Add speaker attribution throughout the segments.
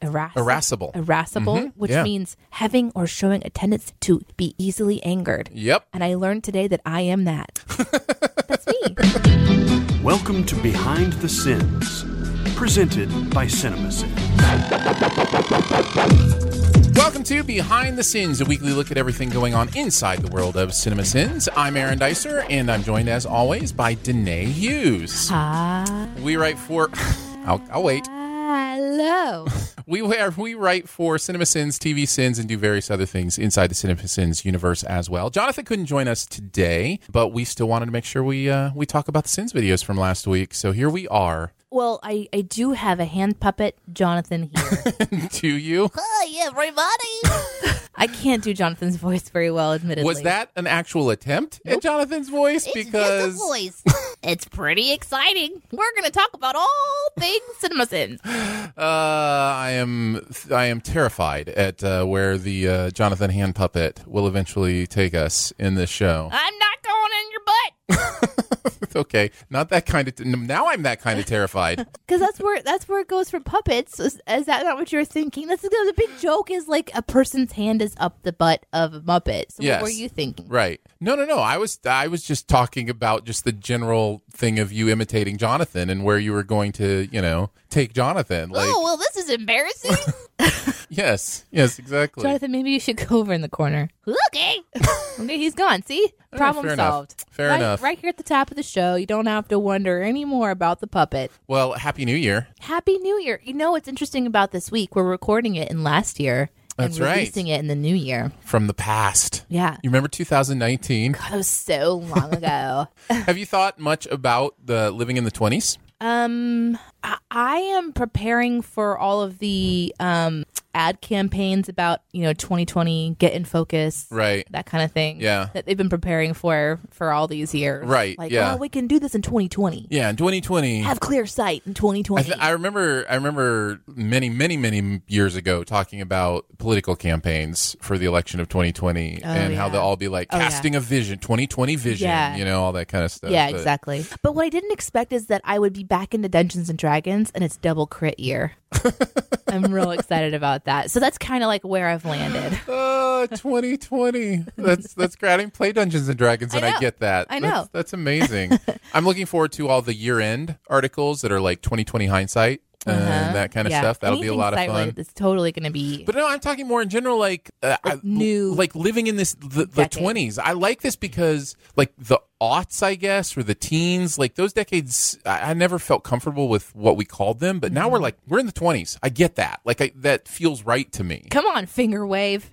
Speaker 1: irascible,
Speaker 2: Irascible. Mm-hmm.
Speaker 1: irascible, which
Speaker 2: Yeah.
Speaker 1: means having or showing a tendency to be easily angered.
Speaker 2: Yep.
Speaker 1: And I learned today that I am that. That's me.
Speaker 3: Welcome to Behind the Sins, presented by CinemaSins.
Speaker 2: Welcome to Behind the Sins, a weekly look at everything going on inside the world of Cinema Sins. I'm Aaron Dicer, and I'm joined as always by Danae Hughes. We write for. I'll, I'll wait.
Speaker 1: Hello.
Speaker 2: We where we write for Cinema Sins, TV Sins, and do various other things inside the Cinema Sins universe as well. Jonathan couldn't join us today, but we still wanted to make sure we uh, we talk about the Sins videos from last week. So here we are.
Speaker 1: Well, I, I do have a hand puppet, Jonathan here.
Speaker 2: to you,
Speaker 1: Hi, everybody. I can't do Jonathan's voice very well, admittedly.
Speaker 2: was that an actual attempt at Jonathan's voice?
Speaker 1: It's
Speaker 2: because
Speaker 1: just a voice. it's pretty exciting. We're going to talk about all things CinemaSins.
Speaker 2: Uh, I am I am terrified at uh, where the uh, Jonathan hand puppet will eventually take us in this show.
Speaker 1: I'm not going in your butt.
Speaker 2: okay, not that kind of. now I'm that kind of terrified.
Speaker 1: Because that's where that's where it goes for puppets. Is, is that not what you were thinking? That's the, the big joke is like a person's hand is up the butt of a Muppet. So
Speaker 2: Yes.
Speaker 1: what were you thinking?
Speaker 2: right? No, no, no. I was I was just talking about just the general thing of you imitating Jonathan and where you were going to you know take Jonathan. Like
Speaker 1: Oh, well, this is embarrassing.
Speaker 2: yes, yes, exactly.
Speaker 1: Jonathan, maybe you should go over in the corner. Okay. okay, he's gone. See?
Speaker 2: right,
Speaker 1: Problem
Speaker 2: fair enough.
Speaker 1: solved.
Speaker 2: Fair
Speaker 1: right,
Speaker 2: enough.
Speaker 1: Right here at the top of the show, you don't have to wonder anymore about the puppet.
Speaker 2: Well, happy New Year.
Speaker 1: Happy New Year. You know what's interesting about this week? We're recording it in last year
Speaker 2: That's
Speaker 1: and
Speaker 2: right.
Speaker 1: releasing it in the new year.
Speaker 2: From the past,
Speaker 1: Yeah.
Speaker 2: you remember 2019?
Speaker 1: That was so long ago.
Speaker 2: Have you thought much about the living in the 20s?
Speaker 1: Um, I- I am preparing for all of the um ad campaigns about you know 2020, get in focus,
Speaker 2: Right.
Speaker 1: that kind of thing.
Speaker 2: Yeah.
Speaker 1: that they've been preparing for for all these years.
Speaker 2: Right,
Speaker 1: Like,
Speaker 2: yeah.
Speaker 1: oh, we can do this in 2020.
Speaker 2: Yeah, in 2020.
Speaker 1: Have clear sight in
Speaker 2: I,
Speaker 1: 2020.
Speaker 2: th- I remember I remember many many many years ago talking about political campaigns for the election of 2020 and
Speaker 1: Oh, yeah.
Speaker 2: how
Speaker 1: Oh,
Speaker 2: they'll all be like
Speaker 1: yeah.
Speaker 2: casting a vision 2020 vision
Speaker 1: Yeah.
Speaker 2: you know all that kind of stuff
Speaker 1: yeah,
Speaker 2: But-
Speaker 1: exactly. But what I didn't expect is that I would be back into Dungeons and Dragons, and it's double crit year. I'm real excited about that. So that's kind of like where I've landed.
Speaker 2: Uh, 2020 that's that's great I didn't play Dungeons and Dragons and I,
Speaker 1: know.
Speaker 2: get that
Speaker 1: I
Speaker 2: That's-
Speaker 1: know.
Speaker 2: that's, amazing I'm looking forward to all the year end articles that are like 2020 hindsight and that kind of
Speaker 1: Uh-huh. Yeah.
Speaker 2: stuff that'll be
Speaker 1: Anything
Speaker 2: a lot of
Speaker 1: sight
Speaker 2: fun
Speaker 1: related It's totally going to be.
Speaker 2: But no, I'm talking more in general, like uh, I-
Speaker 1: new
Speaker 2: like living in this the, the
Speaker 1: decade.
Speaker 2: 20s. I like this because like the aughts, I guess, or the teens, like those decades. I, I never felt comfortable with what we called them, but
Speaker 1: Mm-hmm.
Speaker 2: now we're like we're in the 20s. I get that. Like I, that feels right to me.
Speaker 1: Come on, finger wave.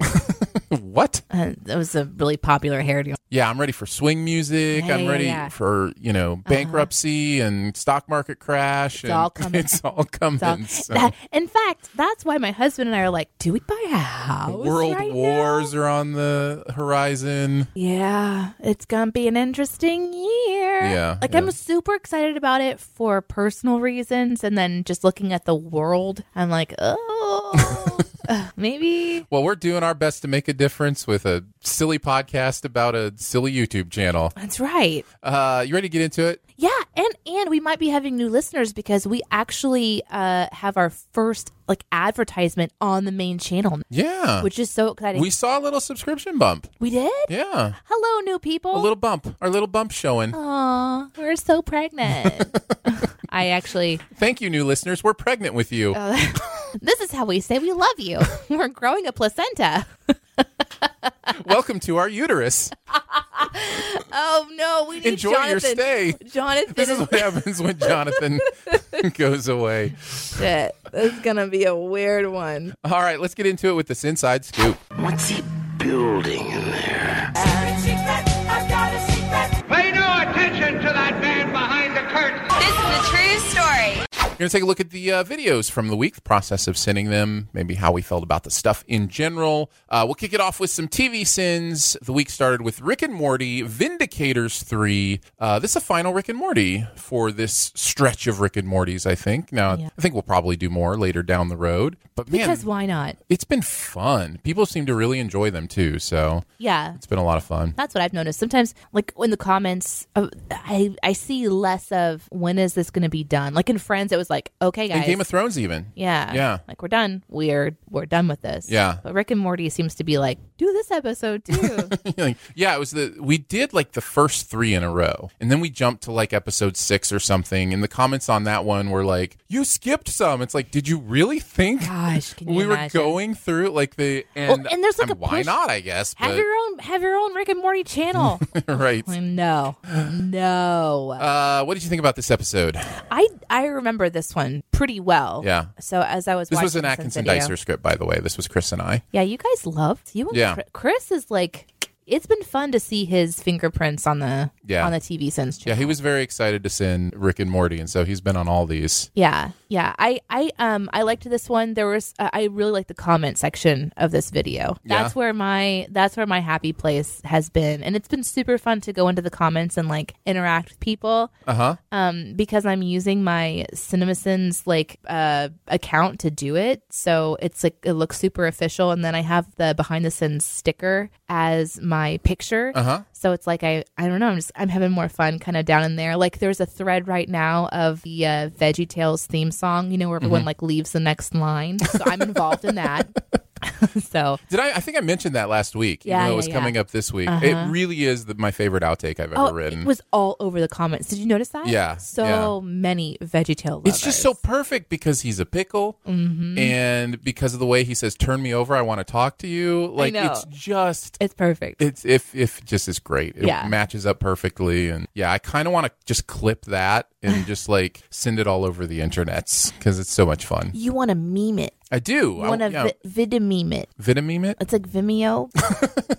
Speaker 2: what?
Speaker 1: Uh, that was a really popular hairdo.
Speaker 2: Yeah, I'm ready for swing music.
Speaker 1: Yeah,
Speaker 2: I'm
Speaker 1: yeah,
Speaker 2: ready
Speaker 1: yeah. Uh-huh.
Speaker 2: for you know bankruptcy and stock market crash. and
Speaker 1: all coming.
Speaker 2: It's all coming.
Speaker 1: So,
Speaker 2: so-
Speaker 1: that, in fact, that's why my husband and I are like, do we buy a house?
Speaker 2: World
Speaker 1: right now?"
Speaker 2: wars are on the horizon.
Speaker 1: Yeah, it's going to be an interesting year.
Speaker 2: Yeah,
Speaker 1: Like,
Speaker 2: yeah.
Speaker 1: I'm super excited about it for personal reasons. And then just looking at the world, I'm like, oh, uh, maybe.
Speaker 2: Well, we're doing our best to make a difference with a silly podcast about a silly YouTube channel.
Speaker 1: That's right.
Speaker 2: Uh, you ready to get into it?
Speaker 1: Yeah, and and we might be having new listeners because we actually uh, have our first like advertisement on the main channel,
Speaker 2: Yeah.
Speaker 1: which is so exciting.
Speaker 2: we saw a little subscription bump.
Speaker 1: we did.
Speaker 2: Yeah.
Speaker 1: Hello, new people.
Speaker 2: A little bump. Our little bump showing.
Speaker 1: Oh. Aw, we're so pregnant. I actually,
Speaker 2: Thank you, new listeners. We're pregnant with you.
Speaker 1: this is how we say we love you. We're growing a placenta.
Speaker 2: Welcome to our uterus.
Speaker 1: Oh no, we need
Speaker 2: Enjoy your
Speaker 1: Jonathan.
Speaker 2: stay.
Speaker 1: Jonathan
Speaker 2: This is what happens when Jonathan goes away.
Speaker 1: shit. This is gonna be a weird one.
Speaker 2: All right, let's get into it with this inside scoop.
Speaker 4: What's he building in there?
Speaker 5: Pay no attention to that man behind the curtain.
Speaker 6: This is a true story.
Speaker 2: We're going to take a look at the uh, videos from the week, the process of sending them, maybe how we felt about the stuff in general. Uh, we'll kick it off with some TV sins. The week started with Rick and Morty, Vindicators 3. Uh, this is a final Rick and Morty for this stretch of Rick and Morty's, I think. Now, I think we'll probably do more later down the road. But man,
Speaker 1: Because why not?
Speaker 2: it's been fun. People seem to really enjoy them too. So
Speaker 1: Yeah.
Speaker 2: it's been a lot of fun.
Speaker 1: That's what I've noticed. Sometimes, like in the comments, uh, I I see less of when is this going to be done. Like in Friends, it was was like, okay, guys.
Speaker 2: in Game of Thrones, even.
Speaker 1: yeah.
Speaker 2: Yeah.
Speaker 1: Like we're done. We're we're done with this.
Speaker 2: Yeah.
Speaker 1: But Rick and Morty seems to be like, do this episode too.
Speaker 2: Like, yeah, it was the we did like the first three in a row, and then we jumped to like episode six or something. And the comments on that one were like, "You skipped some." It's like, did you really think
Speaker 1: Gosh, can you
Speaker 2: we
Speaker 1: imagine?
Speaker 2: were going through like the and,
Speaker 1: and there's, like,
Speaker 2: I mean,
Speaker 1: a
Speaker 2: why
Speaker 1: push-
Speaker 2: not? I guess
Speaker 1: Have your own have your own Rick and Morty channel.
Speaker 2: but, right.
Speaker 1: no. No.
Speaker 2: Uh, what did you think about this episode?
Speaker 1: I I remember this one pretty well.
Speaker 2: Yeah.
Speaker 1: So as I was
Speaker 2: This
Speaker 1: watching
Speaker 2: was an Atkinson
Speaker 1: Sense Video-
Speaker 2: Dicer script, by the way. This was Chris and I.
Speaker 1: Yeah, you guys loved you and
Speaker 2: Yeah.
Speaker 1: Chri- Chris is like it's been fun to see his fingerprints on the
Speaker 2: Yeah.
Speaker 1: on the TV since
Speaker 2: Yeah, he was very excited to send Rick and Morty, and so he's been on all these.
Speaker 1: Yeah, yeah. I, I, um, I liked this one. There was, uh, I really like the comment section of this video. That's
Speaker 2: Yeah.
Speaker 1: where my, that's where my happy place has been, and it's been super fun to go into the comments and like interact with people. Uh huh.
Speaker 2: Uh-huh,
Speaker 1: Um, because I'm using my CinemaSins like uh account to do it, so it's like it looks super official, and then I have the behind the scenes sticker as my picture. Uh
Speaker 2: Uh-huh.
Speaker 1: huh. So it's like I I don't know I'm just I'm having more fun kind of down in there. Like there's a thread right now of the uh, Veggie Tales theme song, you know, where
Speaker 2: Mm-hmm.
Speaker 1: everyone like leaves the next line. So I'm involved in that. so
Speaker 2: Did I? I think I mentioned that last week.
Speaker 1: Yeah,
Speaker 2: even though
Speaker 1: yeah,
Speaker 2: it was
Speaker 1: yeah. Uh-huh.
Speaker 2: coming up this week. It really is the, my favorite outtake I've ever
Speaker 1: oh,
Speaker 2: written.
Speaker 1: it was all over the comments. Did you notice that?
Speaker 2: Yeah,
Speaker 1: So many Veggie Tale.
Speaker 2: It's just so perfect because he's a pickle,
Speaker 1: Mm-hmm.
Speaker 2: and because of the way he says "turn me over, I want to talk to you." Like
Speaker 1: know.
Speaker 2: it's just
Speaker 1: It's perfect.
Speaker 2: it's if if just is great. It
Speaker 1: Yeah.
Speaker 2: matches up perfectly, and yeah, I kind of want to just clip that and just like send it all over the internets because it's so much fun.
Speaker 1: you want to meme it.
Speaker 2: I do.
Speaker 1: You want to
Speaker 2: I, yeah,
Speaker 1: vi- vid meme it.
Speaker 2: Vitameme it?
Speaker 1: It's like Vimeo.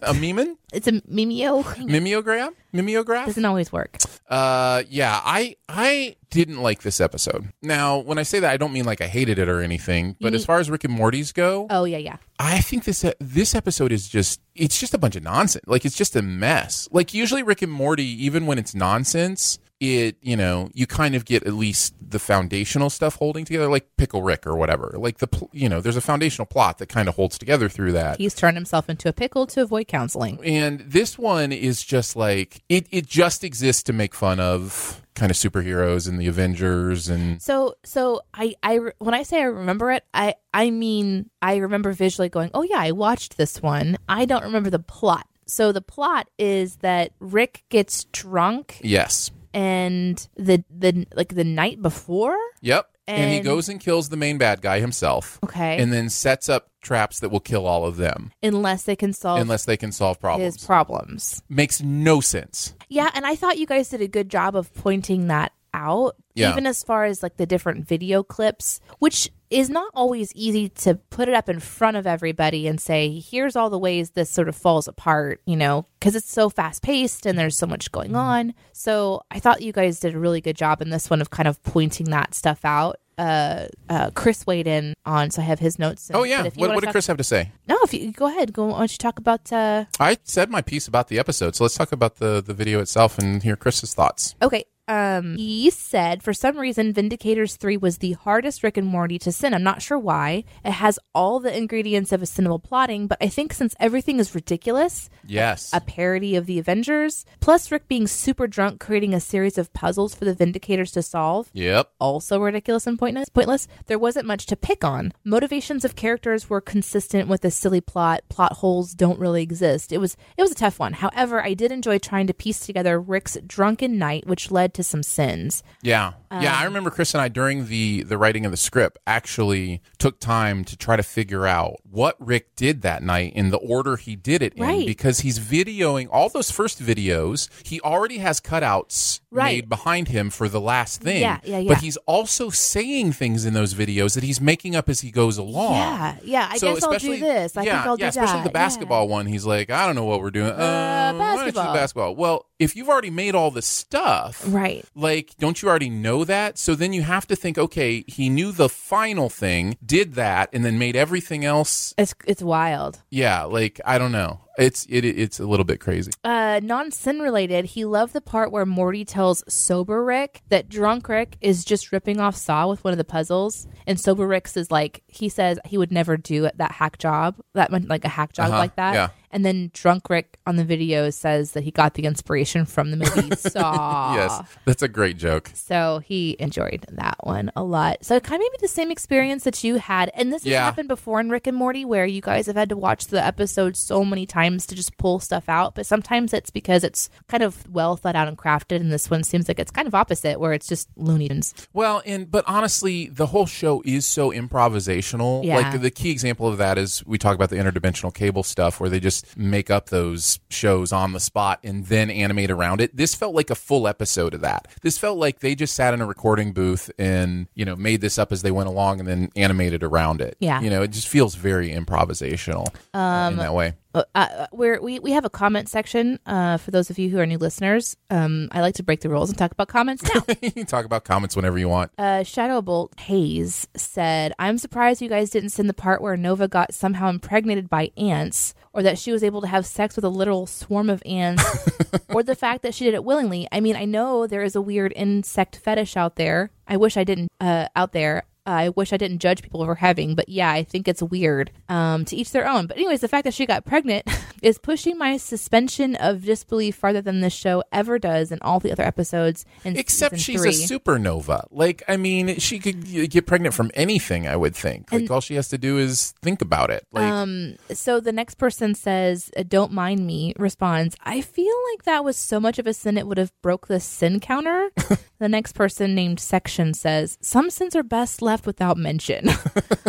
Speaker 2: a memein?
Speaker 1: it's a Mimeo.
Speaker 2: Mimeogram? Mimeograph?
Speaker 1: Doesn't always work.
Speaker 2: Uh, yeah, I I didn't like this episode. Now, when I say that, I don't mean like I hated it or anything. But as far as Rick and Morty's go,
Speaker 1: Oh yeah, yeah.
Speaker 2: I think this uh, this episode is just it's just a bunch of nonsense. Like it's just a mess. Like usually Rick and Morty, even when it's nonsense, it you know you kind of get at least the foundational stuff holding together, like Pickle Rick or whatever. Like the pl- you know there's a foundational plot that kind of holds together through that.
Speaker 1: He's turned himself into a pickle to avoid counseling.
Speaker 2: And this one is just like it it just exists to make fun of kind of superheroes and the Avengers and
Speaker 1: So so I I re- when I say I remember it, I I mean I remember visually going, "Oh yeah, I watched this one." I don't remember the plot. So the plot is that Rick gets drunk
Speaker 2: yes.
Speaker 1: and the the like the night before?
Speaker 2: Yep. And, he
Speaker 1: And-
Speaker 2: goes and kills the main bad guy himself.
Speaker 1: Okay.
Speaker 2: And then sets up traps that will kill all of them
Speaker 1: Unless they can solve
Speaker 2: unless they can solve
Speaker 1: his
Speaker 2: problems.
Speaker 1: problems.
Speaker 2: Makes no sense.
Speaker 1: Yeah, and I thought you guys did a good job of pointing that out.
Speaker 2: Yeah.
Speaker 1: Even as far as like the different video clips, which is not always easy to put it up in front of everybody and say, here's all the ways this sort of falls apart, you know, because it's so fast paced and there's so much
Speaker 2: Mm-hmm.
Speaker 1: going on. So I thought you guys did a really good job in this one of kind of pointing that stuff out. Uh, uh, Chris weighed in on, so I have his notes.
Speaker 2: Oh yeah.
Speaker 1: But if you
Speaker 2: What,
Speaker 1: wanna
Speaker 2: what did
Speaker 1: talk-
Speaker 2: Chris have to say?
Speaker 1: No, if you go ahead, go. Why don't you talk about? Uh,
Speaker 2: I said my piece about the episode, so let's talk about the the video itself and hear Chris's thoughts.
Speaker 1: Okay. Um, he said for some reason Vindicators 3 was the hardest Rick and Morty to sin. I'm not sure why. It has all the ingredients of a cinema plotting, but I think since everything is ridiculous,
Speaker 2: Yes.
Speaker 1: a parody of the Avengers, plus Rick being super drunk creating a series of puzzles for the Vindicators to solve,
Speaker 2: Yep.
Speaker 1: also ridiculous and pointless. Pointless. There wasn't much to pick on. Motivations of characters were consistent with a silly plot. Plot holes don't really exist. It was it was a tough one. However, I did enjoy trying to piece together Rick's drunken night, which led to some sins.
Speaker 2: Yeah.
Speaker 1: Um,
Speaker 2: yeah, I remember Chris and I during the the writing of the script actually took time to try to figure out what Rick did that night in the order he did it in
Speaker 1: Right.
Speaker 2: because he's videoing all those first videos. He already has cutouts
Speaker 1: Right.
Speaker 2: made behind him for the last thing.
Speaker 1: Yeah, yeah, yeah.
Speaker 2: But he's also saying things in those videos that he's making up as he goes along.
Speaker 1: Yeah, yeah. I guess I'll do
Speaker 2: especially-
Speaker 1: this. I
Speaker 2: yeah,
Speaker 1: think I'll
Speaker 2: yeah,
Speaker 1: do
Speaker 2: especially
Speaker 1: that.
Speaker 2: the basketball one. He's like, I don't know what we're doing. Uh, why don't you do
Speaker 1: basketball.
Speaker 2: basketball. Well, if you've already made all this stuff,
Speaker 1: Yeah. Right.
Speaker 2: like, don't you already know that? So then you have to think, okay, he knew the final thing, did that, and then made everything else.
Speaker 1: It's it's wild.
Speaker 2: Yeah, like I don't know. It's it it's a little bit crazy.
Speaker 1: Uh, non sin related, he loved the part where Morty tells Sober Rick that Drunk Rick is just ripping off Saw with one of the puzzles, and Sober Rick's is like he says he would never do that hack job, that mon- like a hack job
Speaker 2: Uh-huh,
Speaker 1: like that.
Speaker 2: yeah.
Speaker 1: And And then Drunk Rick on the video says that he got the inspiration from the movie Saw.
Speaker 2: Yes, that's a great joke.
Speaker 1: So he enjoyed that one a lot. So kind of maybe the same experience that you had, and this
Speaker 2: Yeah.
Speaker 1: has happened before in Rick and Morty, where you guys have had to watch the episode so many times to just pull stuff out. But sometimes it's because it's kind of well thought out and crafted, and this one seems like it's kind of opposite, where it's just Looney Tunes.
Speaker 2: Well, and but honestly, the whole show is so improvisational.
Speaker 1: Yeah.
Speaker 2: Like the key example of that is we talk about the interdimensional cable stuff where they just make up those shows on the spot and then animate around it. This felt like a full episode of that. This felt like they just sat in a recording booth and, you know, made this up as they went along and then animated around it.
Speaker 1: Yeah.
Speaker 2: You know, it just feels very improvisational uh, in that way.
Speaker 1: Uh, uh, where we we have a comment section uh, for those of you who are new listeners. Um, I like to break the rules and talk about comments now.
Speaker 2: you can talk about comments whenever you want.
Speaker 1: Uh, Shadowbolt Hayes said, I'm surprised you guys didn't send the part where Nova got somehow impregnated by ants, or that she was able to have sex with a literal swarm of ants, or the fact that she did it willingly. I mean, I know there is a weird insect fetish out there. I wish I didn't, uh, out there. I wish I didn't judge people for having, but yeah, I think it's weird. Um, to each their own. But anyways, the fact that she got pregnant is pushing my suspension of disbelief farther than this show ever does in all the other episodes. In
Speaker 2: Except
Speaker 1: season
Speaker 2: she's
Speaker 1: three.
Speaker 2: a supernova. Like, I mean, she could g- get pregnant from anything, I would think. Like, all she has to do is think about it. Like,
Speaker 1: so the next person says uh, don't mind me responds i feel like that was so much of a sin it would have broke the sin counter the next person named section says some sins are best left without mention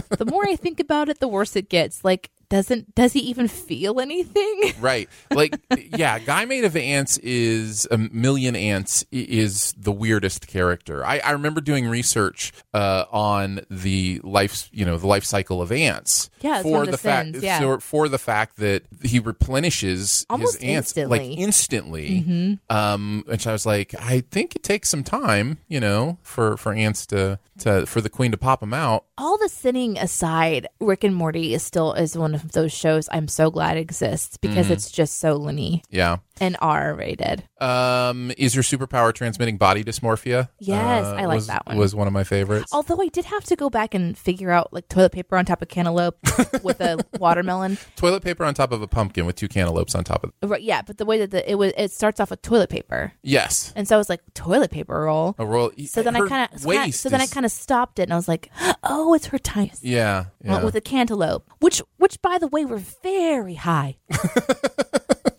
Speaker 1: the more i think about it the worse it gets like doesn't does he even feel anything
Speaker 2: right. Like, yeah, Guy Made of Ants is a million ants i- is the weirdest character. I, I remember doing research uh, on the life, you know, the life cycle of ants.
Speaker 1: Yeah, it's one of the
Speaker 2: fact,
Speaker 1: sins, yeah.
Speaker 2: for, for the fact that he replenishes
Speaker 1: Almost
Speaker 2: his ants
Speaker 1: instantly. Mm-hmm.
Speaker 2: like instantly. Um, which I was like, I think it takes some time, you know, for for ants to to for the queen to pop them out.
Speaker 1: all the sinning aside rick and morty is still is one of those shows i'm so glad exists because it's just so linny
Speaker 2: Yeah.
Speaker 1: and r-rated
Speaker 2: Um, is your superpower transmitting body dysmorphia? Uh,
Speaker 1: Yes, I like
Speaker 2: was-
Speaker 1: that one.
Speaker 2: Was one of my favorites.
Speaker 1: Although I did have to go back and figure out like toilet paper on top of cantaloupe with a watermelon.
Speaker 2: Toilet paper on top of a pumpkin with two cantaloupes on top of.
Speaker 1: Right, yeah, but the way that the, it was, it starts off with toilet paper,
Speaker 2: Yes,
Speaker 1: and so I was like toilet paper roll.
Speaker 2: a roll.
Speaker 1: So then I
Speaker 2: her
Speaker 1: kind of so,
Speaker 2: waist.
Speaker 1: then I
Speaker 2: is-
Speaker 1: kind of stopped it, and I was like, oh, it's her time.
Speaker 2: Yeah, yeah.
Speaker 1: Went with a cantaloupe, which which by the way were very high,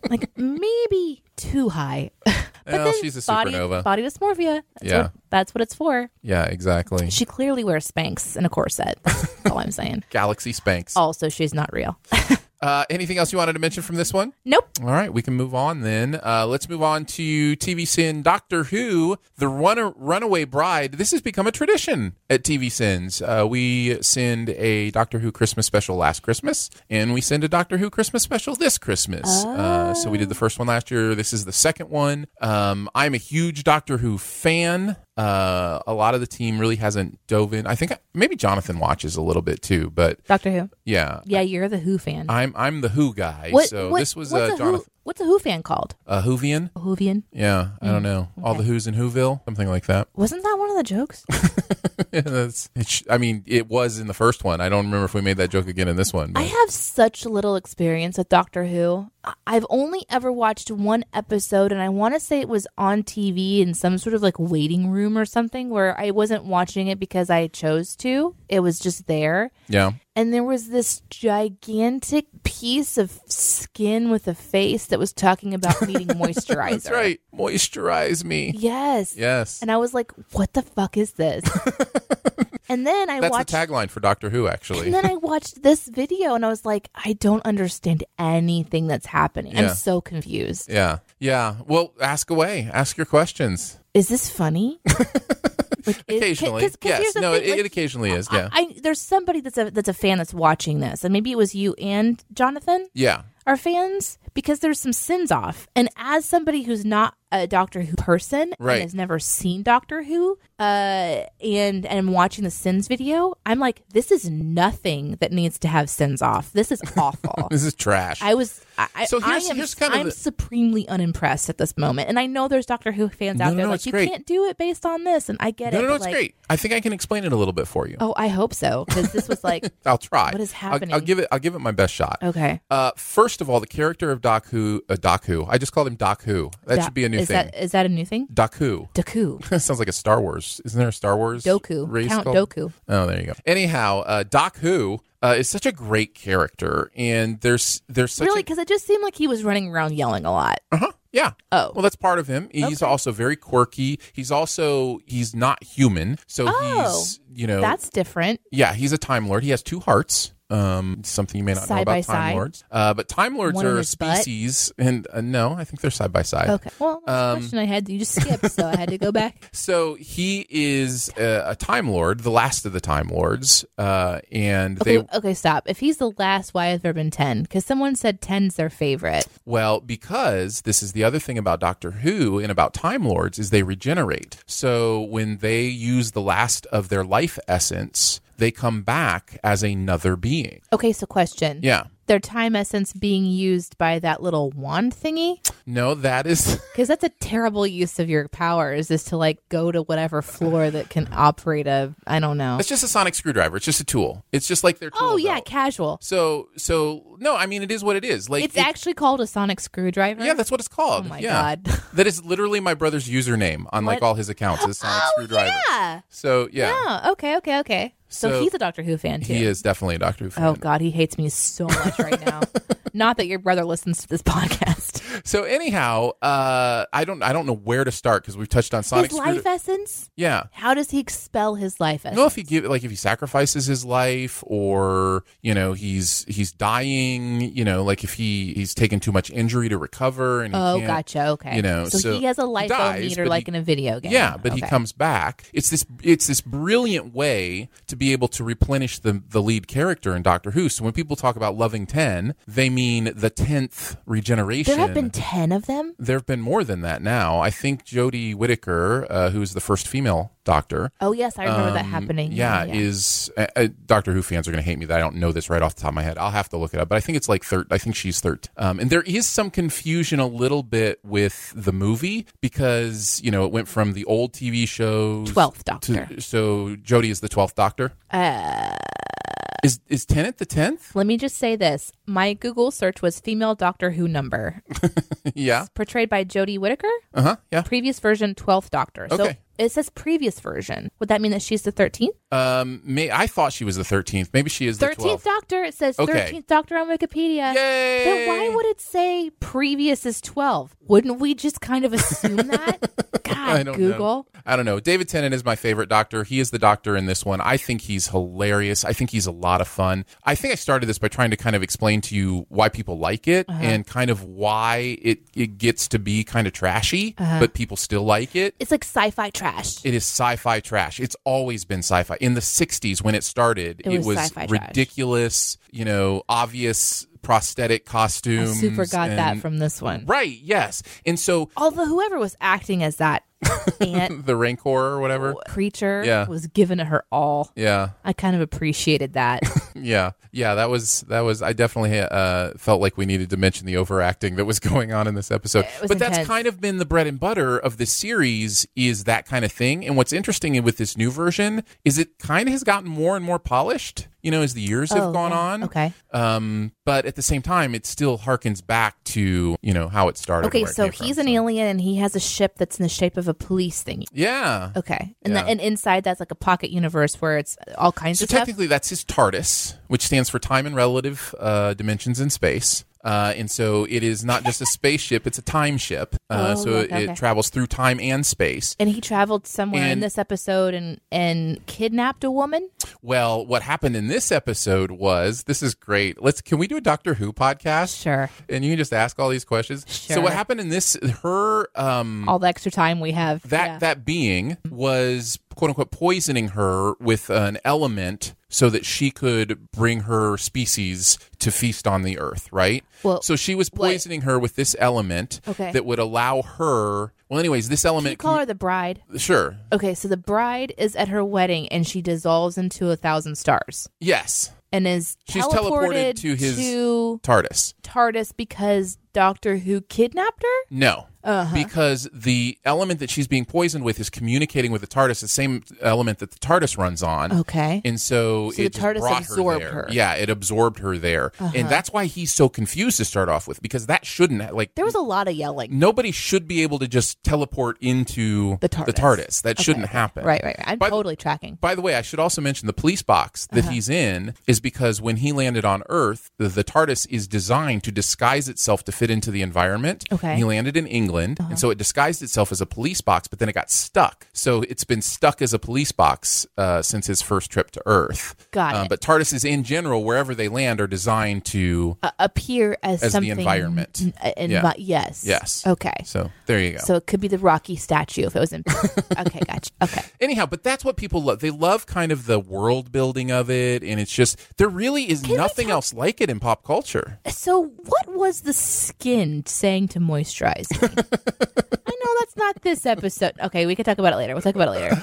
Speaker 1: like maybe too high. but
Speaker 2: Well, she's a
Speaker 1: body,
Speaker 2: supernova.
Speaker 1: Body dysmorphia. That's
Speaker 2: Yeah.
Speaker 1: what, that's what it's for.
Speaker 2: yeah, exactly.
Speaker 1: She clearly wears Spanx and a corset. That's all I'm saying.
Speaker 2: Galaxy Spanks.
Speaker 1: Also, she's not real.
Speaker 2: Uh, anything else you wanted to mention from this one?
Speaker 1: nope.
Speaker 2: All right, we can move on then. Uh, let's move on to TV Sin Doctor Who, The Run- Runaway Bride. This has become a tradition at TV Sins. Uh, we send a Doctor Who Christmas special last Christmas, and we send a Doctor Who Christmas special this Christmas. Uh, so we did the first one last year. This is the second one. Um, I'm a huge Doctor Who fan. Uh, a lot of the team really hasn't dove in. I think maybe Jonathan watches a little bit too, but
Speaker 1: Doctor Who.
Speaker 2: yeah.
Speaker 1: Yeah, you're the Who fan.
Speaker 2: I'm I'm the Who guy, so this was
Speaker 1: what's
Speaker 2: uh,
Speaker 1: a Who,
Speaker 2: Jonathan
Speaker 1: what's a Who fan called?
Speaker 2: uh, Whovian.
Speaker 1: A Whovian.
Speaker 2: Yeah, I
Speaker 1: Mm.
Speaker 2: don't know. All the Who's in Whoville, something like that.
Speaker 1: Wasn't that one of the jokes?
Speaker 2: That's, it sh- I mean, it was in the first one. I don't remember if we made that joke again in this one.
Speaker 1: I
Speaker 2: But
Speaker 1: have such little experience with Doctor Who. I- I've only ever watched one episode, and I want to say it was on TV in some sort of like waiting room or something where I wasn't watching it because I chose to. It was just there.
Speaker 2: yeah,
Speaker 1: and there was this gigantic piece of skin with a face that was talking about needing moisturizer.
Speaker 2: that's right. Moisturize me.
Speaker 1: Yes.
Speaker 2: Yes,
Speaker 1: And I was like, "What the fuck is this?" and then I
Speaker 2: that's
Speaker 1: watched.
Speaker 2: the tagline for Doctor Who,
Speaker 1: and
Speaker 2: actually.
Speaker 1: then I watched this video, and I was like, "I don't understand anything that's happening.
Speaker 2: Yeah.
Speaker 1: I'm so confused.
Speaker 2: yeah, yeah. Well, ask away. Ask your questions.
Speaker 1: Is this funny?" Like, is-
Speaker 2: Occasionally,
Speaker 1: 'cause- 'cause here's
Speaker 2: yes.
Speaker 1: the
Speaker 2: No,
Speaker 1: thing,
Speaker 2: it,
Speaker 1: like,
Speaker 2: it occasionally is. Yeah,
Speaker 1: I, I- there's somebody that's a that's a fan that's watching this, and maybe it was you and Jonathan.
Speaker 2: yeah.
Speaker 1: are fans because there's some sins off. And as somebody who's not a Doctor Who person
Speaker 2: Right.
Speaker 1: and has never seen Doctor Who, uh, and and I'm watching the sins video, I'm like, this is nothing that needs to have sins off. This is awful.
Speaker 2: This is trash.
Speaker 1: I was I,
Speaker 2: So
Speaker 1: so
Speaker 2: here's-
Speaker 1: I am
Speaker 2: here's kind of
Speaker 1: I'm
Speaker 2: the-
Speaker 1: supremely unimpressed at this moment, and I know there's Doctor Who fans
Speaker 2: No, no,
Speaker 1: out there
Speaker 2: no, it's
Speaker 1: like you
Speaker 2: great.
Speaker 1: can't do it based on this, and I get
Speaker 2: no,
Speaker 1: it.
Speaker 2: no, no,
Speaker 1: but,
Speaker 2: it's
Speaker 1: like,
Speaker 2: great. I think I can explain it a little bit for you.
Speaker 1: Oh, I hope so because this was like
Speaker 2: I'll try.
Speaker 1: What is
Speaker 2: I'll- I'll,
Speaker 1: happening?
Speaker 2: give it. I'll give it my best shot.
Speaker 1: okay.
Speaker 2: Uh, first of all, the character of Doc Who, uh, Doc Who. I just called him Doc Who. That should be a new
Speaker 1: is
Speaker 2: thing.
Speaker 1: That, is that a new thing?
Speaker 2: Doc Who.
Speaker 1: Doku.
Speaker 2: Sounds like a Star Wars. Isn't there a Star Wars?
Speaker 1: Doku.
Speaker 2: race
Speaker 1: Count
Speaker 2: called?
Speaker 1: Doku.
Speaker 2: Oh, there you go. Anyhow, uh, Doc Who uh, is such a great character, and there's there's such
Speaker 1: Really?
Speaker 2: a-
Speaker 1: Because it just seemed like he was running around yelling a lot.
Speaker 2: Yeah.
Speaker 1: Oh.
Speaker 2: Well, that's part of him. He's also very quirky. He's also he's not human, so
Speaker 1: Oh.
Speaker 2: he's you know
Speaker 1: That's different.
Speaker 2: yeah he's a time lord. He has two hearts. Um, something you may not know
Speaker 1: Side
Speaker 2: about
Speaker 1: by
Speaker 2: time
Speaker 1: side?
Speaker 2: lords. Uh, but time lords
Speaker 1: One in
Speaker 2: are a
Speaker 1: his butt?
Speaker 2: species, and uh, no, I think they're side by side.
Speaker 1: Okay. Well, that's
Speaker 2: Um,
Speaker 1: a question I had that you just skipped, so I had to go back.
Speaker 2: So he is uh, a, a time lord, the last of the time lords, uh, and
Speaker 1: Okay,
Speaker 2: they
Speaker 1: okay, stop. If he's the last, why have there been 10? Because someone said 10's their favorite.
Speaker 2: Well, because this is the other thing about Doctor Who and about Time Lords is they regenerate. So when they use the last of their life essence, they come back as another being.
Speaker 1: Okay, so question.
Speaker 2: Yeah.
Speaker 1: Their time essence being used by that little wand thingy?
Speaker 2: No, that is
Speaker 1: Because that's a terrible use of your powers, is to like go to whatever floor that can operate a, I don't know.
Speaker 2: that's just a sonic screwdriver. It's just a tool. It's just like their tool.
Speaker 1: Oh, yeah,
Speaker 2: belt.
Speaker 1: casual.
Speaker 2: So so no, I mean it is what it is. Like
Speaker 1: It's
Speaker 2: it-
Speaker 1: actually called a sonic screwdriver.
Speaker 2: Yeah, that's what it's called.
Speaker 1: Oh my
Speaker 2: Yeah.
Speaker 1: God.
Speaker 2: That is literally my brother's username on like
Speaker 1: What? Oh,
Speaker 2: all his accounts. Is sonic screwdriver.
Speaker 1: Yeah.
Speaker 2: So yeah.
Speaker 1: Oh, okay, okay, okay. So,
Speaker 2: So-
Speaker 1: he's a Doctor Who fan too.
Speaker 2: He is definitely a Doctor Who fan.
Speaker 1: Oh God, he hates me so much right now. Not that your brother listens to this podcast.
Speaker 2: So anyhow, uh, I don't I don't know where to start because we've touched on Sonic.
Speaker 1: his life
Speaker 2: Screwdriver-
Speaker 1: essence.
Speaker 2: yeah.
Speaker 1: How does he expel his life essence?
Speaker 2: I don't know if Oh, he give like if he sacrifices his life or you know he's he's dying you know like if he he's taken too much injury to recover and he
Speaker 1: oh,
Speaker 2: can't-
Speaker 1: gotcha. Okay.
Speaker 2: you know
Speaker 1: so, he has a life
Speaker 2: dies,
Speaker 1: meter
Speaker 2: but
Speaker 1: like
Speaker 2: he-
Speaker 1: in a video game.
Speaker 2: yeah but he
Speaker 1: Okay.
Speaker 2: comes back it's this it's this brilliant way to be able to replenish the the lead character in Doctor Who so when people talk about loving ten they mean the tenth regeneration
Speaker 1: There have been ten of them.
Speaker 2: there have been more than that now. I think Jodie Whittaker, uh, who is the first female doctor,
Speaker 1: Oh yes, I remember that
Speaker 2: um,
Speaker 1: happening.
Speaker 2: Yeah, is uh, uh, Doctor Who fans are going to hate me that I don't know this right off the top of my head. I'll have to look it up, but I think it's like third. I think she's third. Um, and there is some confusion a little bit with the movie because you know it went from the old TV shows
Speaker 1: 12th
Speaker 2: to-
Speaker 1: Doctor. Uh.
Speaker 2: so Jodie is the twelfth Doctor. is is Tennant the tenth?
Speaker 1: Let me just say this: my Google search was female Doctor Who number
Speaker 2: yeah.
Speaker 1: portrayed by Jodie Whittaker.
Speaker 2: Uh huh. Yeah.
Speaker 1: Previous version, twelfth Doctor. So
Speaker 2: Okay.
Speaker 1: it says previous version. Would that mean that she's the thirteenth?
Speaker 2: Um. May I thought she was the thirteenth. Maybe she is the
Speaker 1: Thirteenth
Speaker 2: twelfth.
Speaker 1: Doctor. It says
Speaker 2: Okay.
Speaker 1: thirteenth Doctor on Wikipedia.
Speaker 2: Yay!
Speaker 1: Then why would it say previous is twelve? Wouldn't we just kind of assume that? God,
Speaker 2: I don't
Speaker 1: Google.
Speaker 2: Know. I don't know. David Tennant is my favorite doctor. He is the doctor in this one. I think he's hilarious. I think he's a lot of fun. I think I started this by trying to kind of explain to you why people like it
Speaker 1: Uh-huh.
Speaker 2: and kind of why it, it gets to be kind of trashy,
Speaker 1: Uh-huh.
Speaker 2: but people still like it.
Speaker 1: It's like sci-fi trash.
Speaker 2: It is sci-fi trash. It's always been sci-fi. In the '60s, when it started,
Speaker 1: It was sci-fi trash.
Speaker 2: ridiculous. You know, obvious prosthetic costumes.
Speaker 1: Super got that
Speaker 2: and-
Speaker 1: from this one.
Speaker 2: right. Yes, and so
Speaker 1: Although whoever was acting as that ant
Speaker 2: the Rancor or whatever.
Speaker 1: creature
Speaker 2: Yeah.
Speaker 1: was giving it her all.
Speaker 2: Yeah.
Speaker 1: I kind of appreciated that.
Speaker 2: Yeah, yeah, that was that was. I definitely uh, felt like we needed to mention the overacting that was going on in this episode.
Speaker 1: was
Speaker 2: But that's
Speaker 1: intense.
Speaker 2: kind of been the bread and butter of this series is that kind of thing. And what's interesting with this new version is it kind of has gotten more and more polished. You know, as the years
Speaker 1: Oh,
Speaker 2: have gone
Speaker 1: yeah.
Speaker 2: on.
Speaker 1: Okay.
Speaker 2: Um, but at the same time, it still harkens back to you know how it started. and
Speaker 1: Okay,
Speaker 2: where it
Speaker 1: so
Speaker 2: came from,
Speaker 1: he's an alien and he has a ship that's in the shape of a police thing.
Speaker 2: Yeah.
Speaker 1: Okay. And,
Speaker 2: Yeah.
Speaker 1: the, and inside that's like a pocket universe where it's all kinds
Speaker 2: So
Speaker 1: of stuff.
Speaker 2: technically, that's his TARDIS, which stands for time and relative uh, dimensions in space. Uh, and so it is not just a spaceship; it's a time ship. Uh,
Speaker 1: Oh,
Speaker 2: so
Speaker 1: okay,
Speaker 2: it
Speaker 1: okay.
Speaker 2: travels through time and space.
Speaker 1: and he traveled somewhere in
Speaker 2: And-
Speaker 1: this episode and and kidnapped a woman.
Speaker 2: Well, what happened in this episode was this is great. Let's can we do a Doctor Who podcast?
Speaker 1: Sure.
Speaker 2: And you can just ask all these questions. So
Speaker 1: Sure.
Speaker 2: what happened in this? Her um,
Speaker 1: All the extra time we have.
Speaker 2: that
Speaker 1: Yeah.
Speaker 2: that being was quote unquote poisoning her with an element so that she could bring her species to feast on the earth right
Speaker 1: Well,
Speaker 2: so she was poisoning her with this element
Speaker 1: Okay.
Speaker 2: that would allow her Well, anyways, this
Speaker 1: Can you
Speaker 2: element.
Speaker 1: call her the bride?
Speaker 2: sure.
Speaker 1: Okay, so the bride is at her wedding and she dissolves into a thousand stars
Speaker 2: Yes.
Speaker 1: and is
Speaker 2: She's
Speaker 1: teleported,
Speaker 2: teleported to his-
Speaker 1: to
Speaker 2: TARDIS.
Speaker 1: TARDIS because Doctor Who kidnapped her.
Speaker 2: No.
Speaker 1: Uh-huh.
Speaker 2: Because the element that she's being poisoned with is communicating with the TARDIS, the same element that the TARDIS runs on.
Speaker 1: Okay,
Speaker 2: And so,
Speaker 1: So
Speaker 2: it
Speaker 1: the
Speaker 2: just
Speaker 1: TARDIS
Speaker 2: brought
Speaker 1: absorbed
Speaker 2: her, there.
Speaker 1: her. Uh-huh.
Speaker 2: Yeah, it absorbed her there. And that's why he's so confused to start off with because that shouldn't ha- like
Speaker 1: there was a lot of yelling.
Speaker 2: nobody should be able to just teleport into
Speaker 1: The TARDIS.
Speaker 2: That shouldn't happen.
Speaker 1: Right, right. right. I'm
Speaker 2: By the-
Speaker 1: totally tracking.
Speaker 2: By the way, I should also mention the police box that
Speaker 1: Uh-huh.
Speaker 2: he's in is because when he landed on Earth, the, the TARDIS is designed to disguise itself to fit into the environment.
Speaker 1: Okay. Uh-huh.
Speaker 2: He landed in England, and so it disguised itself as a police box, but then it got stuck. So it's been stuck as a police box uh, since his first trip to Earth. Uh,
Speaker 1: Got it.
Speaker 2: But TARDISes in general, wherever they land, are designed to.
Speaker 1: Uh, appear as,
Speaker 2: As the
Speaker 1: something
Speaker 2: environment.
Speaker 1: n- uh, envi-
Speaker 2: Yeah.
Speaker 1: Yes.
Speaker 2: Yes.
Speaker 1: Okay.
Speaker 2: So there you go.
Speaker 1: So it could be the Rocky statue if it was in. okay, gotcha. Okay.
Speaker 2: Anyhow, but that's what people love. They love kind of the world building of it, and it's just there really is nothing else like it in pop culture.
Speaker 1: So what was the skin saying to moisturize? me? I know that's not this episode. Okay, we can talk about it later. We'll talk about it later.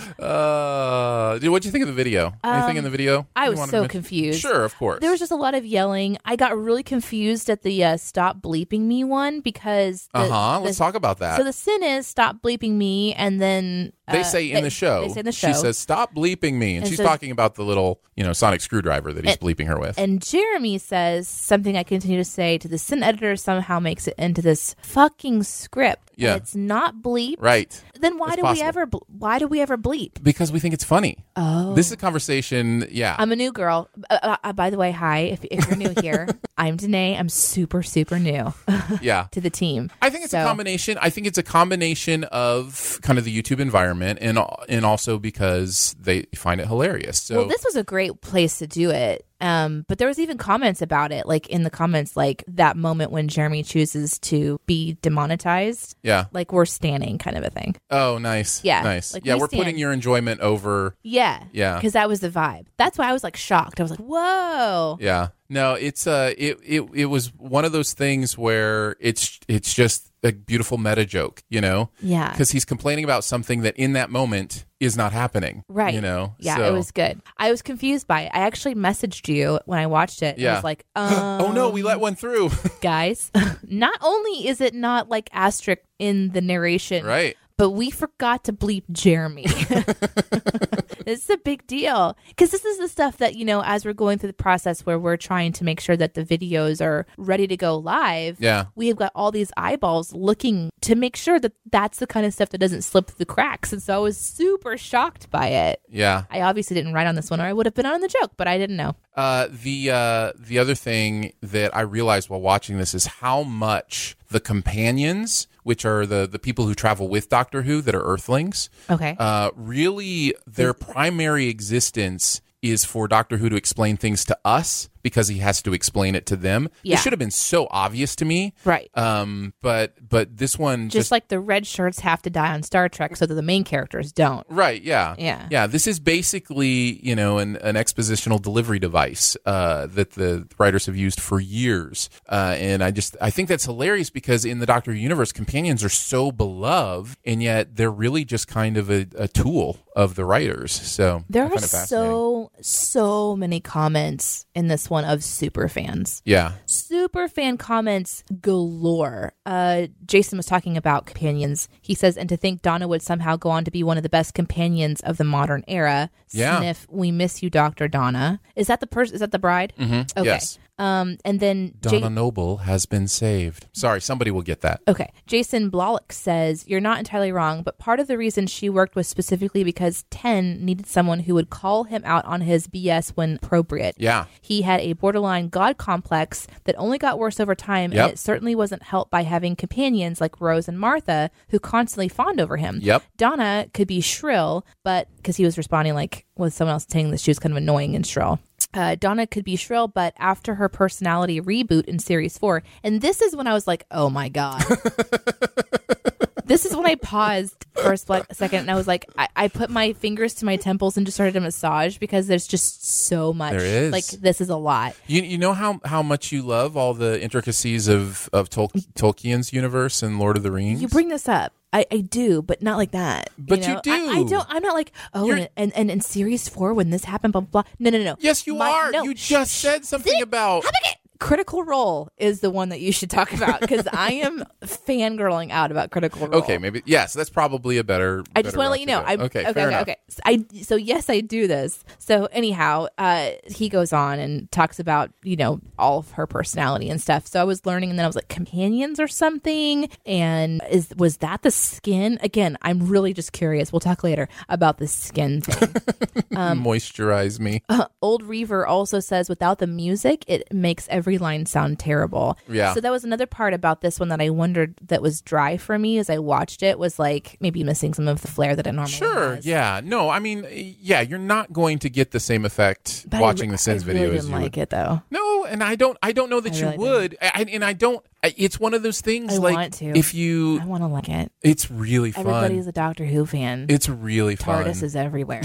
Speaker 2: Uh, dude, what'd you think of the video? Anything in the video?
Speaker 1: Um, I
Speaker 2: you
Speaker 1: was
Speaker 2: wanted
Speaker 1: so
Speaker 2: to mention?
Speaker 1: confused.
Speaker 2: Sure, of course.
Speaker 1: There was just a lot of yelling. I got really confused at the uh, "Stop Bleeping Me" one because the-
Speaker 2: uh huh.
Speaker 1: the-
Speaker 2: Let's talk about that.
Speaker 1: So the sin is "Stop Bleeping Me," and then uh,
Speaker 2: they say in the show.
Speaker 1: They say in the show.
Speaker 2: She says, "Stop bleeping me," and,
Speaker 1: And
Speaker 2: she's
Speaker 1: so-
Speaker 2: talking about the little, you know, sonic screwdriver that he's bleeping her with.
Speaker 1: and Jeremy says something I continue to say to the sin editor somehow makes it into this fucking script. and
Speaker 2: Yeah.
Speaker 1: it's not bleep.
Speaker 2: right.
Speaker 1: Then why
Speaker 2: It's
Speaker 1: do
Speaker 2: possible.
Speaker 1: we ever? Ble- why do we ever bleep?
Speaker 2: Because we think it's funny. Oh. This is a conversation. Yeah.
Speaker 1: I'm a new girl. Uh, uh, uh, by the way, hi. If, if you're new here, I'm Danae. I'm super, super new
Speaker 2: yeah.
Speaker 1: to the team.
Speaker 2: I think it's a
Speaker 1: So-
Speaker 2: combination. I think it's a combination of kind of the YouTube environment and al- and also because they find it hilarious. So
Speaker 1: Well, this was a great place to do it. Um, but there was even comments about it, like in the comments, like that moment when Jeremy chooses to be demonetized,
Speaker 2: yeah.
Speaker 1: like we're standing kind of a thing.
Speaker 2: Oh, nice.
Speaker 1: Yeah,
Speaker 2: Nice.
Speaker 1: like
Speaker 2: yeah,
Speaker 1: we
Speaker 2: we're
Speaker 1: stand.
Speaker 2: putting your enjoyment over.
Speaker 1: Yeah.
Speaker 2: Yeah.
Speaker 1: Because that was the vibe. That's why I was like shocked. I was like, whoa.
Speaker 2: Yeah. No, it's uh it, it it was one of those things where it's it's just a beautiful meta joke, you know?
Speaker 1: Yeah.
Speaker 2: Cuz he's complaining about something that in that moment is not happening.
Speaker 1: Right.
Speaker 2: You know?
Speaker 1: Yeah,
Speaker 2: So-
Speaker 1: it was good. I was confused by it. I actually messaged you when I watched it.
Speaker 2: Yeah.
Speaker 1: I was like, um,
Speaker 2: Oh no, we let one through.
Speaker 1: guys. not only is it not like asterisk in the narration,
Speaker 2: right.
Speaker 1: but we forgot to bleep Jeremy. this is a big deal because this is the stuff that you know as we're going through the process where we're trying to make sure that the videos are ready to go live.
Speaker 2: Yeah.
Speaker 1: We have got all these eyeballs looking to make sure that that's the kind of stuff that doesn't slip through the cracks. And so I was super shocked by it.
Speaker 2: Yeah.
Speaker 1: I obviously didn't write on this one or I would have been on the joke, but I didn't know.
Speaker 2: Uh, the uh, the other thing that I realized while watching this is how much the companions, which are the the people who travel with Doctor Who that are Earthlings,
Speaker 1: Okay.
Speaker 2: uh, really their primary existence is for Doctor Who to explain things to us because he has to explain it to them.
Speaker 1: Yeah.
Speaker 2: This should have been so obvious to me,
Speaker 1: Right.
Speaker 2: Um, but but this one
Speaker 1: just like the red shirts have to die on Star Trek so that the main characters don't.
Speaker 2: Right. Yeah.
Speaker 1: Yeah.
Speaker 2: Yeah. This is basically, you know, an, an expositional delivery device uh, that the writers have used for years, uh, and I just I think that's hilarious because in the Doctor Who universe, companions are so beloved, and yet they're really just kind of a, a tool of the writers. So
Speaker 1: There
Speaker 2: I
Speaker 1: are
Speaker 2: find it fascinating.
Speaker 1: so so many comments in this one of super fans.
Speaker 2: yeah.
Speaker 1: Super fan comments galore. Uh, Jason was talking about companions. He says, and to think Donna would somehow go on to be one of the best companions of the modern era.
Speaker 2: Yeah.
Speaker 1: Sniff, we miss you, Doctor Donna. Is that the person? Is that the bride? Mm-hmm. Okay.
Speaker 2: Yes.
Speaker 1: Um, and then
Speaker 2: Donna
Speaker 1: Ja-
Speaker 2: Noble has been saved. Sorry, somebody will get that.
Speaker 1: Okay. Jason Blalock says, You're not entirely wrong, but part of the reason she worked was specifically because 10 needed someone who would call him out on his BS when appropriate.
Speaker 2: Yeah.
Speaker 1: He had a borderline god complex that only got worse over time,
Speaker 2: Yep.
Speaker 1: and it certainly wasn't helped by having companions like Rose and Martha who constantly fawned over him.
Speaker 2: Yep.
Speaker 1: Donna could be shrill, but because he was responding like with someone else saying that she was kind of annoying and shrill. Uh, Donna could be shrill, but after her personality reboot in series four, and this is when I was like, oh my God. this is when I paused for a split second and I was like, I, I put my fingers to my temples and just started a massage because there's just so much.
Speaker 2: There is.
Speaker 1: Like, this is a lot.
Speaker 2: You, you know how, how much you love all the intricacies of, of Tol- Tolkien's universe and Lord of the Rings?
Speaker 1: You bring this up. I, I do, but not like that.
Speaker 2: But you
Speaker 1: know? I, I
Speaker 2: do.
Speaker 1: don't. I'm not like oh,
Speaker 2: You're-
Speaker 1: and, and and in series four when this happened, blah blah. blah. No, no, no.
Speaker 2: yes, you
Speaker 1: My-
Speaker 2: are.
Speaker 1: no.
Speaker 2: You
Speaker 1: Shh,
Speaker 2: just
Speaker 1: shh.
Speaker 2: said something
Speaker 1: See?
Speaker 2: about.
Speaker 1: Habakkuk! Critical Role is the one that you should talk about because I am fangirling out about Critical Role.
Speaker 2: Okay, maybe. Yes, that's probably a better.
Speaker 1: I just want
Speaker 2: better
Speaker 1: to
Speaker 2: route
Speaker 1: let you know.
Speaker 2: go.
Speaker 1: I,
Speaker 2: okay,
Speaker 1: okay,
Speaker 2: fair
Speaker 1: okay,
Speaker 2: enough.
Speaker 1: okay. So, I, so yes, I do this. So anyhow, uh, he goes on and talks about you know all of her personality and stuff. So I was learning, and then I was like companions or something. And is was that the skin again? I'm really just curious. We'll talk later about the skin thing. Um,
Speaker 2: Moisturize me.
Speaker 1: Old Reaver also says without the music, it makes every line sound terrible.
Speaker 2: Yeah.
Speaker 1: So that was another part about this one that I wondered that was dry for me as I watched it was like maybe missing some of the flair that it normally
Speaker 2: Sure.
Speaker 1: has.
Speaker 2: Yeah. No. I mean, yeah. You're not going to get the same effect
Speaker 1: But I
Speaker 2: watching
Speaker 1: re-
Speaker 2: the Sins
Speaker 1: I really
Speaker 2: video as
Speaker 1: didn't
Speaker 2: you
Speaker 1: like
Speaker 2: would.
Speaker 1: it though.
Speaker 2: No, and I don't. I don't know that
Speaker 1: I
Speaker 2: you
Speaker 1: really didn't.
Speaker 2: would. I, and I don't. I, it's one of those things.
Speaker 1: I
Speaker 2: like
Speaker 1: want to.
Speaker 2: if you,
Speaker 1: I want to like it.
Speaker 2: it's really
Speaker 1: Everybody's
Speaker 2: fun.
Speaker 1: a Doctor Who fan.
Speaker 2: It's really fun.
Speaker 1: TARDIS is everywhere.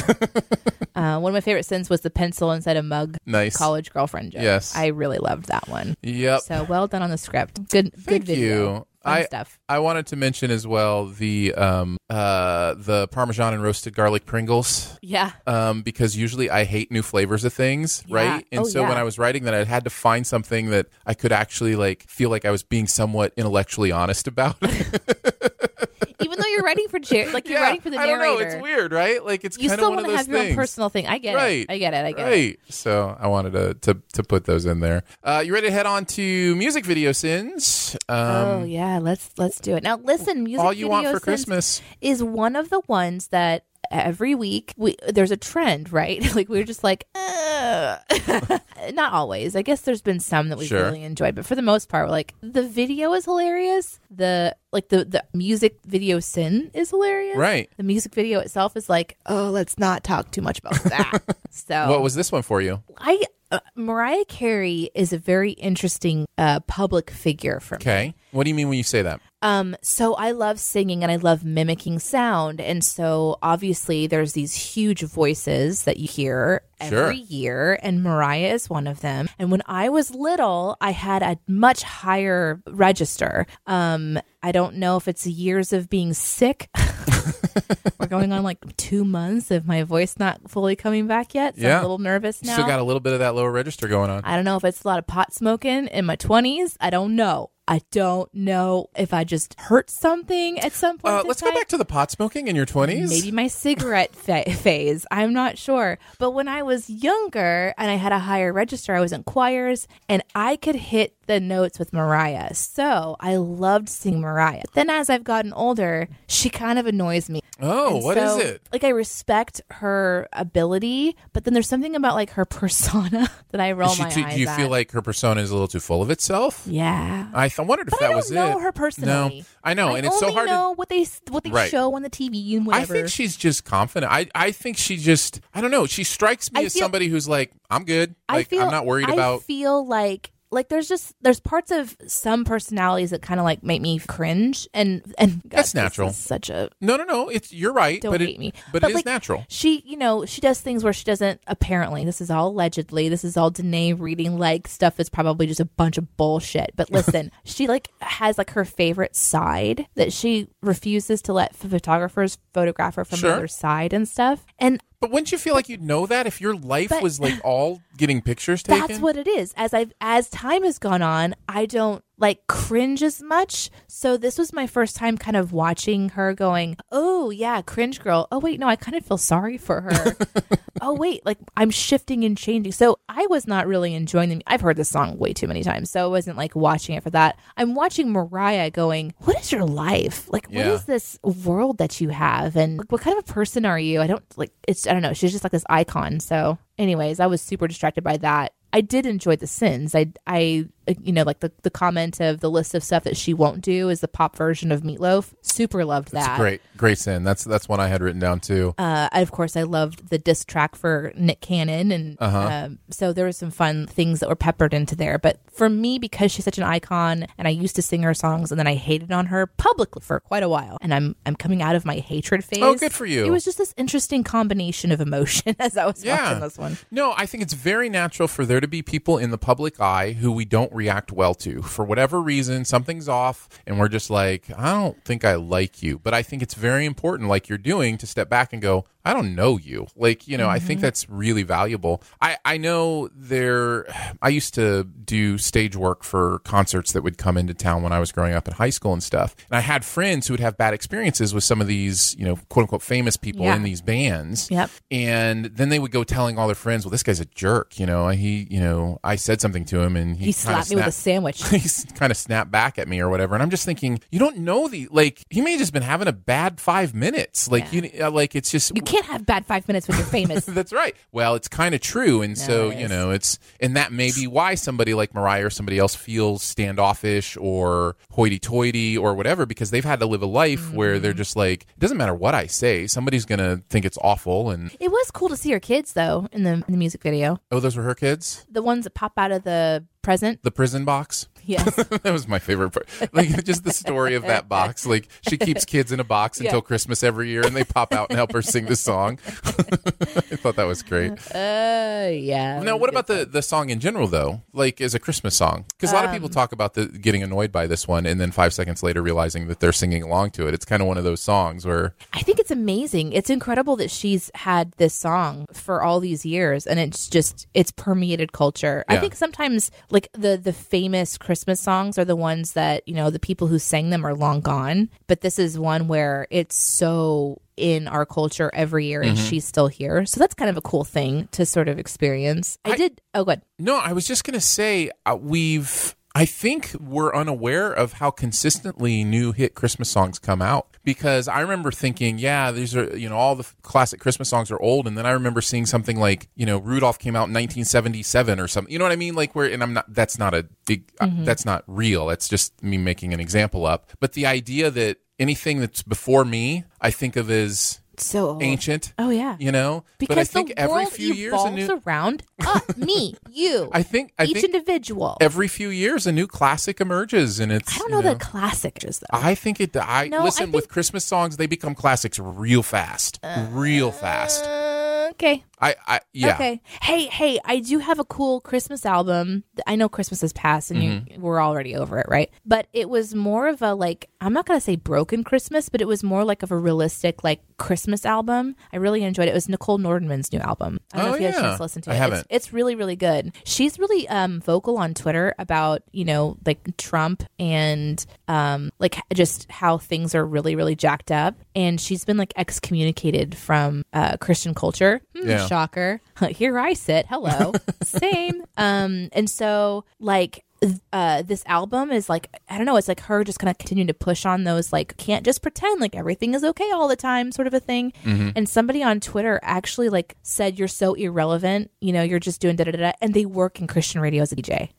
Speaker 1: uh, one of my favorite sins was the pencil inside a mug.
Speaker 2: Nice.
Speaker 1: College girlfriend joke.
Speaker 2: Yes.
Speaker 1: I really loved that one.
Speaker 2: Yep.
Speaker 1: So well done on the script. Good.
Speaker 2: Thank
Speaker 1: good video.
Speaker 2: you.
Speaker 1: Fun
Speaker 2: I
Speaker 1: stuff.
Speaker 2: I wanted to mention as well the um uh the Parmesan and roasted garlic Pringles.
Speaker 1: Yeah.
Speaker 2: um, because usually I hate new flavors of things,
Speaker 1: Yeah.
Speaker 2: right? And
Speaker 1: Oh,
Speaker 2: so
Speaker 1: yeah.
Speaker 2: when I was writing that, I had to find something that I could actually like feel like I was being somewhat intellectually honest about.
Speaker 1: Even though you're writing for Jared, like you're
Speaker 2: Yeah,
Speaker 1: writing for the
Speaker 2: I don't
Speaker 1: narrator,
Speaker 2: know. It's weird, right? Like it's
Speaker 1: you
Speaker 2: kind
Speaker 1: still
Speaker 2: of one
Speaker 1: want
Speaker 2: of
Speaker 1: to have
Speaker 2: those
Speaker 1: your
Speaker 2: things.
Speaker 1: own personal thing. I get
Speaker 2: Right.
Speaker 1: it. I get it. I get it.
Speaker 2: right. So I wanted to, to to put those in there. Uh, you ready to head on to music video sins? Um,
Speaker 1: oh yeah, let's let's do it now. Listen, music.
Speaker 2: all you want
Speaker 1: video
Speaker 2: for
Speaker 1: sense
Speaker 2: Christmas.
Speaker 1: is one of the ones that every week we there's a trend, right? like we're just like, "Ugh." not always. I guess there's been some that we've
Speaker 2: Sure.
Speaker 1: really enjoyed, but for the most part, we're like the video is hilarious. The like the the music video sin is hilarious.
Speaker 2: Right.
Speaker 1: The music video itself is like, oh, let's not talk too much about that. so
Speaker 2: What was this one for you?
Speaker 1: I uh, Mariah Carey is a very interesting uh, public figure for me.
Speaker 2: Okay. What do you mean when you say that?
Speaker 1: Um, so I love singing and I love mimicking sound, and so obviously there's these huge voices that you hear
Speaker 2: Sure.
Speaker 1: every year, and Mariah is one of them. And when I was little, I had a much higher register. Um, I don't know if it's years of being sick. We're going on like two months of my voice not fully coming back yet. So I'm
Speaker 2: Yeah.
Speaker 1: a little nervous now.
Speaker 2: Still got a little bit of that lower register going on.
Speaker 1: I don't know if it's a lot of pot smoking in my 20s. I don't know. I don't know if I just hurt something at some point.
Speaker 2: Uh,
Speaker 1: in
Speaker 2: let's go
Speaker 1: time.
Speaker 2: back to the pot smoking in your twenties.
Speaker 1: Maybe my cigarette fa- phase. I'm not sure. But when I was younger and I had a higher register, I was in choirs and I could hit the notes with Mariah. So I loved seeing Mariah. Then as I've gotten older, she kind of annoys me.
Speaker 2: Oh,
Speaker 1: And
Speaker 2: what is
Speaker 1: so,
Speaker 2: it?
Speaker 1: Like I respect her ability, but then there's something about like her persona that I roll
Speaker 2: Is she
Speaker 1: oh, my
Speaker 2: too,
Speaker 1: eyes
Speaker 2: do you
Speaker 1: at.
Speaker 2: feel like her persona is a little too full of itself?
Speaker 1: yeah.
Speaker 2: I, th- I wondered if
Speaker 1: But
Speaker 2: that
Speaker 1: I don't
Speaker 2: was
Speaker 1: know
Speaker 2: it.
Speaker 1: her personally.
Speaker 2: No, I know,
Speaker 1: I
Speaker 2: and it's so
Speaker 1: only
Speaker 2: hard.
Speaker 1: know
Speaker 2: to,
Speaker 1: what they what they
Speaker 2: Right.
Speaker 1: show on the TV and
Speaker 2: I
Speaker 1: whatever.
Speaker 2: think she's just confident. I, I think she just I don't know. She strikes me
Speaker 1: I
Speaker 2: as
Speaker 1: feel-
Speaker 2: somebody who's like I'm good. Like
Speaker 1: I feel,
Speaker 2: I'm not worried
Speaker 1: I
Speaker 2: about.
Speaker 1: feel like like there's just there's parts of some personalities that kind of like make me cringe and and God,
Speaker 2: That's
Speaker 1: this
Speaker 2: natural.
Speaker 1: is Such a
Speaker 2: no, no, no. It's you're right.
Speaker 1: don't
Speaker 2: but
Speaker 1: hate
Speaker 2: it,
Speaker 1: me.
Speaker 2: But, it is
Speaker 1: like,
Speaker 2: natural.
Speaker 1: She, you know, she does things where she doesn't. Apparently, this is all allegedly. This is all Danae reading like stuff that's probably just a bunch of bullshit. But listen, she like has like her favorite side that she refuses to let photographers photograph her from
Speaker 2: Sure.
Speaker 1: the other side and stuff. And
Speaker 2: But wouldn't you feel like you'd know that if your life
Speaker 1: But-
Speaker 2: was like all getting pictures taken?
Speaker 1: that's what it is. As I've as time has gone on, I don't like cringe as much. So this was my first time kind of watching her going, "Oh yeah, cringe girl. Oh wait, no, I kind of feel sorry for her. oh wait, like I'm shifting and changing." So I was not really enjoying them. I've heard this song way too many times, so I wasn't like watching it for that. I'm watching Mariah going, "What is your life? Like what
Speaker 2: Yeah.
Speaker 1: is this world that you have and like, what kind of a person are you?" I don't like it's I don't know. She's just like this icon. So anyways, I was super distracted by that. I did enjoy The Sins. I I uh, you know, like the, the comment of the list of stuff that she won't do is the pop version of Meatloaf. Super loved that.
Speaker 2: It's great, great sin. That's that's one I had written down too.
Speaker 1: Uh, I- of course, I loved the diss track for Nick Cannon, and
Speaker 2: Uh-huh.
Speaker 1: um, so there were some fun things that were peppered into there. But for me, because she's such an icon, and I used to sing her songs, and then I hated on her publicly for quite a while, and I'm I'm coming out of my hatred phase.
Speaker 2: Oh, good for you.
Speaker 1: It was just this interesting combination of emotion as I was
Speaker 2: yeah.
Speaker 1: watching this one.
Speaker 2: No, I think it's very natural for there to be people in the public eye who we don't react well to. For whatever reason, something's off, and we're just like, I don't think I like you. But I think it's very important, like you're doing, to step back and go, I don't know you. Like, you know, I
Speaker 1: Mm-hmm.
Speaker 2: think that's really valuable. I, I know there, I used to do stage work for concerts that would come into town when I was growing up in high school and stuff. And I had friends who would have bad experiences with some of these, you know, quote unquote famous people
Speaker 1: Yeah.
Speaker 2: in these bands
Speaker 1: Yep.
Speaker 2: and then they would go telling all their friends, "Well, this guy's a jerk." You know, he, you know, I said something to him, and
Speaker 1: He
Speaker 2: he, kinda
Speaker 1: slapped me with a
Speaker 2: snapped-
Speaker 1: sandwich.
Speaker 2: He kind of snapped back at me or whatever, and I'm just thinking, you don't know the like. He may have just been having a bad five minutes. Like you, uh, like it's just
Speaker 1: You can't have bad five minutes when you're famous.
Speaker 2: that's right. Well, it's kind of true, and so
Speaker 1: it
Speaker 2: you
Speaker 1: is.
Speaker 2: know, it's and that may be why somebody like Mariah or somebody else feels standoffish or hoity-toity or whatever because they've had to live a life where
Speaker 1: Mm-hmm.
Speaker 2: they're just like, it doesn't matter what I say, somebody's gonna think it's awful. And
Speaker 1: it was cool to see her kids though in the in the music video,
Speaker 2: oh, those were her kids.
Speaker 1: the ones that pop out of the present.
Speaker 2: the prison box.
Speaker 1: Yes.
Speaker 2: that was my favorite part. Like just the story of that box. Like she keeps kids in a box until Christmas every year, and they pop out and help her sing the song. I thought that was great.
Speaker 1: Uh, yeah.
Speaker 2: Now, what about the the song in general though? Like as a Christmas song, because a lot of people talk about the getting annoyed by this one, and then five seconds later realizing that they're singing along to it. It's kind of one of those songs where
Speaker 1: I think it's amazing. It's incredible that she's had this song for all these years and it's just it's permeated culture. I
Speaker 2: Yeah.
Speaker 1: think sometimes like the the famous Christmas songs are the ones that, you know, the people who sang them are long gone, but this is one where it's so in our culture every year
Speaker 2: Mm-hmm.
Speaker 1: and she's still here. So that's kind of a cool thing to sort of experience. I, did Oh good.
Speaker 2: No, I was just going to say uh, we've. I think we're unaware of how consistently new hit Christmas songs come out because I remember thinking, yeah, these are, you know, all the f- classic Christmas songs are old. And then I remember seeing something like, you know, Rudolph came out in 1977 or something. You know what I mean? Like, where, and I'm not, that's not a big, uh,
Speaker 1: Mm-hmm.
Speaker 2: that's not real. That's just me making an example up. But the idea that anything that's before me, I think of as
Speaker 1: So old.
Speaker 2: ancient.
Speaker 1: Oh yeah.
Speaker 2: You know,
Speaker 1: because
Speaker 2: but I think
Speaker 1: the
Speaker 2: every
Speaker 1: world
Speaker 2: few years, a
Speaker 1: evolves
Speaker 2: new,
Speaker 1: around us, me, you.
Speaker 2: I think, I
Speaker 1: each
Speaker 2: think
Speaker 1: individual.
Speaker 2: every few years a new classic emerges and it's
Speaker 1: I don't know,
Speaker 2: you
Speaker 1: that classic is though.
Speaker 2: I think it I
Speaker 1: No, I
Speaker 2: listen with
Speaker 1: think-
Speaker 2: Christmas songs they become classics real fast real fast
Speaker 1: okay.
Speaker 2: I I yeah
Speaker 1: Okay. Hey, hey, I do have a cool Christmas album. I know Christmas has passed and you,
Speaker 2: Mm-hmm.
Speaker 1: we're already over it, right? But it was more of a like I'm not going to say broken Christmas, but it was more like of a realistic like Christmas album. I really enjoyed it. It was Nicole Nordman's new album. I don't
Speaker 2: Oh,
Speaker 1: know if you had
Speaker 2: yeah.
Speaker 1: a chance to listen to
Speaker 2: I
Speaker 1: it.
Speaker 2: haven't.
Speaker 1: It's, it's really really good. She's really um vocal on Twitter about, you know, like Trump and um like h- just how things are really really jacked up and she's been like excommunicated from uh Christian culture. Hmm,
Speaker 2: Yeah.
Speaker 1: shocker here i sit hello same um and so like th- uh this album is like i don't know it's like her just kind of continuing to push on those like can't just pretend like everything is okay all the time sort of a thing
Speaker 2: Mm-hmm.
Speaker 1: and somebody on twitter actually like said you're so irrelevant you know you're just doing da da da da," and they work in christian radio as a dj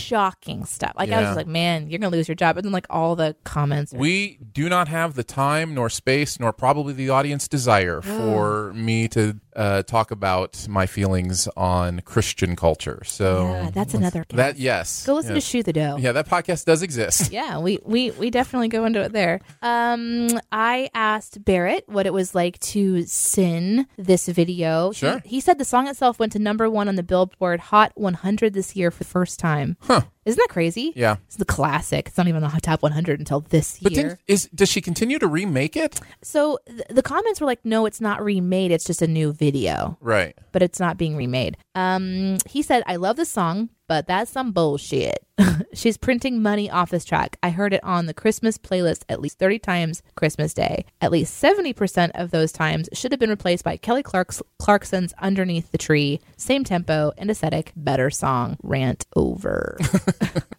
Speaker 1: shocking stuff like i was
Speaker 2: Yeah.
Speaker 1: just like man you're gonna lose your job and then like all the comments are-
Speaker 2: we do not have the time nor space nor probably the audience desire
Speaker 1: Mm.
Speaker 2: for me to uh, talk about my feelings on Christian culture so
Speaker 1: yeah, that's another
Speaker 2: that yes
Speaker 1: go listen
Speaker 2: yeah.
Speaker 1: to shoe the dough
Speaker 2: yeah that podcast does exist
Speaker 1: yeah we, we we definitely go into it there um i asked barrett what it was like to sin this video He-
Speaker 2: Sure.
Speaker 1: he, said the song itself went to number one on the billboard hot 100 this year for the first time huh isn't that crazy
Speaker 2: Yeah.
Speaker 1: it's the classic it's not even on the top 100 until this
Speaker 2: but
Speaker 1: year
Speaker 2: then is does she continue to remake it
Speaker 1: so th- the comments were like no it's not remade it's just a new video
Speaker 2: right
Speaker 1: but it's not being remade. Um, he said, I love this song, but that's some bullshit. She's printing money off this track. I heard it on the Christmas playlist at least 30 times Christmas Day. At least 70% of those times should have been replaced by Kelly Clarks- Clarkson's Underneath the Tree. Same tempo and aesthetic, better song. Rant over.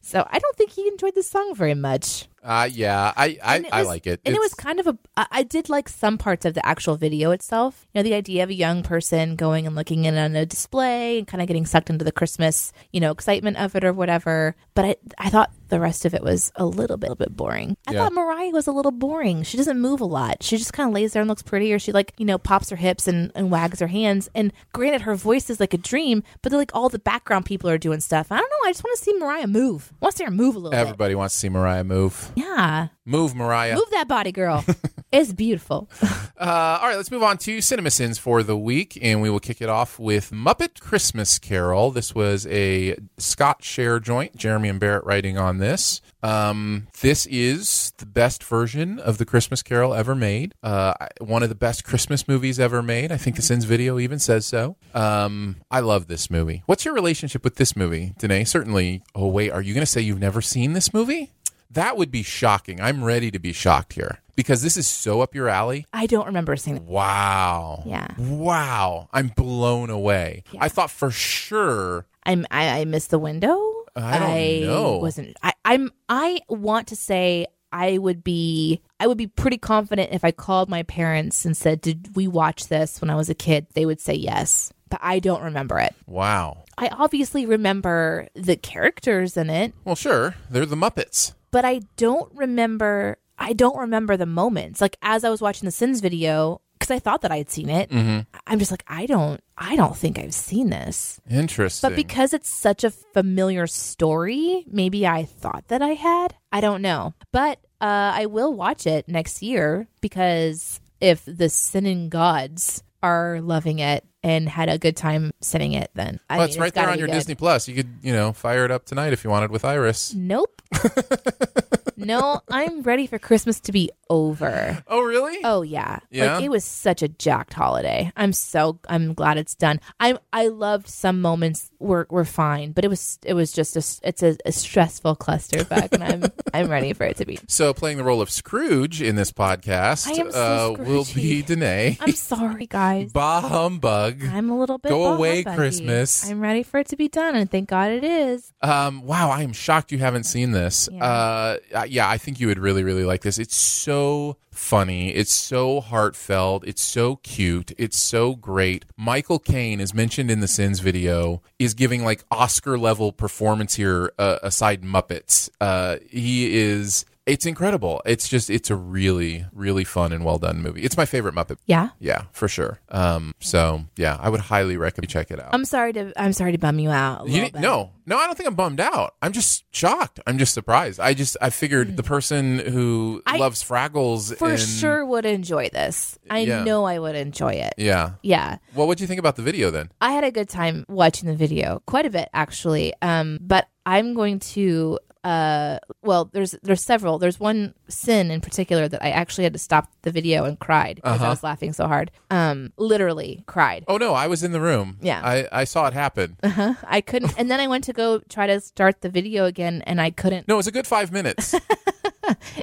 Speaker 1: so I don't think he enjoyed this song very much.
Speaker 2: Uh, yeah, I I,
Speaker 1: And it
Speaker 2: I
Speaker 1: was-
Speaker 2: like it.
Speaker 1: And it was
Speaker 2: It's-
Speaker 1: kind of a. I I did like some parts of the actual video itself. You know, the idea of a young person going and looking in on a display and kind of getting sucked into the Christmas, you know, excitement of it or whatever. But I, I thought the rest of it was a little bit, a bit boring. I
Speaker 2: Yeah.
Speaker 1: thought Mariah was a little boring. She doesn't move a lot. She just kind of lays there and looks pretty, or she like you know pops her hips and, and wags her hands. And granted, her voice is like a dream, but they're like all the background people are doing stuff. I don't know. I just want to see Mariah move. I want to see her move a little. bit.
Speaker 2: everybody wants to see Mariah move.
Speaker 1: Yeah.
Speaker 2: Move, Mariah.
Speaker 1: Move that body, girl. it's beautiful.
Speaker 2: Uh, all right, let's move on to CinemaSins for the week, and we will kick it off with Muppet Christmas Carol. This was a Scott Share joint, Jeremy and Barrett writing on this. Um, this is the best version of the Christmas Carol ever made. Uh, I- one of the best Christmas movies ever made. I think the Sins video even says so. Um, I love this movie. What's your relationship with this movie, Danae? Certainly. Oh wait, are you going to say you've never seen this movie? That would be shocking. I'm ready to be shocked here because this is so up your alley.
Speaker 1: I don't remember seeing it.
Speaker 2: Wow.
Speaker 1: Yeah.
Speaker 2: Wow. I'm blown away. I thought for sure.
Speaker 1: I'm, I, I missed the window.
Speaker 2: I don't know.
Speaker 1: Wasn't I? I'm. I want to say I would be. I would be pretty confident if I called my parents and said, "Did we watch this when I was a kid?" They would say yes, but I don't remember it.
Speaker 2: Wow.
Speaker 1: I obviously remember the characters in it,
Speaker 2: Well, sure. They're the Muppets.
Speaker 1: but I don't remember. I don't remember the moments. Like as I was watching the Sins video, because I thought that I had seen it.
Speaker 2: Mm-hmm.
Speaker 1: I'm just like, I don't. I don't think I've seen this.
Speaker 2: Interesting.
Speaker 1: But because it's such a familiar story, maybe I thought that I had. I don't know. But uh, I will watch it next year because if the sinning gods are loving it and had a good time sinning it, then I
Speaker 2: well,
Speaker 1: mean,
Speaker 2: it's right there
Speaker 1: gotta
Speaker 2: on
Speaker 1: be
Speaker 2: your
Speaker 1: good.
Speaker 2: Disney Plus. You could, you know, fire it up tonight if you wanted with Iris.
Speaker 1: Nope. no, I'm ready for Christmas to be over.
Speaker 2: Oh, really?
Speaker 1: Oh yeah.
Speaker 2: Yeah?
Speaker 1: Like it was such a jacked holiday. I'm so I'm glad it's done. I I loved some moments were were fine, but it was it was just a s- it's a, a stressful clusterfuck and I'm I'm ready for it to be.
Speaker 2: So playing the role of Scrooge in this podcast
Speaker 1: I am so
Speaker 2: uh, will be
Speaker 1: Scroogey.
Speaker 2: Danae.
Speaker 1: I'm sorry guys.
Speaker 2: Bah humbug.
Speaker 1: I'm a little bit
Speaker 2: Go
Speaker 1: bah
Speaker 2: away,
Speaker 1: humbuggy.
Speaker 2: Christmas.
Speaker 1: I'm ready for it to be done and thank God it is.
Speaker 2: Um, wow, I am shocked you haven't seen this.
Speaker 1: Yeah.
Speaker 2: Uh, uh, yeah, I think you would really, really like this. It's so funny. It's so heartfelt. It's so cute. It's so great. Michael Caine, as mentioned in the Sins video, is giving like Oscar level performance here. Uh, aside Muppets, uh, he is. It's incredible. It's just. It's a really, really fun and well done movie. It's my favorite Muppet.
Speaker 1: Yeah.
Speaker 2: Yeah, for sure. Um, so yeah, I would highly recommend you check it out.
Speaker 1: I'm sorry to I'm sorry to bum you out. a
Speaker 2: You
Speaker 1: little
Speaker 2: didn't-
Speaker 1: bit.
Speaker 2: no, no, I don't think I'm bummed out. I'm just shocked. I'm just surprised. I just I figured the person who
Speaker 1: Hmm. I-
Speaker 2: loves Fraggles
Speaker 1: For
Speaker 2: and-
Speaker 1: sure would enjoy this. I
Speaker 2: Yeah.
Speaker 1: know I would enjoy it.
Speaker 2: Yeah.
Speaker 1: yeah.
Speaker 2: Well, what'd you think about the video then?
Speaker 1: I had a good time watching the video, quite a bit actually. Um, but I'm going to uh, well, there's there's several. There's one sin in particular that I actually had to stop the video and cried because
Speaker 2: Uh-huh.
Speaker 1: I was laughing so hard. Um, literally cried.
Speaker 2: Oh no, I was in the room.
Speaker 1: Yeah.
Speaker 2: I, I saw it happen.
Speaker 1: I couldn't, and then I went to go try to start the video again, and I couldn't.
Speaker 2: No, it was a good five minutes.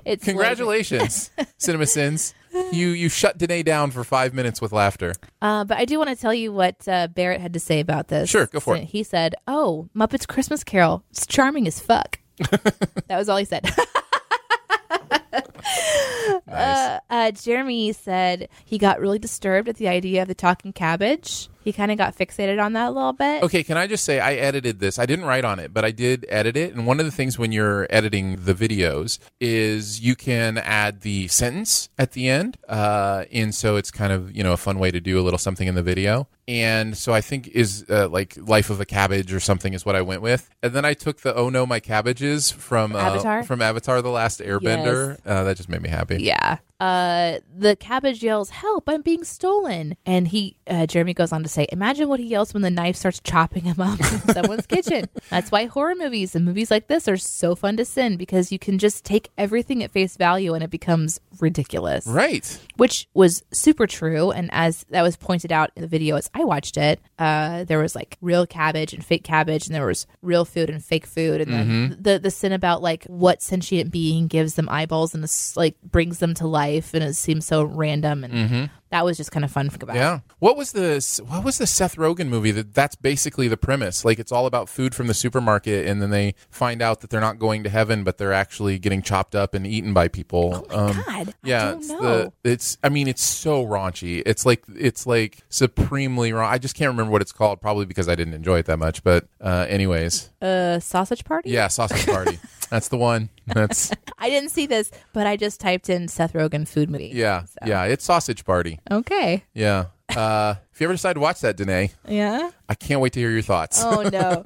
Speaker 1: It's like-
Speaker 2: Congratulations, Cinema Sins. You you shut Danae down for five minutes with laughter.
Speaker 1: Uh, but I do want to tell you what uh, Barrett had to say about this.
Speaker 2: Sure, go for it.
Speaker 1: He said, "Oh, Muppets Christmas Carol, it's charming as fuck." that was all he said. Uh, uh, Jeremy said he got really disturbed at the idea of the talking cabbage. He kind of got fixated on that a little bit.
Speaker 2: Okay, can I just say I edited this? I didn't write on it, but I did edit it. And one of the things when you're editing the videos is you can add the sentence at the end, uh, and so it's kind of you know a fun way to do a little something in the video. And so I think is uh, like life of a cabbage or something is what I went with. And then I took the oh no my cabbages from uh,
Speaker 1: Avatar?
Speaker 2: from Avatar the Last Airbender. Uh, that just made me happy.
Speaker 1: Yeah. Uh, the cabbage yells, "Help! I'm being stolen!" And he, uh, Jeremy, goes on to say, "Imagine what he yells when the knife starts chopping him up in someone's kitchen." That's why horror movies and movies like this are so fun to sin because you can just take everything at face value and it becomes ridiculous,
Speaker 2: Right.
Speaker 1: which was super true. And as that was pointed out in the video as I watched it, uh, there was like real cabbage and fake cabbage, and there was real food and fake food, and
Speaker 2: Mm-hmm.
Speaker 1: then the the sin about like what sentient being gives them eyeballs and this, like brings them to life life, and it seems so random. And that was just kind of fun to think about.
Speaker 2: Mm-hmm. Yeah. What was the What was the Seth Rogen movie that that's basically the premise? Like it's all about food from the supermarket, and then they find out that they're not going to heaven, but they're actually getting chopped up and eaten by people.
Speaker 1: Oh my God, I
Speaker 2: um, Yeah.
Speaker 1: don't
Speaker 2: it's
Speaker 1: know.
Speaker 2: the it's. I mean, it's so raunchy. It's like it's like supremely wrong. I just can't remember what it's called. Probably because I didn't enjoy it that much. But uh, anyways,
Speaker 1: Uh, sausage party.
Speaker 2: yeah, sausage party. that's the one. That's
Speaker 1: I didn't see this, but I just typed in Seth Rogen food movie.
Speaker 2: yeah,
Speaker 1: So-
Speaker 2: yeah. It's sausage party.
Speaker 1: Okay.
Speaker 2: Yeah. Uh, if you ever decide to watch that, Danae,
Speaker 1: Yeah.
Speaker 2: I can't wait to hear your thoughts.
Speaker 1: Oh no.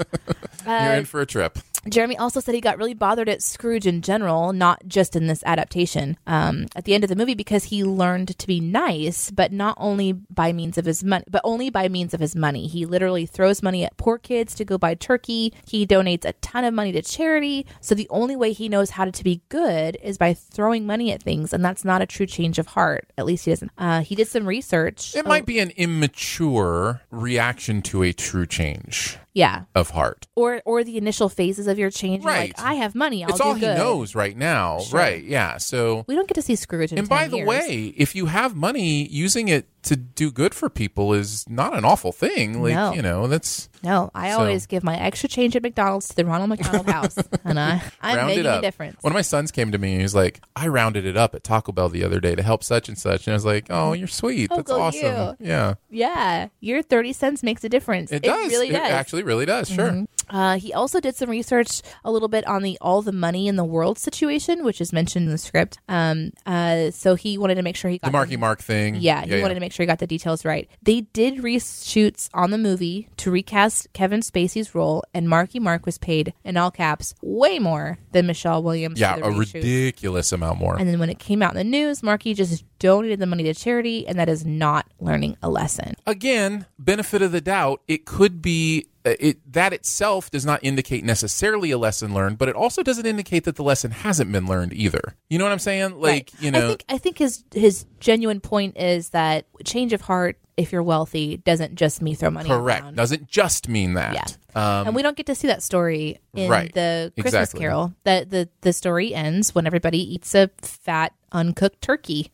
Speaker 2: You're in for a trip.
Speaker 1: Jeremy also said he got really bothered at Scrooge in general, not just in this adaptation. Um, at the end of the movie, because he learned to be nice, but not only by means of his money, but only by means of his money. He literally throws money at poor kids to go buy turkey. He donates a ton of money to charity. So the only way he knows how to, to be good is by throwing money at things, and that's not a true change of heart. At least he doesn't. Uh, he did some research.
Speaker 2: It might be an immature reaction to a true change
Speaker 1: yeah,
Speaker 2: of heart.
Speaker 1: or or the initial phases of your change. You're
Speaker 2: Right.
Speaker 1: Like I have money. I'll
Speaker 2: it's
Speaker 1: do
Speaker 2: all
Speaker 1: good.
Speaker 2: he knows right now. Right. Yeah. So,
Speaker 1: We don't get to see Scrooge. In
Speaker 2: and by
Speaker 1: 10
Speaker 2: the
Speaker 1: years.
Speaker 2: way, if you have money, using it to do good for people is not an awful thing. Like,
Speaker 1: No.
Speaker 2: you know, that's
Speaker 1: No, I
Speaker 2: So-
Speaker 1: always give my extra change at McDonald's to the Ronald McDonald House, and I I'm
Speaker 2: round it
Speaker 1: making
Speaker 2: up.
Speaker 1: a difference.
Speaker 2: One of my sons came to me and he was like, I rounded it up at Taco Bell the other day to help such and such. And I was like, oh, you're sweet.
Speaker 1: Oh,
Speaker 2: That's
Speaker 1: go
Speaker 2: awesome. Yeah.
Speaker 1: yeah, your thirty cents makes a difference.
Speaker 2: It does.
Speaker 1: really does.
Speaker 2: It actually really does. Sure.
Speaker 1: uh, he also did some research a little bit on the all the money in the world situation, which is mentioned in the script. Um, uh, so he wanted to make sure he got
Speaker 2: The Marky Mark thing.
Speaker 1: Yeah, he wanted to make sure he got the details right. They did reshoots on the movie to recast Kevin Spacey's role, and Marky Mark was paid in all caps way more than Michelle Williams.
Speaker 2: Yeah,
Speaker 1: for the
Speaker 2: a
Speaker 1: reshoots.
Speaker 2: ridiculous amount more.
Speaker 1: And then when it came out in the news, Marky just donated the money to charity, and that is not learning a lesson.
Speaker 2: again, benefit of the doubt, it could be uh, it that itself does not indicate necessarily a lesson learned, but it also doesn't indicate that the lesson hasn't been learned either. You know what I'm saying? Like,
Speaker 1: Right.
Speaker 2: you know,
Speaker 1: I think I think his his genuine point is that change of heart, if you're wealthy, doesn't just mean throw money
Speaker 2: correct.
Speaker 1: around.
Speaker 2: Doesn't just mean that. Um,
Speaker 1: and we don't get to see that story in
Speaker 2: Right.
Speaker 1: the Christmas
Speaker 2: Exactly.
Speaker 1: Carol. The, the the story ends when everybody eats a fat uncooked turkey.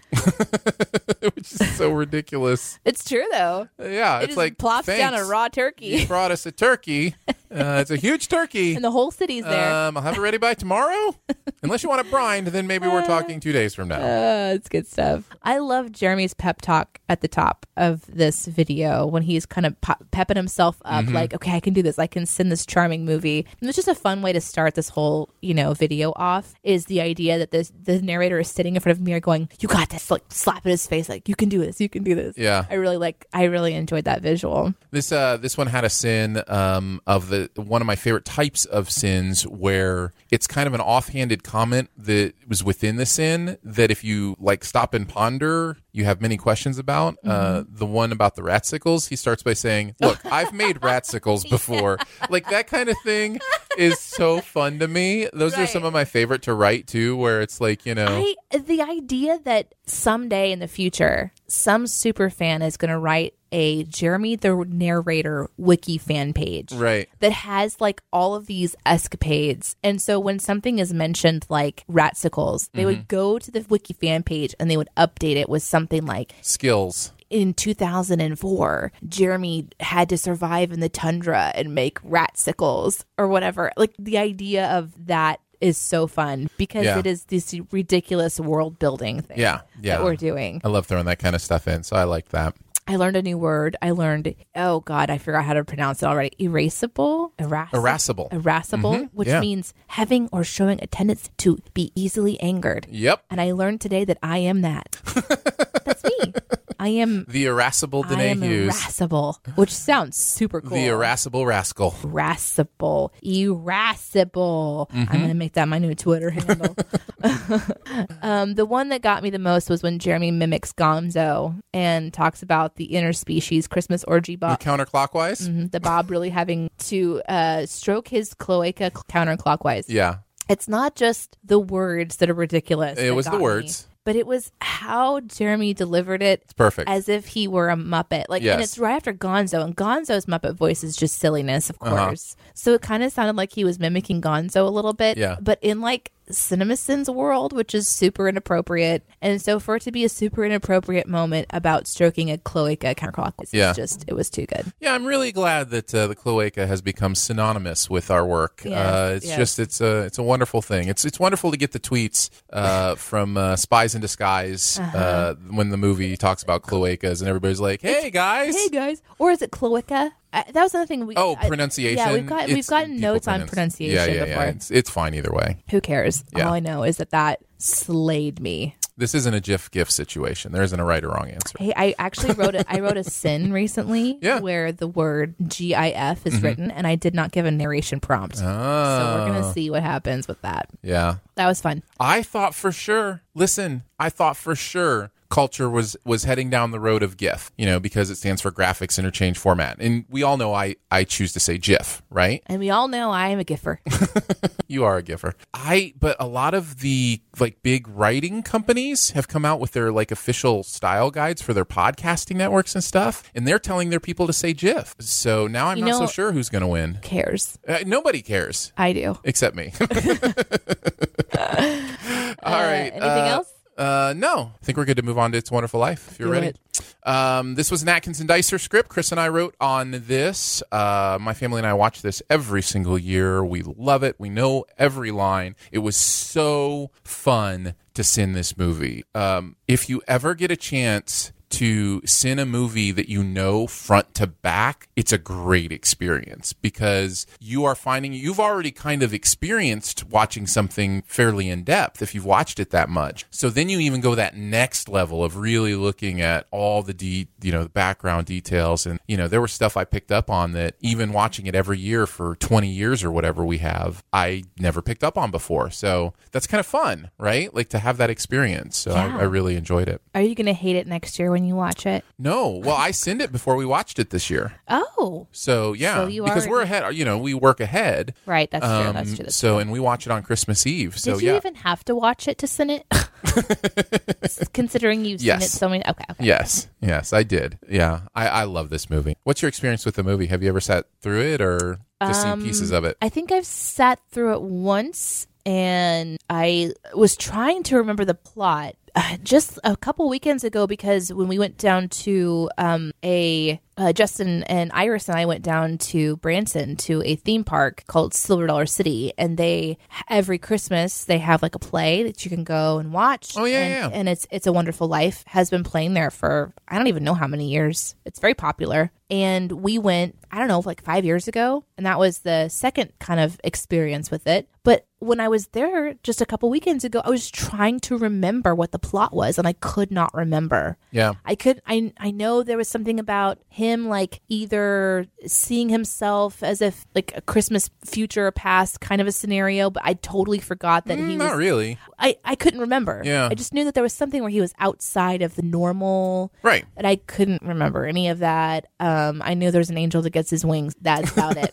Speaker 2: which is so ridiculous.
Speaker 1: It's true though.
Speaker 2: Yeah,
Speaker 1: It
Speaker 2: it's
Speaker 1: just
Speaker 2: like
Speaker 1: plops down a
Speaker 2: thanks.
Speaker 1: raw turkey,
Speaker 2: You brought us a turkey. Uh, it's a huge turkey.
Speaker 1: and the whole city's there.
Speaker 2: Um, I'll have it ready by tomorrow. Unless you want it brined, then maybe we're talking two days from now.
Speaker 1: Uh, it's good stuff. I love Jeremy's pep talk at the top of this video when he's kind of pop- pepping himself up, like, okay, I can do this. I can send this charming movie. And it's just a fun way to start this whole, you know, video off is the idea that this, the narrator is sitting in front of a mirror going, you got this, like slapping his face, like, you can do this, you can do this.
Speaker 2: Yeah.
Speaker 1: I really like, I really enjoyed that visual.
Speaker 2: This uh, this one had a sin um, of the one of my favorite types of sins, where it's kind of an offhanded comment that was within the sin that if you like stop and ponder, you have many questions about. Uh, the one about the ratsicles, he starts by saying, "Look, I've made ratsicles before." Like that kind of thing is so fun to me. Those are some
Speaker 1: Right.
Speaker 2: of my favorite to write too, where it's like you know,
Speaker 1: I, the idea that someday in the future, some super fan is going to write a Jeremy the narrator wiki fan page.
Speaker 2: right.
Speaker 1: that has like all of these escapades. And so when something is mentioned like ratsicles, they
Speaker 2: Mm-hmm.
Speaker 1: would go to the wiki fan page and they would update it with something like
Speaker 2: Skills.
Speaker 1: in 2004, Jeremy had to survive in the tundra and make ratsicles or whatever. Like the idea of that is so fun because
Speaker 2: Yeah.
Speaker 1: it is this ridiculous world building thing
Speaker 2: Yeah, yeah.
Speaker 1: that we're doing.
Speaker 2: I love throwing that kind of stuff in, so I like that.
Speaker 1: I learned a new word. I learned, oh God, I forgot how to pronounce it already. Erasable? Erasable?
Speaker 2: Irascible.
Speaker 1: Irascible, which
Speaker 2: Mm-hmm. yeah.
Speaker 1: means having or showing a tendency to be easily angered.
Speaker 2: Yep.
Speaker 1: And I learned today that I am that. That's me. I am,
Speaker 2: The irascible
Speaker 1: I
Speaker 2: Danae
Speaker 1: am
Speaker 2: Hughes.
Speaker 1: irascible, which sounds super cool.
Speaker 2: The irascible rascal.
Speaker 1: Uh, irascible. Irascible.
Speaker 2: Mm-hmm.
Speaker 1: I'm going to make that my new Twitter handle. um, the one that got me the most was when Jeremy mimics Gonzo and talks about the interspecies Christmas orgy bo-
Speaker 2: Counterclockwise?
Speaker 1: the Bob really having to uh, stroke his cloaca c- counterclockwise.
Speaker 2: Yeah.
Speaker 1: It's not just the words that are ridiculous.
Speaker 2: It
Speaker 1: that
Speaker 2: was the
Speaker 1: got me,
Speaker 2: words.
Speaker 1: but it was how Jeremy delivered it. It's
Speaker 2: perfect.
Speaker 1: as if he were a Muppet. Like, and
Speaker 2: Yes.
Speaker 1: it's right after Gonzo, and Gonzo's Muppet voice is
Speaker 2: Uh-huh.
Speaker 1: just silliness, of course. So it kind of sounded like he was mimicking Gonzo a little bit.
Speaker 2: Yeah.
Speaker 1: but in like CinemaSins world, which is super inappropriate. And so for it to be a super inappropriate moment about stroking a cloaca counterclockwise,
Speaker 2: Yeah.
Speaker 1: it's just it was too good.
Speaker 2: Yeah, I'm really glad that uh, the cloaca has become synonymous with our work.
Speaker 1: Yeah,
Speaker 2: uh, it's
Speaker 1: yeah.
Speaker 2: just it's a it's a wonderful thing. It's it's wonderful to get the tweets uh, from uh, Spies in Disguise
Speaker 1: Uh-huh.
Speaker 2: uh when the movie talks about cloacas and everybody's like, "Hey guys,
Speaker 1: Hey guys, or is it cloaca? I, that was another thing. We,
Speaker 2: oh
Speaker 1: I-
Speaker 2: pronunciation."
Speaker 1: yeah, we've got we've
Speaker 2: It's-
Speaker 1: gotten
Speaker 2: people
Speaker 1: notes on
Speaker 2: pronounce-
Speaker 1: pronunciation
Speaker 2: Yeah, yeah,
Speaker 1: before.
Speaker 2: yeah. It's, it's fine either way.
Speaker 1: Who cares?
Speaker 2: Yeah.
Speaker 1: All I know is that that slayed me.
Speaker 2: This isn't a GIF GIF situation. There isn't a right or wrong answer.
Speaker 1: Hey, I actually wrote a, I wrote a sin recently
Speaker 2: Yeah. Mm-hmm.
Speaker 1: where the word GIF is written, and I did not give a narration prompt. So we're
Speaker 2: Ah.
Speaker 1: gonna see what happens with that.
Speaker 2: Yeah.
Speaker 1: That was fun.
Speaker 2: I thought for sure. Listen, I thought for sure culture was was heading down the road of GIF, you know, because it stands for graphics interchange format. And we all know I I choose to say GIF, right?
Speaker 1: And we all know I am a giffer.
Speaker 2: You are a giver. I but a lot of the like big writing companies have come out with their like official style guides for their podcasting networks and stuff, and they're telling their people to say GIF. So now I'm
Speaker 1: You
Speaker 2: not so
Speaker 1: know-
Speaker 2: sure who's going to win.
Speaker 1: cares.
Speaker 2: Uh, nobody cares
Speaker 1: I do.
Speaker 2: except me. All right.
Speaker 1: anything
Speaker 2: uh,
Speaker 1: else?
Speaker 2: Uh, no, I think we're good to move on to It's a Wonderful Life if you're
Speaker 1: Do
Speaker 2: ready.
Speaker 1: it.
Speaker 2: Um, this was an Atkinson Dicer script. Chris and I wrote on this. Uh, my family and I watch this every single year. We love it. We know every line. It was so fun to sin this movie. Um, if you ever get a chance to sin a movie that you know front to back, it's a great experience because you are finding you've already kind of experienced watching something fairly in depth if you've watched it that much. So then you even go that next level of really looking at all the de- you know the background details and you know there was stuff I picked up on that even watching it every year for 20 years or whatever we have, I never picked up on before. So that's kind of fun, right? Like to have that experience. So I,
Speaker 1: Yeah.
Speaker 2: I really enjoyed it.
Speaker 1: Are you gonna hate it next year when you watch it?
Speaker 2: No, well, I send it before we watched it this year.
Speaker 1: Oh,
Speaker 2: So yeah,
Speaker 1: So you
Speaker 2: because
Speaker 1: already-
Speaker 2: we're ahead. You know, we work ahead.
Speaker 1: right. That's true. That's
Speaker 2: Um,
Speaker 1: true. That's
Speaker 2: so and we watch it on Christmas Eve. So
Speaker 1: Did you
Speaker 2: yeah,
Speaker 1: even have to watch it to sin it? Considering you've
Speaker 2: Yes.
Speaker 1: seen it so many. Okay. okay.
Speaker 2: yes, yes, I did. Yeah, I, I love this movie. What's your experience with the movie? Have you ever sat through it or just seen pieces of it?
Speaker 1: Um, I think I've sat through it once and I was trying to remember the plot uh, just a couple weekends ago because when we went down to um, a uh, Justin and Iris and I went down to Branson to a theme park called Silver Dollar City and they every Christmas they have like a play that you can go and watch
Speaker 2: Oh, yeah,
Speaker 1: and,
Speaker 2: yeah, yeah.
Speaker 1: and it's it's a wonderful life has been playing there for I don't even know how many years. It's very popular. And we went, I don't know, like 5 years ago, and that was the second kind of experience with it. But when I was there just a couple weekends ago, I was trying to remember what the plot was and I could not remember.
Speaker 2: Yeah.
Speaker 1: I could I I know there was something about him like either seeing himself as if like a Christmas future or past kind of a scenario, but I totally forgot that he was
Speaker 2: Mm, Not really.
Speaker 1: I, I couldn't remember.
Speaker 2: Yeah.
Speaker 1: I just knew that there was something where he was outside of the normal.
Speaker 2: Right.
Speaker 1: And I couldn't remember any of that. Um, I knew there's an angel that gets his wings. That's about it.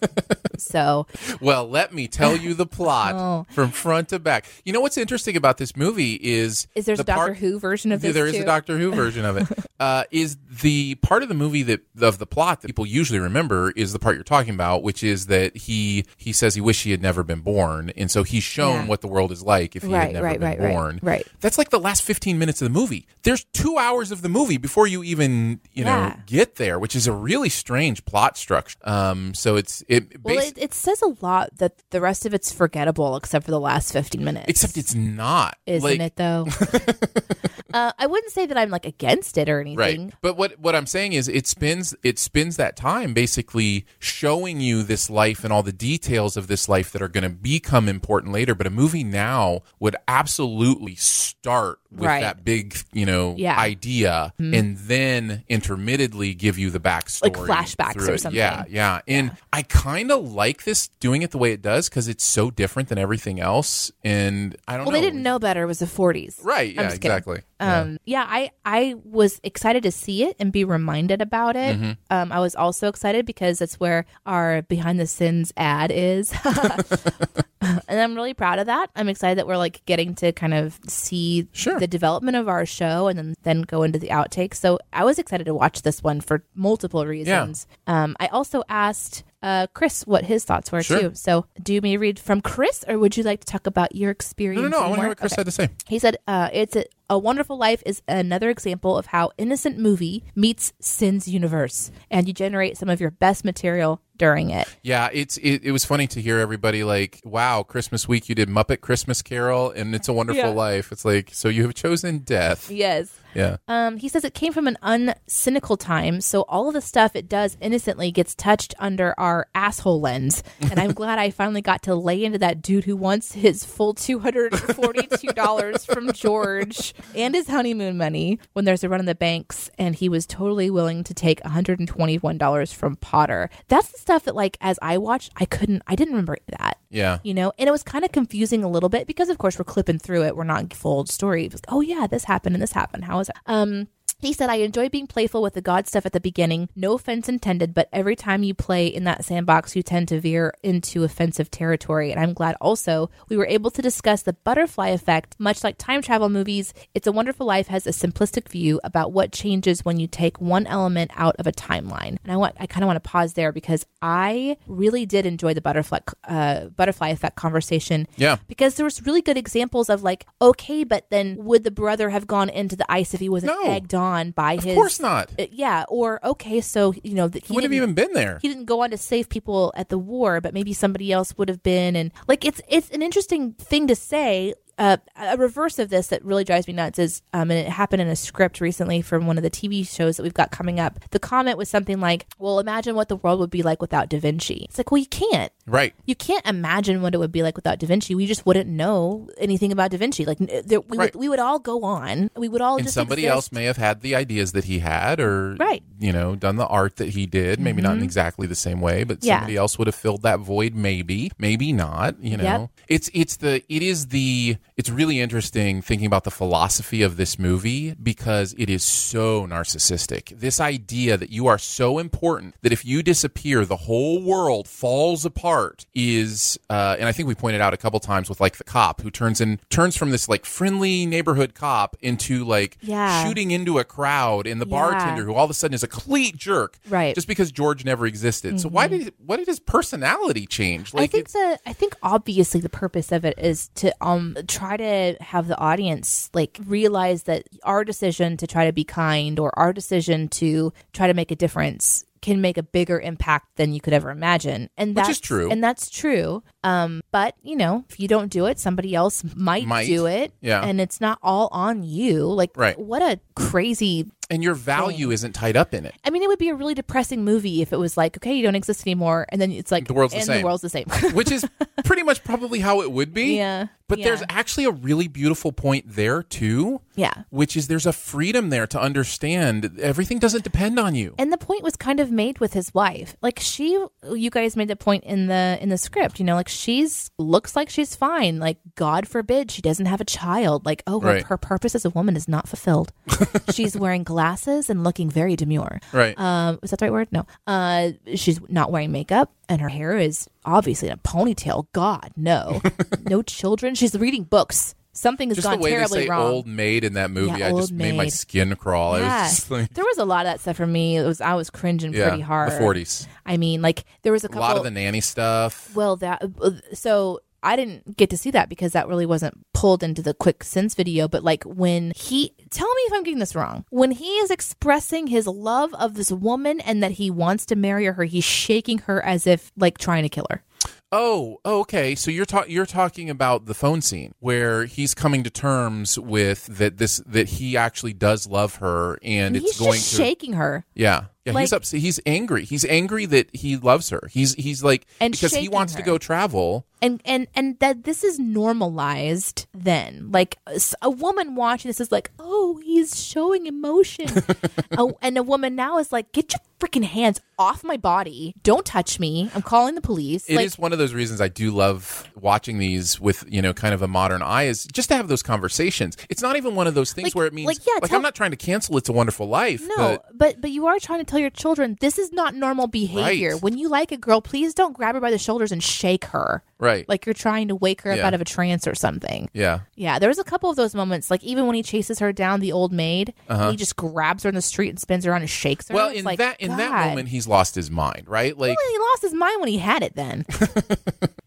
Speaker 1: So
Speaker 2: Well, let me tell you the plot
Speaker 1: Oh.
Speaker 2: from front to back. You know what's interesting about this movie is
Speaker 1: is there's
Speaker 2: the
Speaker 1: a Doctor
Speaker 2: part-
Speaker 1: Who version of
Speaker 2: Yeah,
Speaker 1: this?
Speaker 2: there is
Speaker 1: too?
Speaker 2: a Doctor Who version of it. uh, is the part of the movie that of the plot that people usually remember is the part you're talking about, which is that he he says he wished he had never been born, and so he's shown
Speaker 1: Yeah.
Speaker 2: what the world is like if he had
Speaker 1: Right,
Speaker 2: never
Speaker 1: right,
Speaker 2: been
Speaker 1: right, right,
Speaker 2: born.
Speaker 1: right.
Speaker 2: That's like the last 15 minutes of the movie. There's two hours of the movie before you even you
Speaker 1: Yeah.
Speaker 2: know get there, which is a really strange plot structure. Um, so it's it.
Speaker 1: Well,
Speaker 2: basi-
Speaker 1: it, it says a lot that the rest of it's forgettable except for the last 15 minutes.
Speaker 2: Except it's not.
Speaker 1: Isn't
Speaker 2: like,
Speaker 1: it though? uh, I wouldn't say that I'm like against it or anything.
Speaker 2: Right. But what what I'm saying is it spends it spends that time basically showing you this life and all the details of this life that are going to become important later, but a movie now would absolutely start with
Speaker 1: Right.
Speaker 2: that big, you know,
Speaker 1: Yeah. Hmm.
Speaker 2: idea and then intermittently give you the backstory
Speaker 1: Like flashbacks
Speaker 2: through
Speaker 1: or
Speaker 2: it.
Speaker 1: something.
Speaker 2: Yeah, yeah. And I kind of like this doing it the way it does cuz it's so different than everything else and I don't
Speaker 1: Well,
Speaker 2: know.
Speaker 1: they didn't know better. It was the 40s.
Speaker 2: Right,
Speaker 1: I'm
Speaker 2: yeah,
Speaker 1: just kidding.
Speaker 2: exactly.
Speaker 1: Um, yeah. I I was excited to see it and be reminded about it.
Speaker 2: Mm-hmm.
Speaker 1: Um, I was also excited because that's where our behind the sins ad is, and I'm really proud of that. I'm excited that we're like getting interesting to kind of see
Speaker 2: Sure.
Speaker 1: the development of our show and then, then go into the outtakes. So I was excited to watch this one for multiple reasons. Um, I also asked uh, Chris what his thoughts were
Speaker 2: Sure.
Speaker 1: too. So do you may read from Chris or would you like to talk about your experience?
Speaker 2: No, no, no. I
Speaker 1: and
Speaker 2: want to hear
Speaker 1: work?
Speaker 2: what Chris
Speaker 1: Okay.
Speaker 2: had to say.
Speaker 1: He said, uh, "It's a, a Wonderful Life is another example of how innocent movie meets Sin's universe, and you generate some of your best material during it.
Speaker 2: Yeah, it's it, it was funny to hear everybody like, "Wow, Christmas week you did Muppet Christmas Carol and It's a Wonderful
Speaker 1: Yeah.
Speaker 2: Life." It's like, so you have chosen death.
Speaker 1: Yes."
Speaker 2: Yeah.
Speaker 1: Um, he says it came from an uncynical time, so all of the stuff it does innocently gets touched under our asshole lens. And I'm glad I finally got to lay into that dude who wants his full $242 from George and his honeymoon money when there's a run on the banks, and he was totally willing to take $121 from Potter. That's the stuff that, like, as I watched, I couldn't, I didn't remember that
Speaker 2: Yeah.
Speaker 1: you know and it was kind of confusing a little bit because of course we're clipping through it we're not full story It was, oh yeah this happened and this happened how is it um he said, I enjoy being playful with the God stuff at the beginning. No offense intended, but every time you play in that sandbox, you tend to veer into offensive territory. And I'm glad also we were able to discuss the butterfly effect. Much like time travel movies, It's a Wonderful Life has a simplistic view about what changes when you take one element out of a timeline. And I want, I kind of want to pause there because I really did enjoy the butterfly, uh, butterfly effect conversation
Speaker 2: Yeah.
Speaker 1: because there was really good examples of like okay but then would the brother have gone into the ice if he wasn't
Speaker 2: No.
Speaker 1: egged on by
Speaker 2: Of
Speaker 1: his
Speaker 2: course not.
Speaker 1: Uh, yeah or okay so you know that
Speaker 2: He
Speaker 1: he
Speaker 2: wouldn't
Speaker 1: didn't,
Speaker 2: have even been there.
Speaker 1: he didn't go on to save people at the war but maybe somebody else would have been and like it's it's an interesting thing to say uh, a reverse of this that really drives me nuts is, um, and it happened in a script recently from one of the TV shows that we've got coming up. The comment was something like, "Well, imagine what the world would be like without Da Vinci." It's like, well, you can't
Speaker 2: Right.
Speaker 1: you can't imagine what it would be like without Da Vinci. We just wouldn't know anything about Da Vinci. Like n- there, we
Speaker 2: Right.
Speaker 1: would, we would all go on. We would all
Speaker 2: And
Speaker 1: just
Speaker 2: somebody
Speaker 1: exist.
Speaker 2: else may have had the ideas that he had or
Speaker 1: Right. Mm-hmm.
Speaker 2: you know, done the art that he did, maybe not in exactly the same way, but
Speaker 1: Yeah.
Speaker 2: somebody else would have filled that void maybe, maybe not, you know.
Speaker 1: Yep.
Speaker 2: It's it's the it is the it's really interesting thinking about the philosophy of this movie because it is so narcissistic. This idea that you are so important that if you disappear, the whole world falls apart is, uh, and I think we pointed out a couple times with like the cop who turns in turns from this like friendly neighborhood cop into like
Speaker 1: Yeah.
Speaker 2: shooting into a crowd, and the
Speaker 1: Yeah.
Speaker 2: bartender who all of a sudden is a complete jerk,
Speaker 1: Right. Mm-hmm.
Speaker 2: Just because George never existed. So why did why did his personality change?
Speaker 1: I think
Speaker 2: it's-
Speaker 1: the I think obviously the purpose of it is to um try to have the audience like realize that our decision to try to be kind or our decision to try to make a difference can make a bigger impact than you could ever imagine. And
Speaker 2: Which
Speaker 1: that's
Speaker 2: is true.
Speaker 1: And that's true. Um but you know, if you don't do it, somebody else might,
Speaker 2: Might.
Speaker 1: do it.
Speaker 2: Yeah.
Speaker 1: And it's not all on you. Like
Speaker 2: Right.
Speaker 1: what a crazy
Speaker 2: and your value isn't tied up in it.
Speaker 1: I mean, it would be a really depressing movie if it was like, okay, you don't exist anymore, and then it's like
Speaker 2: The world's the
Speaker 1: and
Speaker 2: same.
Speaker 1: The world's the same.
Speaker 2: which is pretty much probably how it would be.
Speaker 1: Yeah,
Speaker 2: But
Speaker 1: yeah.
Speaker 2: there's actually a really beautiful point there too.
Speaker 1: Yeah.
Speaker 2: Which is there's a freedom there to understand everything doesn't depend on you.
Speaker 1: and the point was kind of made with his wife like she you guys made the point in the in the script you know like she's looks like she's fine like god forbid she doesn't have a child like oh her,
Speaker 2: Right.
Speaker 1: her purpose as a woman is not fulfilled she's wearing glasses and looking very demure
Speaker 2: Right.
Speaker 1: um is that the right word no uh she's not wearing makeup and her hair is obviously in a ponytail god no no children she's reading books something has
Speaker 2: just the
Speaker 1: gone
Speaker 2: way they
Speaker 1: terribly
Speaker 2: say
Speaker 1: wrong
Speaker 2: old maid in that movie,
Speaker 1: Yeah,
Speaker 2: I
Speaker 1: old
Speaker 2: just made my
Speaker 1: maid.
Speaker 2: skin crawl. I
Speaker 1: yeah.
Speaker 2: was just like,
Speaker 1: there was a lot of that stuff for me. It was I was cringing
Speaker 2: yeah,
Speaker 1: pretty hard.
Speaker 2: the 40s.
Speaker 1: I mean, like there was a
Speaker 2: A
Speaker 1: couple.
Speaker 2: lot of the nanny stuff.
Speaker 1: well, that uh, so I didn't get to see that because that really wasn't pulled into the quick sense video. But like when he, tell me if I'm getting this wrong. When he is expressing his love of this woman and that he wants to marry her, he's shaking her as if like trying to kill her.
Speaker 2: Oh, oh, okay. So you're ta- you're talking about the phone scene where he's coming to terms with that this that he actually does love her and
Speaker 1: he's
Speaker 2: it's going
Speaker 1: just
Speaker 2: to
Speaker 1: shaking her.
Speaker 2: Yeah. Yeah,
Speaker 1: Like-
Speaker 2: he's upset. He's angry. He's angry that he loves her. He's he's like
Speaker 1: And
Speaker 2: because he
Speaker 1: shaking
Speaker 2: wants to
Speaker 1: her.
Speaker 2: go travel.
Speaker 1: and and and that this is normalized then like s- a woman watching this is like oh he's showing emotion oh, and a woman now is like get your freaking hands off my body. Don't touch me. I'm calling the police.
Speaker 2: It is
Speaker 1: like,
Speaker 2: one of those reasons I do love watching these with you know kind of a modern eye is just to have those conversations. It's not even one of those things
Speaker 1: Like-
Speaker 2: where it means
Speaker 1: like, yeah, tell-
Speaker 2: I'm not trying to cancel It's a Wonderful Life.
Speaker 1: No,
Speaker 2: but-
Speaker 1: but, but you are trying to tell your children this is not normal behavior.
Speaker 2: Right.
Speaker 1: When you like a girl, please don't grab her by the shoulders and shake her.
Speaker 2: right?
Speaker 1: Like you're trying to wake her
Speaker 2: Yeah.
Speaker 1: up out of a trance or something.
Speaker 2: yeah,
Speaker 1: Yeah, there was a couple of those moments. Like even when he chases her down, the old maid, and he just grabs her in the street and spins her around and shakes her.
Speaker 2: Uh-huh. well,
Speaker 1: It's
Speaker 2: in
Speaker 1: like,
Speaker 2: that in that
Speaker 1: God.
Speaker 2: moment, he's lost his mind, right? Like
Speaker 1: Well, he lost his mind when he had it. Then,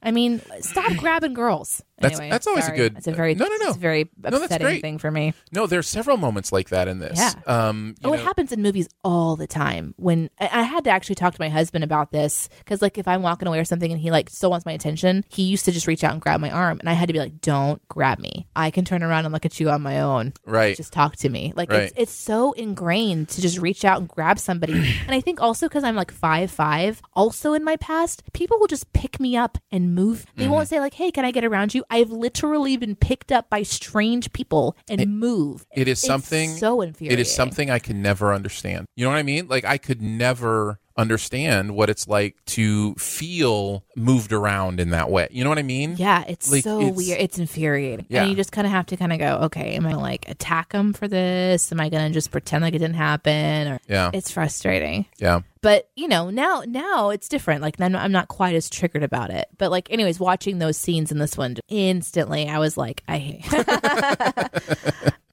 Speaker 1: I mean, stop grabbing girls.
Speaker 2: That's-
Speaker 1: Anyway,
Speaker 2: that's always a
Speaker 1: sorry.
Speaker 2: good-
Speaker 1: It's a very
Speaker 2: no, no, no.
Speaker 1: It's a very
Speaker 2: No, that's
Speaker 1: upsetting
Speaker 2: great.
Speaker 1: thing for me.
Speaker 2: no, there's several moments like that in this.
Speaker 1: Yeah.
Speaker 2: Um, you
Speaker 1: oh, it
Speaker 2: know-
Speaker 1: happens in movies all the time. When I, I had to actually talk to my husband about this because, like, if I'm walking away or something and he like still wants my attention, he used to just reach out and grab my arm, and I had to be like, "Don't grab me. I can turn around and look at you on my own.
Speaker 2: Right.
Speaker 1: Just talk to me." Like,
Speaker 2: Right.
Speaker 1: it's, it's so ingrained to just reach out and grab somebody. and I think also because I'm like five five, also in my past, people will just pick me up and move. They
Speaker 2: Mm-hmm.
Speaker 1: won't say like, "Hey, can I get around you?" I've literally been picked up by strange people and moved.
Speaker 2: It is
Speaker 1: It's
Speaker 2: something
Speaker 1: so
Speaker 2: It
Speaker 1: infuriating.
Speaker 2: is something I can never understand. You know what I mean? Like I could never understand what it's like to feel moved around in that way. You know what I mean?
Speaker 1: Yeah, it's
Speaker 2: Like,
Speaker 1: so
Speaker 2: it's-
Speaker 1: weird. It's infuriating.
Speaker 2: Yeah.
Speaker 1: And you just kind of have to kind of go, okay, am I gonna, like attack him for this? Am I going to just pretend like it didn't happen? Or
Speaker 2: Yeah.
Speaker 1: it's frustrating.
Speaker 2: Yeah.
Speaker 1: But you know, now now it's different. Like I'm, I'm not quite as triggered about it. But like, anyways, watching those scenes in this one, instantly I was like, I hate.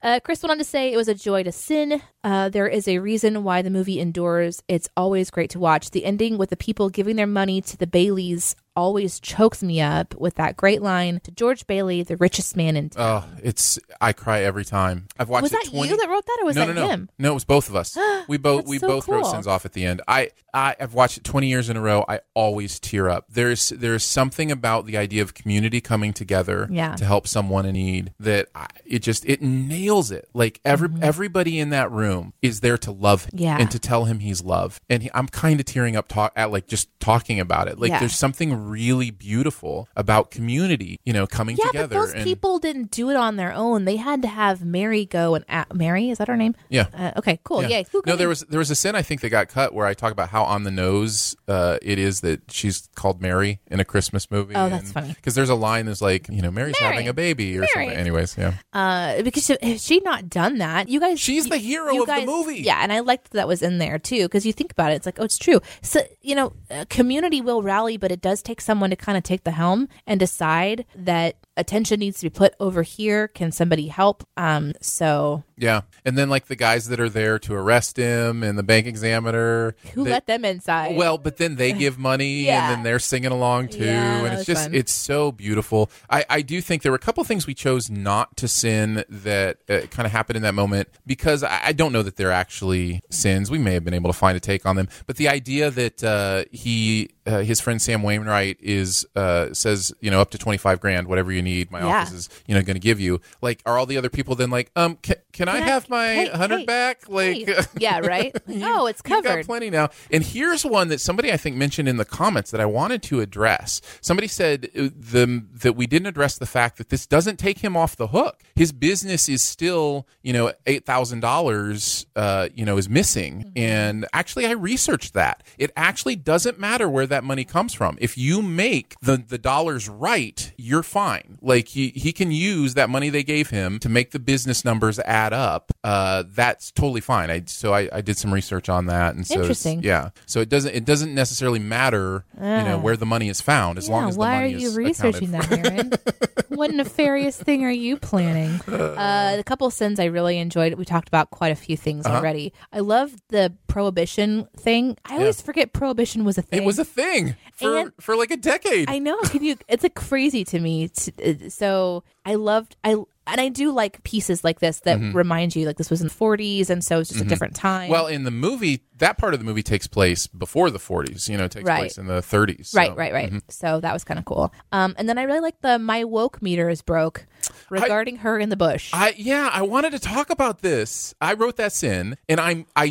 Speaker 1: Uh, Chris went on to say it was a joy to sin. Uh, there is a reason why the movie endures. It's always great to watch. The ending with the people giving their money to the Baileys always chokes me up with that great line to George Bailey, the richest man in town.
Speaker 2: Oh, it's I cry every time. I've watched
Speaker 1: was
Speaker 2: it
Speaker 1: that
Speaker 2: 20
Speaker 1: you that wrote that, or was
Speaker 2: no,
Speaker 1: that
Speaker 2: no, no.
Speaker 1: him?
Speaker 2: No, it was both of us. We both
Speaker 1: That's
Speaker 2: we
Speaker 1: so
Speaker 2: both wrote
Speaker 1: cool.
Speaker 2: sins off at the end. I, I I've watched it 20 years in a row. I always tear up. There's there's something about the idea of community coming together
Speaker 1: Yeah.
Speaker 2: to help someone in need that I, it just it nails it. Like every everybody in that room is there to love him
Speaker 1: Mm-hmm. Yeah.
Speaker 2: and to tell him he's loved. And he, I'm kind of tearing up talk at like just talking about it. Like
Speaker 1: Yeah.
Speaker 2: there's something really beautiful about community, you know, coming
Speaker 1: Yeah,
Speaker 2: together
Speaker 1: but those
Speaker 2: and
Speaker 1: people didn't do it on their own. They had to have Mary go and a- Mary is that her name?
Speaker 2: Yeah.
Speaker 1: Uh, okay. Cool.
Speaker 2: Yeah.
Speaker 1: Yay. Who
Speaker 2: no,
Speaker 1: can-
Speaker 2: there was there was a sin I think that got cut where I talk about how on the nose uh, it is that she's called Mary in a Christmas movie.
Speaker 1: Oh, that's funny.
Speaker 2: Because there's a line that's like, you know, Mary's
Speaker 1: Mary.
Speaker 2: having a baby or
Speaker 1: Mary.
Speaker 2: something. Anyways, yeah,
Speaker 1: uh, because she, if she'd not done that, you guys.
Speaker 2: She's the
Speaker 1: you-
Speaker 2: hero
Speaker 1: you
Speaker 2: of the
Speaker 1: guys-
Speaker 2: movie.
Speaker 1: Yeah, and I liked that, that was in there too because you think about it, it's like, oh, it's true. So you know, a community will rally, but it does take someone to kind of take the helm and decide that attention needs to be put over here. Can somebody help? Um, so
Speaker 2: yeah. And then like the guys that are there to arrest him and the bank examiner.
Speaker 1: who
Speaker 2: they-
Speaker 1: let them inside?
Speaker 2: Well, but then they give money
Speaker 1: Yeah.
Speaker 2: and then they're singing along too.
Speaker 1: Yeah, that
Speaker 2: and it's
Speaker 1: was
Speaker 2: just,
Speaker 1: fun.
Speaker 2: it's so beautiful. I, I do think there were a couple things we chose not to sin that uh, kind of happened in that moment because I, I don't know that they're actually sins. We may have been able to find a take on them. But the idea that uh, he, uh, his friend Sam Wainwright is, uh, says, you know, up to 25 grand, whatever you need, my
Speaker 1: Yeah.
Speaker 2: office is, you know, going to give you. Like, are all the other people then like, um, can, can, I
Speaker 1: Can
Speaker 2: have my
Speaker 1: hey,
Speaker 2: 100
Speaker 1: hey,
Speaker 2: back? Like,
Speaker 1: hey. yeah, right. oh, it's
Speaker 2: You've
Speaker 1: covered.
Speaker 2: got plenty now. And here's one that somebody I think mentioned in the comments that I wanted to address. Somebody said uh, the that we didn't address the fact that this doesn't take him off the hook. His business is still, you know, eight thousand uh, dollars, you know, is missing. And actually, I researched that. It actually doesn't matter where that money comes from. If you make the the dollars right, you're fine. Like he he can use that money they gave him to make the business numbers add up. Uh, that's totally fine. I so I, I did some research on that, and so it's-
Speaker 1: Interesting. Ah.
Speaker 2: yeah. So it doesn't it doesn't necessarily matter you know where the money is found as long
Speaker 1: Yeah,
Speaker 2: as the
Speaker 1: why
Speaker 2: money
Speaker 1: are
Speaker 2: is
Speaker 1: you
Speaker 2: accounted
Speaker 1: researching
Speaker 2: for.
Speaker 1: that, Aaron? what nefarious thing are you planning? Uh, the couple sins I really enjoyed. We talked about quite a few things
Speaker 2: Uh-huh.
Speaker 1: already. I love the prohibition thing. I always forget prohibition was a thing.
Speaker 2: It was a thing for
Speaker 1: And-
Speaker 2: for like a decade.
Speaker 1: I know. Can you? It's like crazy to me. To, uh, so I loved. I and I do like pieces like this that remind you, like this was in the 40s, and so it's just a different time.
Speaker 2: Mm-hmm. well, in the movie, that part of the movie takes place before the 40s. You know, it takes
Speaker 1: Right.
Speaker 2: place in the 30s. so- mm-hmm.
Speaker 1: Right, right, right. So that was kind of cool. Um, and then I really like the my woke meter is broke regarding her in the bush.
Speaker 2: I yeah, I wanted to talk about this. I wrote that sin, and I'm I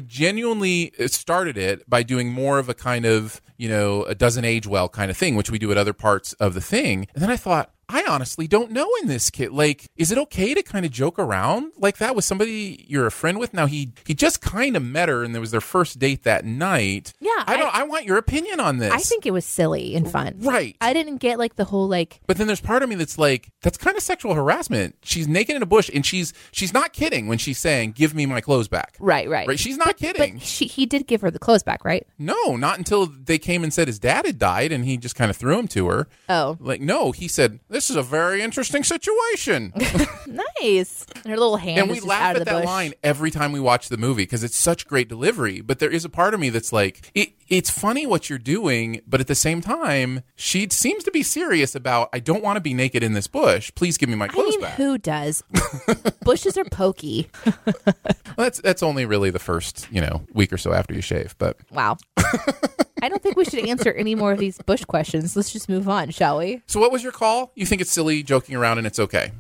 Speaker 2: genuinely started it by doing more of a kind of you know a doesn't age well kind of thing, which we do at other parts of the thing. And then I thought. I honestly don't know in this kid. Like, is it okay to kind of joke around like that with somebody you're a friend with? Now he he just kind of met her and there was their first date that night.
Speaker 1: Yeah,
Speaker 2: I
Speaker 1: I-
Speaker 2: don't. I, want your opinion on this.
Speaker 1: I think it was silly and fun.
Speaker 2: Right.
Speaker 1: I didn't get like the whole like
Speaker 2: But then there's part of me that's like, that's kind of sexual harassment. She's naked in a bush, and she's she's not kidding when she's saying, "Give me my clothes back."
Speaker 1: right, right.
Speaker 2: Right, she's not
Speaker 1: But-
Speaker 2: kidding.
Speaker 1: But she, he did give her the clothes back, right?
Speaker 2: No, not until they came and said his dad had died, and he just kind of threw him to her.
Speaker 1: Oh.
Speaker 2: like no, he said, "This is a very interesting situation,"
Speaker 1: Nice. And her little hand.
Speaker 2: and
Speaker 1: is
Speaker 2: we
Speaker 1: just
Speaker 2: laugh
Speaker 1: out of
Speaker 2: at
Speaker 1: the
Speaker 2: that
Speaker 1: bush.
Speaker 2: line every time we watch the movie because it's such great delivery. But there is a part of me that's like, it, it's funny what you're doing, but at the same time, she seems to be serious about, "I don't want to be naked in this bush. Please give me my
Speaker 1: I
Speaker 2: clothes
Speaker 1: mean,
Speaker 2: back."
Speaker 1: who does? Bushes are pokey.
Speaker 2: Well, that's that's only really the first you know week or so after you shave. But
Speaker 1: Wow. I don't think we should answer any more of these bush questions. Let's just move on, shall we?
Speaker 2: so, what was your call? You think it's silly, joking around, and it's okay?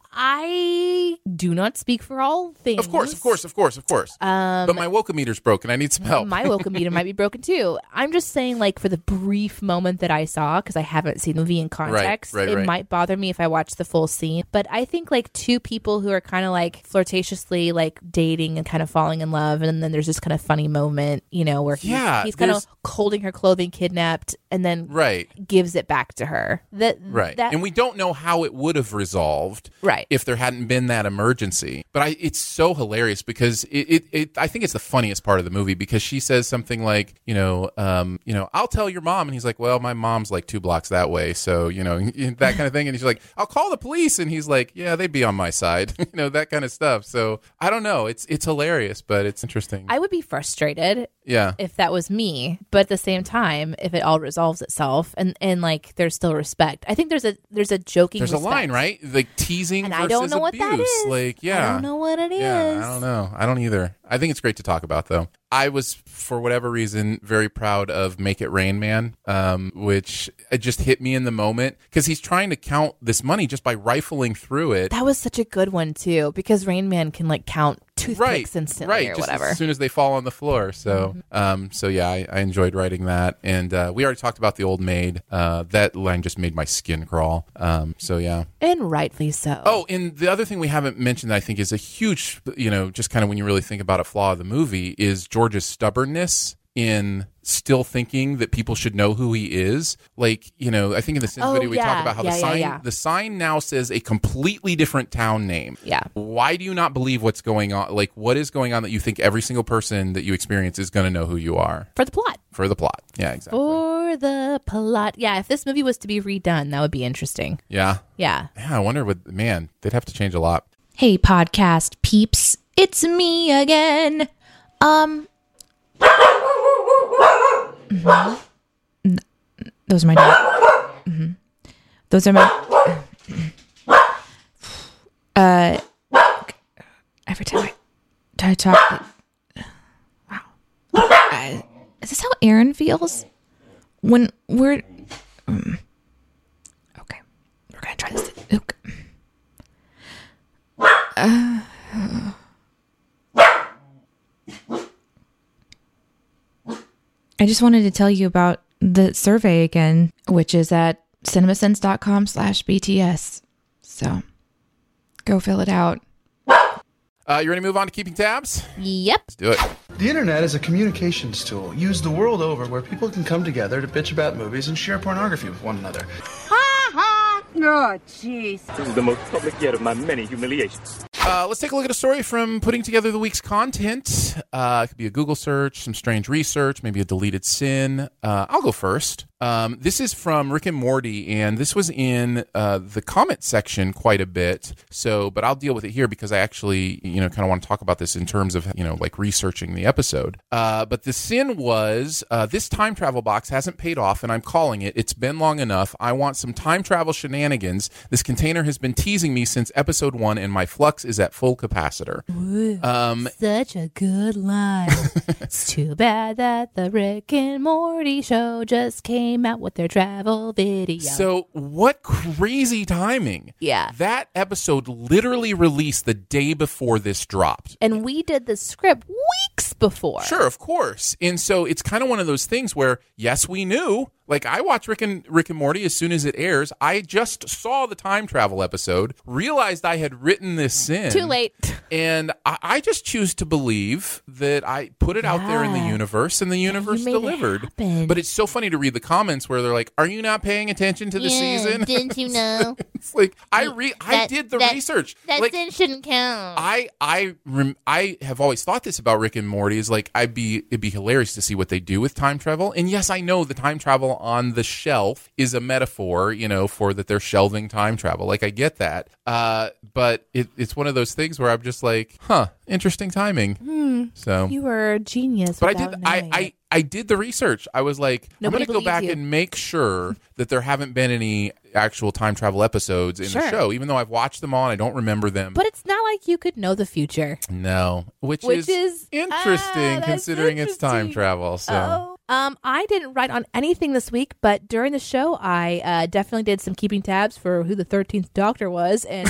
Speaker 1: I do not speak for all things.
Speaker 2: Of course, of course, of course, of course. but my woke meter's broken. I need some help.
Speaker 1: My welcome meter might be broken too. I'm just saying, like, for the brief moment that I saw, because I haven't seen the movie in context,
Speaker 2: right,
Speaker 1: it
Speaker 2: right.
Speaker 1: might bother me if I watch the full scene. But I think, like, two people who are kind of like flirtatiously, like, dating and kind of falling in love. And then there's this kind of funny moment, you know, where he's,
Speaker 2: Yeah,
Speaker 1: he's kind of
Speaker 2: there's-
Speaker 1: holding her clothing kidnapped and then
Speaker 2: right,
Speaker 1: gives it back to her. That,
Speaker 2: right.
Speaker 1: That,
Speaker 2: and we don't know how it would have resolved,
Speaker 1: Right.
Speaker 2: if there hadn't been that emergency. But I, it's so hilarious because it, it, it, I think it's the funniest part of the movie because she says something like, you know, um, you know, I'll tell your mom, and he's like, well, my mom's like two blocks that way, so you know that kind of thing. And he's like, I'll call the police, and he's like, yeah, they'd be on my side, you know, that kind of stuff. So I don't know. It's it's hilarious, but it's interesting.
Speaker 1: I would be frustrated
Speaker 2: yeah.
Speaker 1: if that was me but at the same time if it all resolves itself and and like there's still respect i think there's a there's a joking
Speaker 2: There's a
Speaker 1: respect.
Speaker 2: line, right? Like teasing
Speaker 1: and
Speaker 2: versus
Speaker 1: i don't know what
Speaker 2: abuse.
Speaker 1: that is
Speaker 2: Like, yeah,
Speaker 1: i don't know what it is
Speaker 2: yeah, I don't know. I don't either. I think it's great to talk about, though. I was, for whatever reason, very proud of "Make It Rain Man," um, which it just hit me in the moment because he's trying to count this money just by rifling through it.
Speaker 1: that was such a good one too because rain man can like count
Speaker 2: Right,
Speaker 1: toothpicks instantly or
Speaker 2: right. just
Speaker 1: whatever Mm-hmm.
Speaker 2: as soon as they fall on the floor. So, um, so yeah, I, I enjoyed writing that, and uh, we already talked about the old maid. Uh, that line just made my skin crawl. Um, so yeah,
Speaker 1: and rightly so
Speaker 2: Oh, and the other thing we haven't mentioned that I think is a huge, you know, just kind of when you really think about a flaw of the movie is George's stubbornness in still thinking that people should know who he is. Like, you know, I think in the Sims
Speaker 1: Oh,
Speaker 2: video we talk
Speaker 1: yeah.
Speaker 2: about how
Speaker 1: Yeah,
Speaker 2: the
Speaker 1: yeah,
Speaker 2: sign
Speaker 1: yeah.
Speaker 2: the sign now says a completely different town name.
Speaker 1: Yeah.
Speaker 2: Why do you not believe what's going on? Like what is going on that you think every single person that you experience is going to know who you are
Speaker 1: for the plot
Speaker 2: for the plot? Yeah, exactly.
Speaker 1: for the plot yeah if this movie was to be redone that would be interesting
Speaker 2: Yeah.
Speaker 1: yeah
Speaker 2: Yeah, I wonder what man, they'd have to change a lot.
Speaker 7: Hey, podcast peeps, it's me again. Um, mhm. N- those are my dogs. Mhm. Those are my. Uh, every time I, I talk, it- wow. Uh, is this how Aaron feels when we're? mm. Okay, we're gonna try this. Okay. I just wanted to tell you about the survey again, which is at cinemasense.com slash BTS. So go fill it out.
Speaker 2: Uh, you ready to move on to keeping tabs?
Speaker 1: yep
Speaker 2: Let's do it.
Speaker 8: The internet is a communications tool used the world over where people can come together to bitch about movies and share pornography with one another.
Speaker 9: This is the most public yet of my many humiliations.
Speaker 2: Uh, let's take a look at a story from putting together the week's content. Uh, it could be a Google search, some strange research, maybe a deleted sin. Uh, I'll go first. Um, this is from Rick and Morty, and this was in uh, the comment section quite a bit. So, but I'll deal with it here because I actually, you know, kind of want to talk about this in terms of, you know, like researching the episode. Uh, but the sin was uh, this time travel box hasn't paid off, and I'm calling it. It's been long enough. I want some time travel shenanigans. This container has been teasing me since episode one, and my flux is at full capacitor.
Speaker 1: Such a good line. it's too bad that the Rick and Morty show just came out with their travel video.
Speaker 2: So, what crazy timing!
Speaker 1: Yeah.
Speaker 2: That episode literally released the day before this dropped.
Speaker 1: and we did the script weeks before.
Speaker 2: Sure, of course. And so it's kind of one of those things where, yes, we knew. Like I watch Rick and Rick and Morty as soon as it airs. I just saw the time travel episode, realized I had written this in.
Speaker 1: Too late.
Speaker 2: And I, I just choose to believe that I put it out there in the
Speaker 1: Yeah.
Speaker 2: universe and the universe
Speaker 1: made it
Speaker 2: delivered.
Speaker 1: happen.
Speaker 2: but it's so funny to read the comments where they're like, Are you not paying attention to the season?
Speaker 1: Didn't you know?
Speaker 2: it's like I re I
Speaker 1: That-
Speaker 2: did the
Speaker 1: that-
Speaker 2: research.
Speaker 1: That
Speaker 2: like,
Speaker 1: sin shouldn't count.
Speaker 2: I I rem- I have always thought this about Rick and Morty is like I'd be it'd be hilarious to see what they do with time travel. And yes, I know the time travel on the shelf is a metaphor, you know, for that they're shelving time travel. Like I get that, uh, but it, it's one of those things where I'm just like, huh, interesting timing. so,
Speaker 1: Hmm. you were a genius.
Speaker 2: Um, but I
Speaker 1: without
Speaker 2: did I
Speaker 1: knowing
Speaker 2: I.
Speaker 1: it.
Speaker 2: I did the research. I was like,
Speaker 1: Nobody
Speaker 2: I'm going to go
Speaker 1: believes
Speaker 2: back
Speaker 1: you.
Speaker 2: and make sure that there haven't been any actual time travel episodes in the
Speaker 1: Sure.
Speaker 2: show, even though I've watched them all and I don't remember them.
Speaker 1: But it's not like you could know the future.
Speaker 2: No, which,
Speaker 1: Which
Speaker 2: is,
Speaker 1: is- Ah,
Speaker 2: interesting
Speaker 1: that's
Speaker 2: considering it's time
Speaker 1: interesting.
Speaker 2: travel. So
Speaker 1: Um, I didn't write on anything this week, but during the show, I uh, definitely did some keeping tabs for who the thirteenth Doctor was and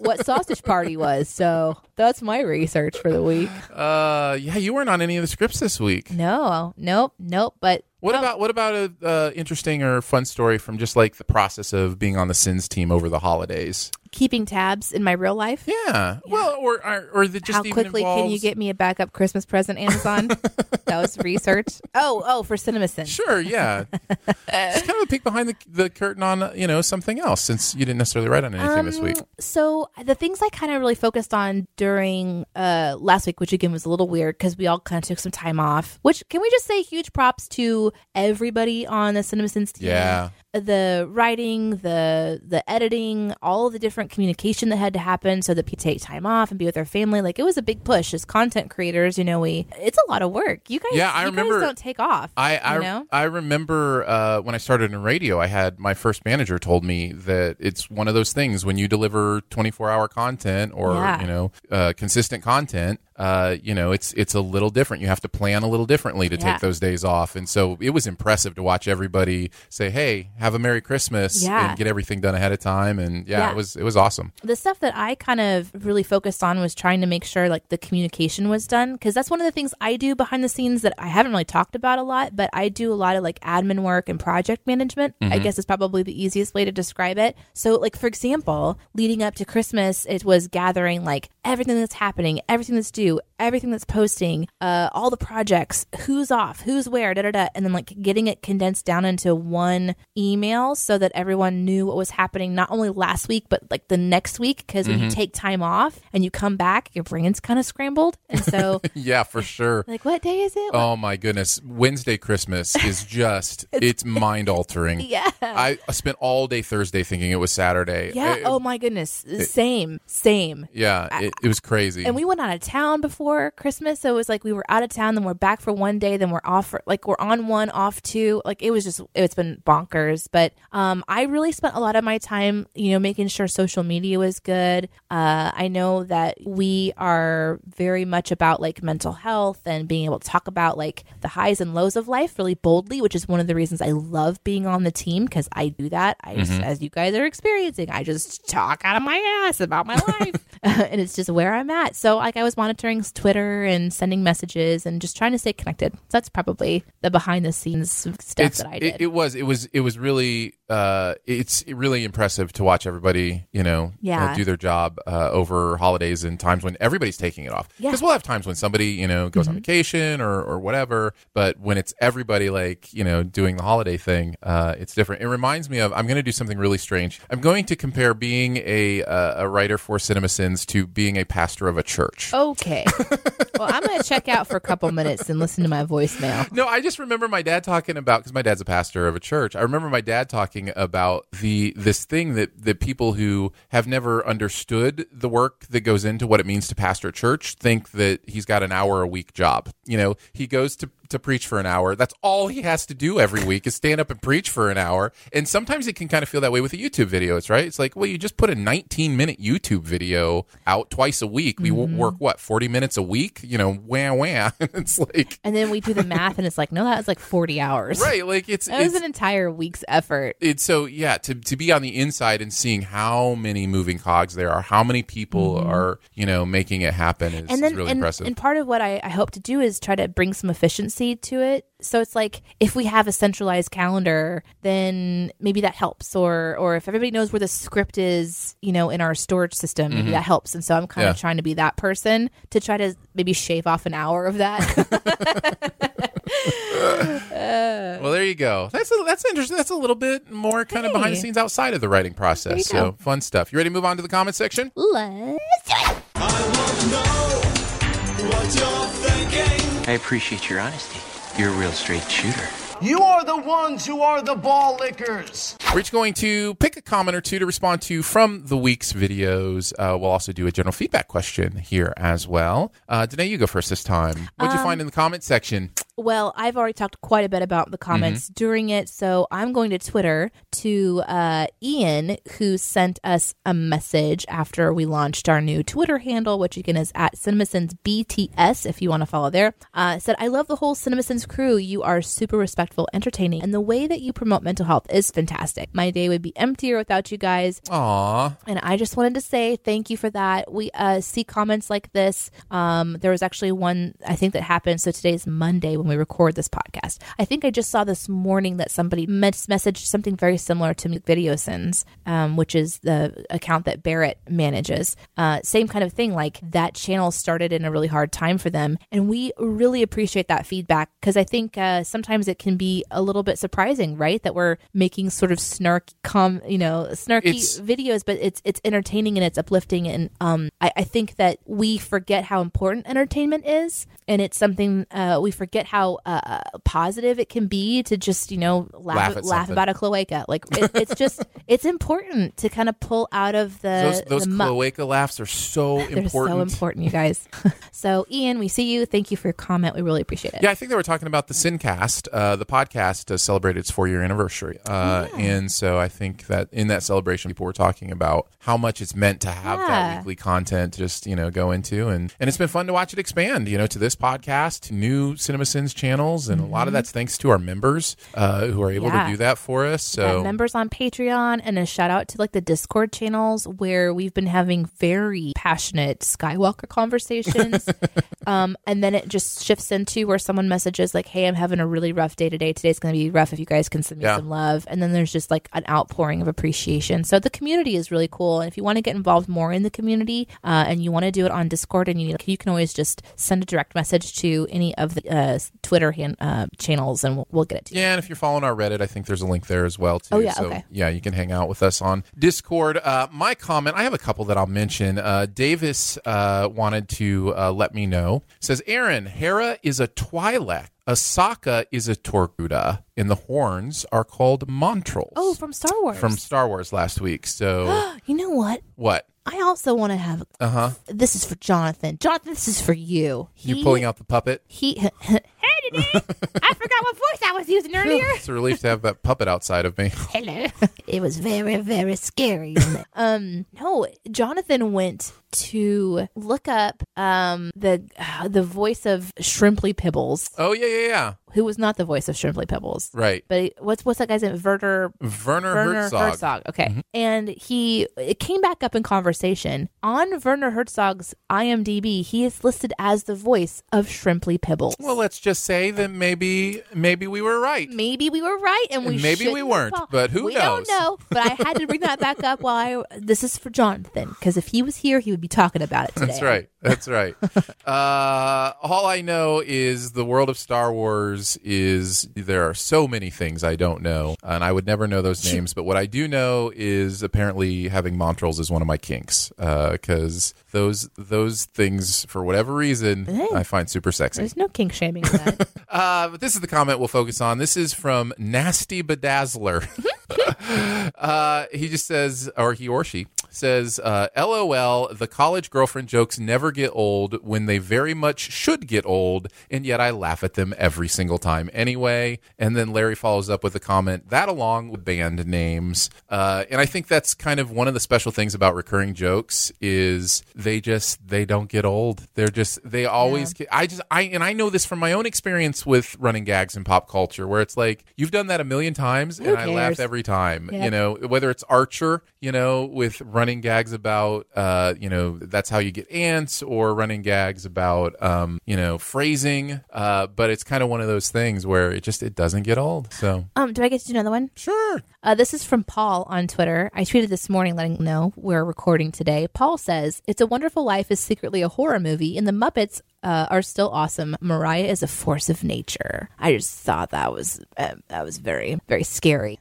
Speaker 1: what Sausage Party was. So that's my research for the week.
Speaker 2: uh, yeah, you weren't on any of the scripts this week.
Speaker 1: No, nope, nope. But
Speaker 2: What about what about a uh, interesting or fun story from just like the process of being on the Sins team over the holidays?
Speaker 1: keeping tabs in my real life.
Speaker 2: Yeah, well, or or, or the just
Speaker 1: How
Speaker 2: even
Speaker 1: quickly can you
Speaker 2: involves-
Speaker 1: get me a backup Christmas present, Amazon? that was research. Oh, oh, for CinemaSins.
Speaker 2: Sure, yeah, it's kind of a peek behind the, the curtain on uh, you know something else since you didn't necessarily write on anything
Speaker 1: Um,
Speaker 2: this week.
Speaker 1: So the things I kind of really focused on during uh last week, which again was a little weird because we all kind of took some time off. Which can we just say huge props to everybody on the CinemaSins team?
Speaker 2: Yeah.
Speaker 1: The writing, the the editing, all the different communication that had to happen so that people take time off and be with their family. Like it was a big push as content creators. You know, we it's a lot of work. You guys,
Speaker 2: Yeah, I
Speaker 1: you
Speaker 2: remember-
Speaker 1: guys don't take off.
Speaker 2: I I,
Speaker 1: you know?
Speaker 2: I remember uh, when I started in radio, I had my first manager told me that it's one of those things when you deliver 24 hour content or
Speaker 1: Yeah.
Speaker 2: you know uh, consistent content, uh, you know it's it's a little different. You have to plan a little differently to
Speaker 1: Yeah.
Speaker 2: take those days off, and so it was impressive to watch everybody say, "Hey, have a Merry Christmas,"
Speaker 1: Yeah.
Speaker 2: and get everything done ahead of time, and yeah,
Speaker 1: Yeah.
Speaker 2: it was it was awesome.
Speaker 1: the stuff that I kind of really focused on was trying to make sure like the communication was done because that's one of the things I do behind the scenes that I haven't really talked about a lot, but I do a lot of like admin work and project management. I guess is probably the easiest way to describe it. So like for example, leading up to Christmas, it was gathering like everything that's happening, everything that's due, everything that's posting, uh, all the projects, who's off, who's where, da da da, and then like getting it condensed down into one email so that everyone knew what was happening not only last week but like the next week. Because
Speaker 2: Mm-hmm.
Speaker 1: when you take time off and you come back, your brain's kind of scrambled, and so
Speaker 2: Yeah, for sure.
Speaker 1: like, what day is it?
Speaker 2: Oh my goodness. Wednesday Christmas is just it's, mind altering.
Speaker 1: Yeah.
Speaker 2: I spent all day Thursday thinking it was Saturday.
Speaker 1: yeah.
Speaker 2: It-
Speaker 1: oh my goodness. same. Same.
Speaker 2: yeah, it, it was crazy.
Speaker 1: and we went out of town before Christmas, so it was like we were out of town, then we're back for one day, then we're off for like we're on one, off two. Like it was just it's been bonkers. But um, I really spent a lot of my time, you know, making sure social media was good. Uh, I know that we are very much about like mental health and being able to talk about like the highs and lows of life really boldly, which is one of the reasons I love being on the team because I do that. I,
Speaker 2: Mm-hmm.
Speaker 1: just- as you guys are experiencing, I just talk out of my ass about my life, and it's just where I'm at. So, like, I was monitoring Twitter and sending messages and just trying to stay connected. So that's probably the behind the scenes stuff
Speaker 2: it's,
Speaker 1: that I
Speaker 2: it-
Speaker 1: did.
Speaker 2: It, was it was it was really uh it's really impressive to watch everybody, you know,
Speaker 1: Yeah.
Speaker 2: uh, do their job uh, over holidays and times when everybody's taking it off.
Speaker 1: Yeah. Mm-hmm.
Speaker 2: Cuz we'll have times when somebody, you know, goes on vacation or or whatever, but when it's everybody like, you know, doing the holiday thing, uh it's different. It reminds me of I'm going to do something really strange. I'm going to compare being a uh, a writer for CinemaSins to being a pastor of a church.
Speaker 1: okay. well, I'm gonna check out for a couple minutes and listen to my voicemail.
Speaker 2: No, I just remember my dad talking about because my dad's a pastor of a church. I remember my dad talking about the this thing that that people who have never understood the work that goes into what it means to pastor a church think that he's got an hour a week job. You know, he goes to to preach for an hour. That's all he has to do every week is stand up and preach for an hour. And sometimes it can kind of feel that way with the YouTube videos, right? It's like, well, you just put a 19 minute YouTube video out twice a week. We w work what 40 minutes a week. You know, wah wah. it's like.
Speaker 1: And then we do the math, and it's like, no, that was like 40 hours.
Speaker 2: Right, like it's
Speaker 1: That was
Speaker 2: it's,
Speaker 1: an entire week's effort.
Speaker 2: it's so yeah to, to be on the inside and seeing how many moving cogs there are how many people are you know making it happen is, is really
Speaker 1: Mm-hmm. and,
Speaker 2: impressive
Speaker 1: and part of what I, I hope to do is try to bring some efficiency urgency to it. So it's like if we have a centralized calendar, then maybe that helps. Or or if everybody knows where the script is, you know, in our storage system, maybe that helps. And so I'm kind
Speaker 2: Mm-hmm. Yeah.
Speaker 1: of trying to be that person to try to maybe shave off an hour of that.
Speaker 2: Well, there you go. That's a, that's interesting. That's a little bit more kind of behind the
Speaker 1: Hey.
Speaker 2: scenes outside of the writing process. So fun stuff. You ready to move on to the comment section? uh,
Speaker 1: Let's do it.
Speaker 4: I appreciate your honesty. You're a real straight shooter.
Speaker 5: You are the ones who are the ball lickers.
Speaker 2: We're each going to pick a comment or two to respond to from the week's videos. Uh, we'll also do a general feedback question here as well. Uh, Danae, you go first this time. What'd
Speaker 1: Um,
Speaker 2: you find in the comment section?
Speaker 1: Well, I've already talked quite a bit about the comments during it, so I'm going to Twitter to uh, Ian, who sent us a message after we launched our new Twitter handle, which again is at CinemaSins BTS if you want to follow there. Uh, it said, I love the whole CinemaSins crew. You are super respectful, entertaining, and the way that you promote mental health is fantastic. My day would be emptier without you guys.
Speaker 2: Aw,
Speaker 1: And I just wanted to say thank you for that. We uh, see comments like this. Um, there was actually one I think that happened. So today's Monday when we record this podcast. I think I just saw this morning that somebody mes- messaged something very similar to VideoSins, um, which is the account that Barrett manages. Uh, same kind of thing. Like that channel started in a really hard time for them, and we really appreciate that feedback because I think uh, sometimes it can be a little bit surprising, right? That we're making sort of snark com, you know, snarky
Speaker 2: It's-
Speaker 1: videos, but it's it's entertaining and it's uplifting. And um, I, I think that we forget how important entertainment is, and it's something uh, we forget how uh, positive it can be to just you know laugh
Speaker 2: Laugh
Speaker 1: laugh,
Speaker 2: at something.
Speaker 1: about a cloaca. Like it, it's just it's important to kind of pull out of the
Speaker 2: those those
Speaker 1: Uh, the muck.
Speaker 2: cloaca laughs are so
Speaker 1: They're
Speaker 2: important.
Speaker 1: so important, you guys. so Ian, we see you. Thank you for your comment. We really appreciate it.
Speaker 2: Yeah, I think they were talking about the Sincast. Uh, the podcast uh, celebrated its four year anniversary. Uh,
Speaker 1: Oh,
Speaker 2: And so I think that in that celebration, people were talking about how much it's meant to have that
Speaker 1: Yeah.
Speaker 2: weekly content to just, you know, go into. And, and it's been fun to watch it expand, you know, to this podcast, to new CinemaSins channels. And a lot of that's thanks to our members uh, who are able
Speaker 1: Mm-hmm.
Speaker 2: to
Speaker 1: Yeah.
Speaker 2: do that for us. So
Speaker 1: got members on Patreon and a shout out to like the Discord channels where we've been having very passionate Skywalker conversations. um, and then it just shifts into where someone messages like, "Hey, I'm having a really rough day today. Today's going to be rough. If you guys can send me
Speaker 2: Yeah.
Speaker 1: some love." And then there's just like an outpouring of appreciation. So the community is really cool. And if you want to get involved more in the community uh, and you want to do it on Discord, and you need, you can always just send a direct message to any of the uh, Twitter hand, uh, channels, and we'll, we'll get it to you.
Speaker 2: Yeah, and if you're following our Reddit, I think there's a link there as well too.
Speaker 1: Oh, yeah,
Speaker 2: so,
Speaker 1: okay.
Speaker 2: Yeah, you can hang out with us on Discord. Uh, my comment, I have a couple that I'll mention. Uh, Davis uh, wanted to uh, let me know. Says Aaron, Hera is a Twi'lek, Asaka is a Torguda, and the horns are called Montrolls.
Speaker 1: Oh, from Star Wars.
Speaker 2: from Star Wars last week. So
Speaker 1: You know what?
Speaker 2: what?
Speaker 1: I also want to have. Uh huh. This is for Jonathan. Jonathan, this is for you. He,
Speaker 2: You pulling out the puppet?
Speaker 1: He. hey, Danae! I forgot what voice I was using earlier.
Speaker 2: It's a relief to have that puppet outside of me.
Speaker 1: Hello. It was very, very scary. um, no, Jonathan went to look up um the uh, the voice of Shrimply Pibbles,
Speaker 2: Oh yeah, yeah, yeah.
Speaker 1: who was not the voice of Shrimply Pibbles,
Speaker 2: Right.
Speaker 1: but he- what's what's that guy's name? Werner
Speaker 2: Werner,
Speaker 1: Werner
Speaker 2: Herzog.
Speaker 1: Herzog. Okay. And he it came back up in conversation. On Werner Herzog's IMDb, he is listed as the voice of Shrimply Pibbles.
Speaker 2: Well, let's just say that maybe maybe we were right.
Speaker 1: Maybe we were right, and we
Speaker 2: Maybe we
Speaker 1: shouldn't
Speaker 2: weren't,
Speaker 1: fall-
Speaker 2: but who
Speaker 1: we
Speaker 2: knows?
Speaker 1: don't know. But I had to bring that back up. While I this is for Jonathan, because if he was here, he would be talking about it. Today.
Speaker 2: That's right. That's right. uh, all I know is the world of Star Wars is there are so many things I don't know, and I would never know those names. But what I do know is apparently having Montrolls is one of my kinks because those those things for whatever reason I find super sexy.
Speaker 1: There's no kink shaming in that.
Speaker 2: Uh, but this is the comment we'll focus on. This is from Nasty Bedazzler. uh, he just says, or he or she says, uh, LOL, the college girlfriend jokes never get old when they very much should get old, and yet I laugh at them every single time anyway. And then Larry follows up with a comment, that along with band names. Uh, and I think that's kind of one of the special things about recurring jokes is they just, they don't get old. They're just, they always, get- I just, I, and I know this from my own experience with running gags in pop culture where it's like, you've done that a million times and I laugh
Speaker 1: cares?
Speaker 2: every time,
Speaker 1: Yeah.
Speaker 2: you know, whether it's Archer, you know, with running gags about, uh, you know, that's how you get ants bits or running gags about um, you know phrasing, uh, but it's kind of one of those things where it just it doesn't get old. So
Speaker 1: Um, do I get to do another one?
Speaker 2: sure,
Speaker 1: Uh, this is from Paul on Twitter. I tweeted this morning letting him know we're recording today. Paul says, It's a Wonderful Life is secretly a horror movie, and the Muppets uh, are still awesome. Mariah is a force of nature. I just thought that was uh, that was very very scary.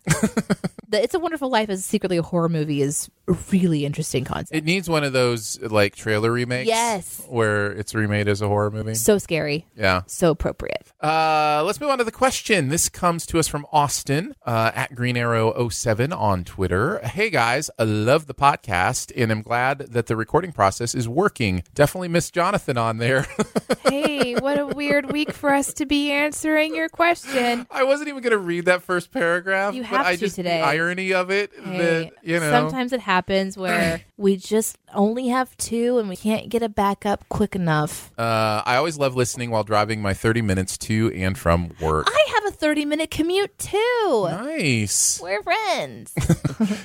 Speaker 1: the It's a Wonderful Life is secretly a horror movie is a really interesting concept.
Speaker 2: it needs one of those like trailer remakes.
Speaker 1: Yes.
Speaker 2: where it's remade as a horror movie.
Speaker 1: so scary,
Speaker 2: Yeah.
Speaker 1: so appropriate.
Speaker 2: Uh, let's move on to the question. This comes to us from Austin uh, at Green Arrow 07 on Twitter. Hey guys, I love the podcast and I'm glad that the recording process is working. Definitely miss Jonathan on there.
Speaker 1: hey, what a weird week for us to be answering your question.
Speaker 2: I wasn't even going to read that first paragraph.
Speaker 1: You
Speaker 2: but
Speaker 1: have
Speaker 2: I
Speaker 1: to
Speaker 2: just,
Speaker 1: today.
Speaker 2: The irony of it, that,
Speaker 1: Hey,
Speaker 2: you know.
Speaker 1: sometimes it happens where we just only have two and we can't get it back up quick enough.
Speaker 2: Uh, I always love listening while driving my 30 minutes to and from work.
Speaker 1: I have a 30 minute commute too.
Speaker 2: Nice.
Speaker 1: We're friends.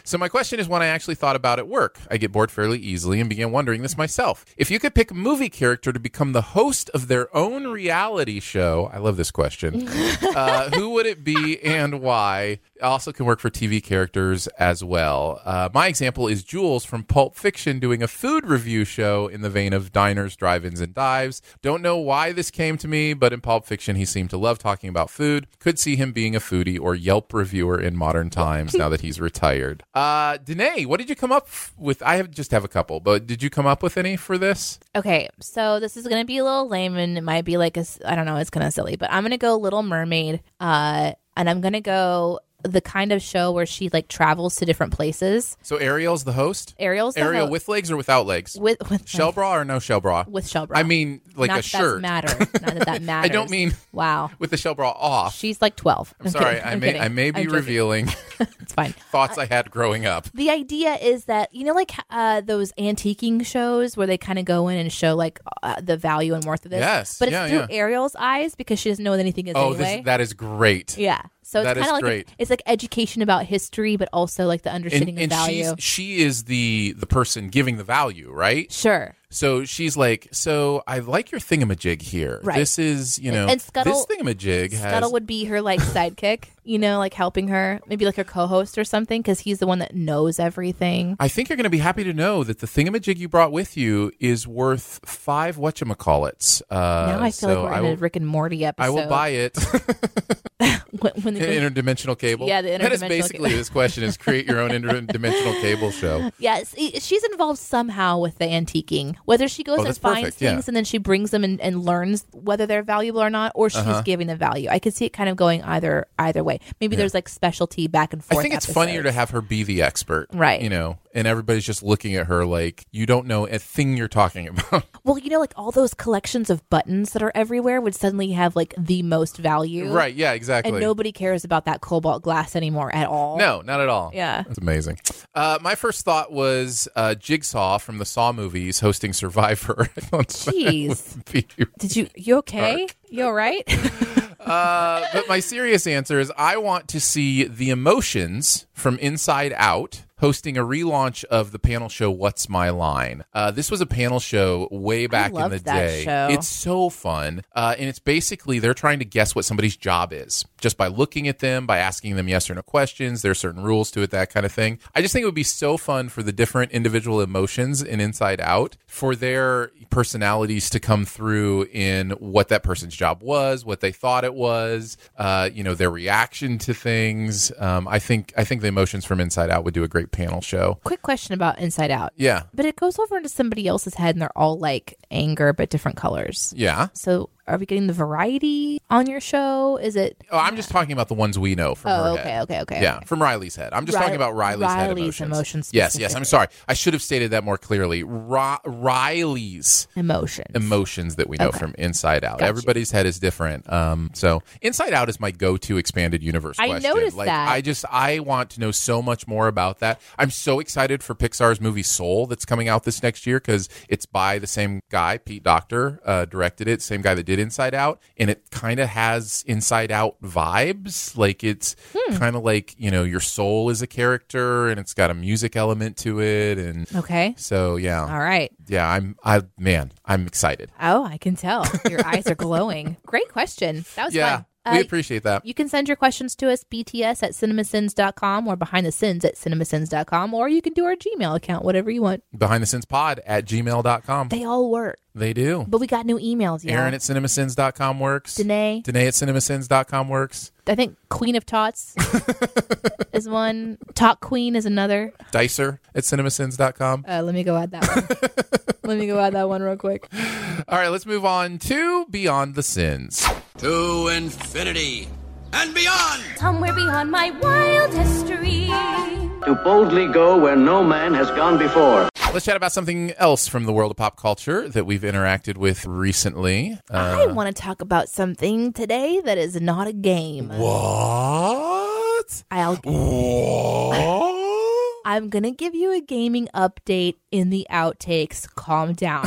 Speaker 2: So my question is one I actually thought about at work. I get bored fairly easily and began wondering this myself. If you could pick a movie character to become the host of their own reality show, I love this question. uh, who would it be and why? It Also can work for TV characters as well. Uh, my example is Jules from Pulp Fiction doing a food review show in the vein of diners, drive-ins, and dives. Don't know why this came to me, but in Pulp Fiction he seemed to love talking about food. Could see him being a foodie or Yelp reviewer in modern times now that he's retired. Uh, Danae, what did you come up f- with? I have just have a couple, but did you come up with any for this?
Speaker 1: okay, so this is going to be a little lame and it might be like a, s- I don't know, it's kind of silly, but I'm going to go Little Mermaid uh, and I'm going to go the kind of show where she like travels to different places.
Speaker 2: So Ariel's the host.
Speaker 1: Ariel's the
Speaker 2: Ariel
Speaker 1: ho-
Speaker 2: with legs or without legs?
Speaker 1: with, with
Speaker 2: shell bra or no shell bra?
Speaker 1: with shell bra.
Speaker 2: I mean, like
Speaker 1: Not
Speaker 2: a
Speaker 1: that That
Speaker 2: shirt
Speaker 1: matter. Not that that
Speaker 2: I
Speaker 1: matters.
Speaker 2: don't mean-
Speaker 1: Wow.
Speaker 2: with the shell bra off.
Speaker 1: She's like 12. I'm,
Speaker 2: Sorry,
Speaker 1: kidding.
Speaker 2: I
Speaker 1: I'm
Speaker 2: may
Speaker 1: kidding.
Speaker 2: I may be
Speaker 1: I'm joking.
Speaker 2: revealing
Speaker 1: It's fine.
Speaker 2: thoughts I had growing up.
Speaker 1: The idea is that you know, like uh, those antiquing shows where they kind of go in and show like uh, the value and worth of this.
Speaker 2: Yes,
Speaker 1: but it's
Speaker 2: yeah,
Speaker 1: through
Speaker 2: yeah.
Speaker 1: Ariel's eyes because she doesn't know what anything is
Speaker 2: Oh,
Speaker 1: anyway.
Speaker 2: this, that is great.
Speaker 1: yeah, so
Speaker 2: that
Speaker 1: it's kind
Speaker 2: is
Speaker 1: of like
Speaker 2: great.
Speaker 1: it's like education about history, but also like the understanding
Speaker 2: And,
Speaker 1: of
Speaker 2: and
Speaker 1: value.
Speaker 2: she's, she is the the person giving the value, right?
Speaker 1: Sure.
Speaker 2: So she's like, so I like your thingamajig here.
Speaker 1: Right.
Speaker 2: This is, you know,
Speaker 1: And- and Scuttle-
Speaker 2: this thingamajig has.
Speaker 1: Scuttle would be her like sidekick, you know, like helping her, maybe like her co-host or something, because he's the one that knows everything.
Speaker 2: I think you're going to be happy to know that the thingamajig you brought with you is worth five whatchamacallits. Uh,
Speaker 1: now I feel
Speaker 2: so
Speaker 1: like we're
Speaker 2: I
Speaker 1: in a
Speaker 2: will-
Speaker 1: Rick and Morty episode.
Speaker 2: I will buy it.
Speaker 1: when, when they-
Speaker 2: interdimensional cable.
Speaker 1: Yeah, the
Speaker 2: That is
Speaker 1: interdimensional
Speaker 2: basically
Speaker 1: cable.
Speaker 2: this question: is create your own interdimensional cable show.
Speaker 1: Yes, i- she's involved somehow with the antiquing. Whether she goes
Speaker 2: Oh,
Speaker 1: and
Speaker 2: that's
Speaker 1: finds
Speaker 2: perfect, yeah.
Speaker 1: things and then she brings them and, and learns whether they're valuable or not, or she's
Speaker 2: Uh-huh.
Speaker 1: giving them value. I could see it kind of going either either way. Maybe there's like specialty back and forth.
Speaker 2: I think it's funnier to
Speaker 1: episodes.
Speaker 2: have her be the expert,
Speaker 1: Right.
Speaker 2: You know, and everybody's just looking at her like you don't know a thing you're talking about,
Speaker 1: Well, you know, like all those collections of buttons that are everywhere would suddenly have like the most value,
Speaker 2: right? Yeah, exactly.
Speaker 1: And nobody cares about that cobalt glass anymore at all.
Speaker 2: no, not at all.
Speaker 1: Yeah.
Speaker 2: that's amazing. Uh, my first thought was uh, Jigsaw from the Saw movies hosting Survivor. on
Speaker 1: Jeez.
Speaker 2: Peter
Speaker 1: Did you? You okay? You all right?
Speaker 2: Uh, but my serious answer is I want to see the emotions from Inside Out hosting a relaunch of the panel show What's My Line. Uh, this was a panel show way back in
Speaker 1: loved
Speaker 2: the
Speaker 1: that
Speaker 2: day.
Speaker 1: show.
Speaker 2: It's so fun. Uh, and it's basically they're trying to guess what somebody's job is just by looking at them, by asking them yes or no questions. There are certain rules to it, that kind of thing. I just think it would be so fun for the different individual emotions in Inside Out for their personalities to come through in what that person's job was, what they thought it was, uh, you know, their reaction to things. Um, I think I think the emotions from Inside Out would do a great panel show.
Speaker 1: Quick question about Inside Out.
Speaker 2: Yeah.
Speaker 1: But it goes over into somebody else's head and they're all like anger but different colors.
Speaker 2: Yeah.
Speaker 1: So are we getting the variety on your show? Is it
Speaker 2: Oh, I'm just talking about the ones we know from
Speaker 1: Oh,
Speaker 2: her
Speaker 1: okay,
Speaker 2: head.
Speaker 1: okay, okay.
Speaker 2: Yeah, from Riley's head. I'm just
Speaker 1: Ri-
Speaker 2: talking about Riley's, head
Speaker 1: Riley's
Speaker 2: emotions.
Speaker 1: emotions
Speaker 2: yes, yes. I'm
Speaker 1: specifically.
Speaker 2: sorry. I should have stated that more clearly. Ri- Riley's
Speaker 1: emotion?
Speaker 2: emotions that we know from Inside Out. Everybody's head is different. Um, so Inside Out is my go-to expanded universe.
Speaker 1: I
Speaker 2: question.
Speaker 1: noticed
Speaker 2: like,
Speaker 1: that.
Speaker 2: I just I want to know so much more about that. I'm so excited for Pixar's movie Soul that's coming out this next year because it's by the same guy, Pete Doctor, uh, directed it. Same guy that did Inside Out, and it kind of has Inside Out vibes. Like it's
Speaker 1: Hmm.
Speaker 2: kind of like you know your soul is a character, and it's got a music element to it, and
Speaker 1: Okay.
Speaker 2: so yeah,
Speaker 1: All right.
Speaker 2: yeah. I'm I man, I'm excited.
Speaker 1: Oh, I can tell. Your eyes are glowing. Great question. That was
Speaker 2: Yeah,
Speaker 1: fun. Uh,
Speaker 2: we appreciate that.
Speaker 1: you can send your questions to us, bts at cinemasins.com or behind the sins at cinemasins.com, or you can do our Gmail account, whatever you want.
Speaker 2: Behind the Sins Pod at gmail.com. They,
Speaker 1: They all work.
Speaker 2: they do.
Speaker 1: But we got new emails, yeah.
Speaker 2: Aaron at cinemasins.com works.
Speaker 1: Danae.
Speaker 2: Danae at cinemasins.com works.
Speaker 1: I think Queen of Tots is one. Tot Queen is another.
Speaker 2: Dicer at cinemasins.com.
Speaker 1: Uh, let me go add that one. let me go add that one real quick.
Speaker 2: All right, let's move on to Beyond the Sins.
Speaker 4: To infinity and beyond.
Speaker 6: Somewhere beyond my wild history.
Speaker 10: To boldly go where no man has gone before.
Speaker 2: Let's chat about something else from the world of pop culture that we've interacted with recently.
Speaker 1: I
Speaker 2: Uh,
Speaker 1: want to talk about something today that is not a game.
Speaker 2: What?
Speaker 1: I'll
Speaker 2: What?
Speaker 1: I'm going to give you a gaming update in the outtakes. Calm down,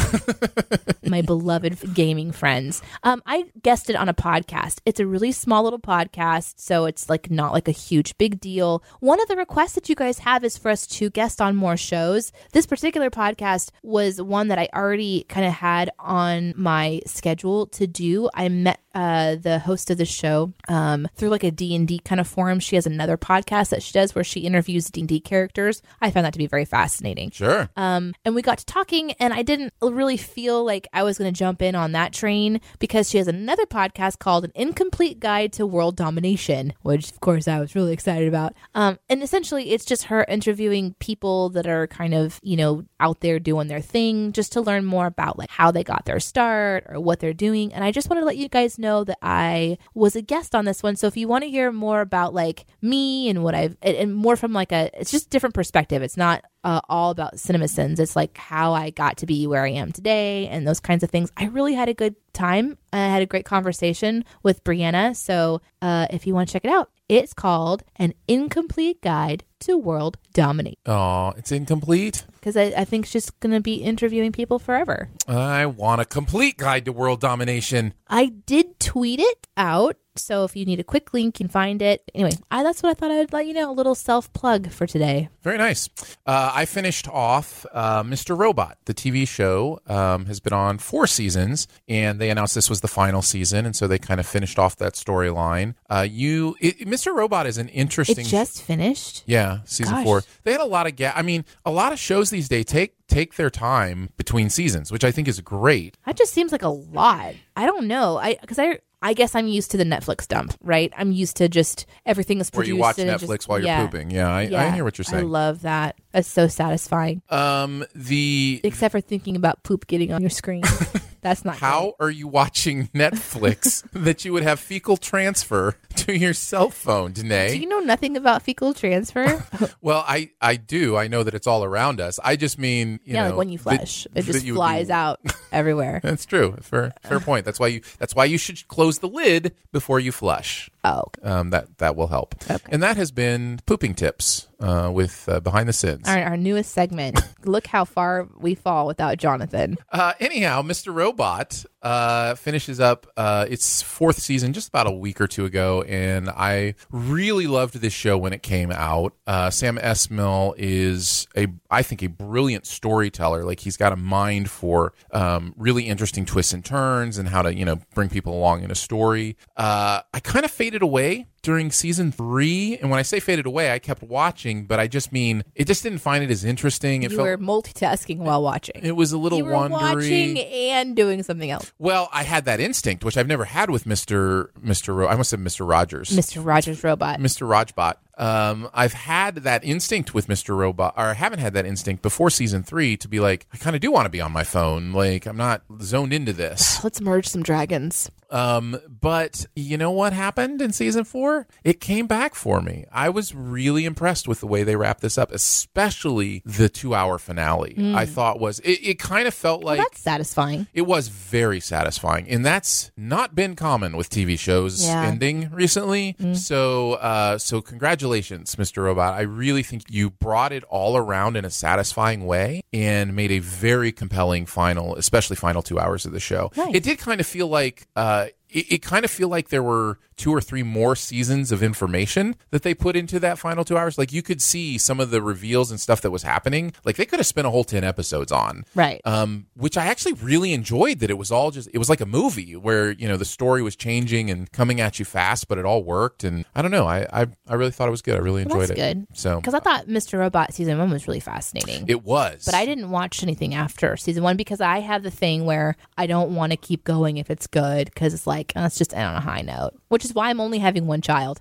Speaker 1: my beloved gaming friends. Um, I guessed it on a podcast. It's a really small little podcast, so it's like not like a huge big deal. One of the requests that you guys have is for us to guest on more shows. This particular podcast was one that I already kind of had on my schedule to do. I met uh, the host of the show um, through like a d&d kind of forum she has another podcast that she does where she interviews d&d characters i found that to be very fascinating
Speaker 2: Sure.
Speaker 1: um, and we got to talking and i didn't really feel like i was going to jump in on that train because she has another podcast called an incomplete guide to world domination which of course i was really excited about um, and essentially it's just her interviewing people that are kind of you know out there doing their thing just to learn more about like how they got their start or what they're doing and i just wanted to let you guys know that i was a guest on this one so if you want to hear more about like me and what i've and- and more from like a it's just different perspective it's not uh, all about CinemaSins. It's like how I got to be where I am today and those kinds of things. I really had a good time. I had a great conversation with Brianna. So uh, if you want to check it out, it's called An Incomplete Guide to World Dominate
Speaker 2: Aw, it's incomplete.
Speaker 1: because I, I think she's going to be interviewing people forever.
Speaker 2: I want a complete guide to world domination.
Speaker 1: I did tweet it out. So if you need a quick link, you can find it. Anyway, I, that's what I thought I would let you know. A little self plug for today.
Speaker 2: Very nice. Uh, I finished off uh, Mr. Robot. The TV show um, has been on four seasons, and they announced this was the final season, and so they kind of finished off that storyline. Uh, you, it, Mr. Robot is an
Speaker 1: It
Speaker 2: interesting.
Speaker 1: just finished.
Speaker 2: yeah, season
Speaker 1: Gosh.
Speaker 2: four. They had a lot of ga- I mean, a lot of shows these days take take their time between seasons, which I think is great.
Speaker 1: That just seems like a lot. I don't know. I because I I guess I'm used to the Netflix dump, right? I'm used to just everything is
Speaker 2: Where
Speaker 1: produced.
Speaker 2: you watch
Speaker 1: and it just-
Speaker 2: Netflix while you're
Speaker 1: yeah.
Speaker 2: pooping. Yeah, I, I
Speaker 1: Yeah.
Speaker 2: hear what you're
Speaker 1: I
Speaker 2: saying.
Speaker 1: love that. That's so satisfying.
Speaker 2: um, the
Speaker 1: Except for thinking about poop getting on your screen. That's not great.
Speaker 2: How are you watching Netflix that you would have fecal transfer to your cell phone,
Speaker 1: Do
Speaker 2: Danae?
Speaker 1: you know nothing about fecal transfer?
Speaker 2: well, I, I do. I know that it's all around us. I just mean, you
Speaker 1: yeah,
Speaker 2: know,
Speaker 1: like when you
Speaker 2: that-
Speaker 1: flush, it
Speaker 2: that
Speaker 1: just
Speaker 2: you-
Speaker 1: flies out everywhere.
Speaker 2: That's true. Fair, fair point. That's why you. That's why you should close the lid before you flush.
Speaker 1: Oh,
Speaker 2: Um, that that will help. And that has been pooping tips uh, with uh, behind the sins.
Speaker 1: our, our newest segment. Look how far we fall without Jonathan.
Speaker 2: Uh, anyhow, Mr. Robot uh, finishes up uh, its fourth season just about a week or two ago, and I really loved this show when it came out. Uh, Sam Esmail is a, I think, a brilliant storyteller. Like he's got a mind for um, really interesting twists and turns and how to, you know, bring people along in a story. Uh, I kind of faded away during season three, and when I say faded away, I kept watching, but I just mean it just didn't find it as interesting. It
Speaker 1: You
Speaker 2: felt.
Speaker 1: were multitasking while watching.
Speaker 2: it was a little
Speaker 1: you were
Speaker 2: wandery.
Speaker 1: watching and doing something else.
Speaker 2: Well, I had that instinct, which I've never had with Mister Mister. Ro- I must have Mister Rogers,
Speaker 1: Mr. Rogers Robot.
Speaker 2: Mister Rajbot. Um, I've had that instinct with Mister Robot, or I haven't had that instinct before season three to be like, I kind of do want to be on my phone. Like I'm not zoned into this.
Speaker 1: Let's merge some dragons.
Speaker 2: Um, but you know what happened in season four? It came back for me. I was really impressed with the way they wrapped this up, especially the two hour finale. I thought was it, it kind of felt like
Speaker 1: That's satisfying.
Speaker 2: it was very satisfying, and that's not been common with TV shows
Speaker 1: Yeah.
Speaker 2: ending recently. So, uh, so congratulations, Mr. Robot. I really think you brought it all around in a satisfying way and made a very compelling final, especially final two hours of the show. It did kind of feel like. Uh, it, it kind of feel like there were two or three more seasons of information that they put into that final two hours. Like you could see some of the reveals and stuff that was happening. Like they could have spent a whole ten episodes on
Speaker 1: Right.
Speaker 2: um, which I actually really enjoyed. That it was all just it was like a movie where you know the story was changing and coming at you fast, but it all worked. And I don't know, I I, I really thought it was good. I really
Speaker 1: Well,
Speaker 2: enjoyed
Speaker 1: that's
Speaker 2: it.
Speaker 1: good.
Speaker 2: So
Speaker 1: Because I thought Mr. Robot season one was really fascinating.
Speaker 2: it was,
Speaker 1: but I didn't watch anything after season one because I have the thing where I don't want to keep going if it's good because it's like, oh, it's just end on a high note, which is why I'm only having one child.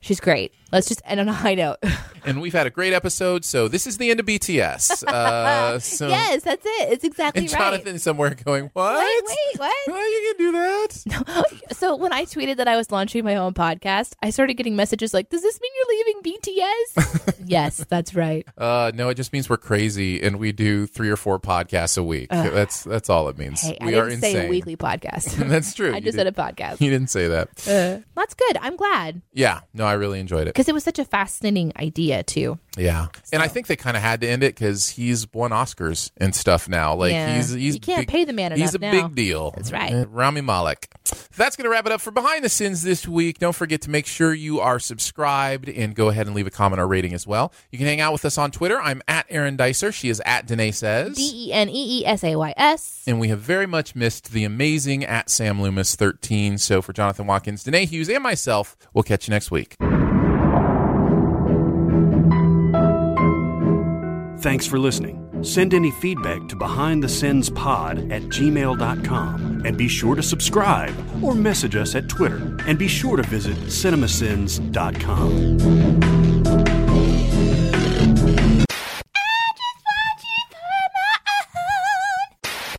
Speaker 1: She's great. Let's just end on a high note.
Speaker 2: and we've had a great episode. So this is the end of BTS. Uh, so
Speaker 1: yes, that's it. It's exactly
Speaker 2: and
Speaker 1: right.
Speaker 2: Jonathan somewhere going what?
Speaker 1: wait, what?
Speaker 2: Well, you can do that.
Speaker 1: So when I tweeted that I was launching my own podcast, I started getting messages like, "Does this mean you're leaving BTS?" yes, that's right.
Speaker 2: Uh, no, it just means we're crazy and we do three or four podcasts a week. that's that's all it means.
Speaker 1: Hey,
Speaker 2: we
Speaker 1: I
Speaker 2: are
Speaker 1: didn't
Speaker 2: insane.
Speaker 1: say weekly podcast.
Speaker 2: that's true.
Speaker 1: I
Speaker 2: You
Speaker 1: just said a
Speaker 2: did-
Speaker 1: podcast.
Speaker 2: You didn't say that.
Speaker 1: Uh, that's good. I'm glad
Speaker 2: Yeah. No, I really enjoyed it.
Speaker 1: because it was such a fascinating idea too.
Speaker 2: Yeah, and I think they kind of had to end it because he's won Oscars and stuff now. Like
Speaker 1: Yeah.
Speaker 2: he's he's
Speaker 1: You can't
Speaker 2: big-
Speaker 1: pay the man enough
Speaker 2: He's a
Speaker 1: now.
Speaker 2: big deal. That's
Speaker 1: right.
Speaker 2: Rami Malek. That's going to wrap it up for behind the scenes this week. Don't forget to make sure you are subscribed and go ahead and leave a comment or rating as well. You can hang out with us on Twitter. I'm at Aaron Dicer. She is at Danae says.
Speaker 1: D E N E E S A Y S.
Speaker 2: and we have very much missed the amazing at Sam Loomis 13. So for Jonathan Watkins, Danae Hughes, and myself, we'll catch you next week.
Speaker 3: Thanks for listening. Send any feedback to behindthesinspod at gmail.com and be sure to subscribe or message us at Twitter and be sure to visit cinemasins.com.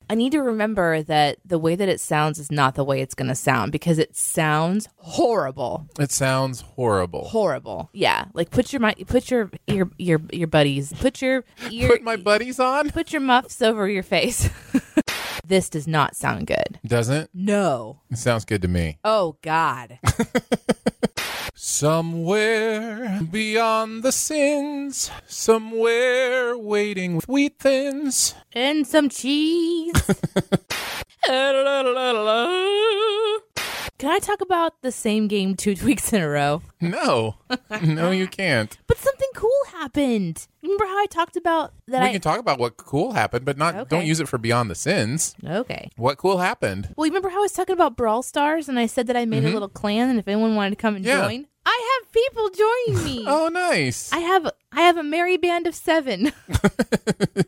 Speaker 1: I need to remember that the way that it sounds is not the way it's going to sound because it sounds horrible,
Speaker 2: It sounds horrible.
Speaker 1: horrible. Yeah, like put your mi- put your your your your buddies, put your ear, e-,
Speaker 2: Put my buddies on.
Speaker 1: put your muffs over your face. this does not sound good.
Speaker 2: Doesn't
Speaker 1: No.
Speaker 2: it sounds good to me?
Speaker 1: Oh God.
Speaker 2: Somewhere beyond the sins, somewhere waiting with wheat thins.
Speaker 1: and some cheese. Can I talk about the same game two weeks in a row?
Speaker 2: No, no, you can't.
Speaker 1: But something cool happened. Remember how I talked about that?
Speaker 2: we
Speaker 1: I
Speaker 2: can talk about what cool happened, but not
Speaker 1: Okay.
Speaker 2: don't use it for beyond the sins.
Speaker 1: okay.
Speaker 2: What cool happened?
Speaker 1: Well, you remember how I was talking about Brawl Stars and I said that I made a little clan and if anyone wanted to come and
Speaker 2: Mm-hmm. Yeah.
Speaker 1: join, I have people joining me.
Speaker 2: Oh, nice.
Speaker 1: I have I have a merry band of seven.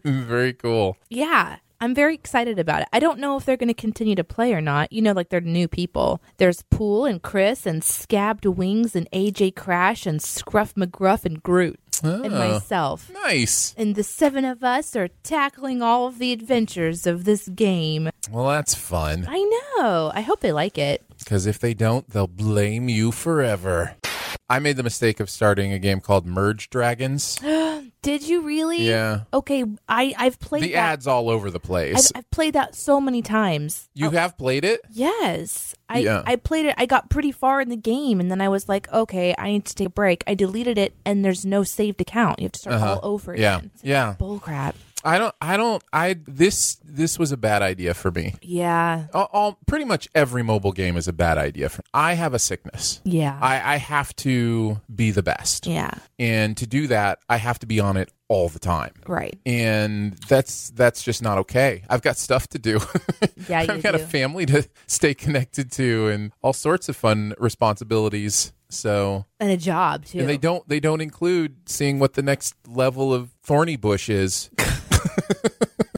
Speaker 2: Very cool.
Speaker 1: Yeah, I'm very excited about it. I don't know if they're going to continue to play or not. You know, like they're new people. There's Pool and Chris and Scabbed Wings and AJ Crash and Scruff McGruff and Groot and
Speaker 2: Ah.
Speaker 1: myself.
Speaker 2: Nice.
Speaker 1: And the seven of us are tackling all of the adventures of this game.
Speaker 2: Well, that's fun.
Speaker 1: I know. I hope they like it.
Speaker 2: Because if they don't, they'll blame you forever. I made the mistake of starting a game called Merge Dragons.
Speaker 1: Did you really?
Speaker 2: Yeah.
Speaker 1: Okay, I I've played
Speaker 2: The
Speaker 1: that.
Speaker 2: ads all over the
Speaker 1: I've,
Speaker 2: place.
Speaker 1: I've played that so many times.
Speaker 2: You have played it?
Speaker 1: Yes. I
Speaker 2: Yeah.
Speaker 1: I played it. I got pretty far in the game and then I was like, okay, I need to take a break. I deleted it and there's no saved account. You have to start all over
Speaker 2: Uh-huh. Yeah.
Speaker 1: again.
Speaker 2: Yeah.
Speaker 1: Bull crap.
Speaker 2: I don't. I don't. I this this was a bad idea for me.
Speaker 1: Yeah.
Speaker 2: All, all pretty much every mobile game is a bad idea for. I have a sickness.
Speaker 1: Yeah.
Speaker 2: I, I have to be the best.
Speaker 1: yeah.
Speaker 2: And to do that, I have to be on it all the time.
Speaker 1: Right.
Speaker 2: And that's that's just not okay. I've got stuff to do.
Speaker 1: Yeah,
Speaker 2: I've
Speaker 1: you
Speaker 2: got a
Speaker 1: do.
Speaker 2: family to stay connected to, and all sorts of fun responsibilities. So
Speaker 1: And a job too.
Speaker 2: and they don't they don't include seeing what the next level of thorny bush is.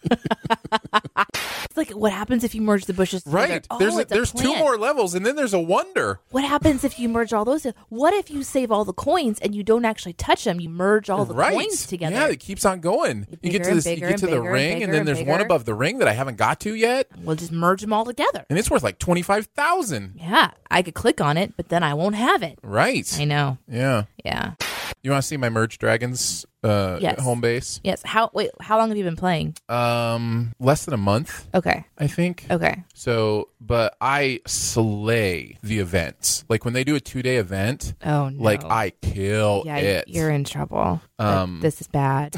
Speaker 1: it's like what happens if you merge the bushes? together?
Speaker 2: Right.
Speaker 1: Oh,
Speaker 2: there's
Speaker 1: it's a
Speaker 2: there's two
Speaker 1: plant.
Speaker 2: more levels, and then there's a wonder.
Speaker 1: What happens if you merge all those? What if you save all the coins and you don't actually touch them? You merge all Oh, the
Speaker 2: right.
Speaker 1: coins together.
Speaker 2: Yeah, it keeps on going. you
Speaker 1: bigger
Speaker 2: get to
Speaker 1: and
Speaker 2: this, you
Speaker 1: bigger
Speaker 2: get to
Speaker 1: and
Speaker 2: the
Speaker 1: bigger and
Speaker 2: ring,
Speaker 1: bigger
Speaker 2: and then
Speaker 1: and
Speaker 2: there's one
Speaker 1: bigger.
Speaker 2: above the ring that I haven't got to yet,
Speaker 1: We'll just merge them all together.
Speaker 2: and it's worth like twenty five thousand.
Speaker 1: Yeah, I could click on it, but then I won't have it.
Speaker 2: Right.
Speaker 1: I know.
Speaker 2: Yeah.
Speaker 1: Yeah.
Speaker 2: You want to see my merge dragons uh,
Speaker 1: Yes.
Speaker 2: home base?
Speaker 1: Yes. How wait? How long have you been playing?
Speaker 2: Um, less than a month,
Speaker 1: Okay.
Speaker 2: I think.
Speaker 1: Okay.
Speaker 2: So, but I slay the events. Like when they do a two day event,
Speaker 1: Oh no.
Speaker 2: like I kill
Speaker 1: Yeah,
Speaker 2: it.
Speaker 1: you're in trouble.
Speaker 2: Um,
Speaker 1: Um, this is bad.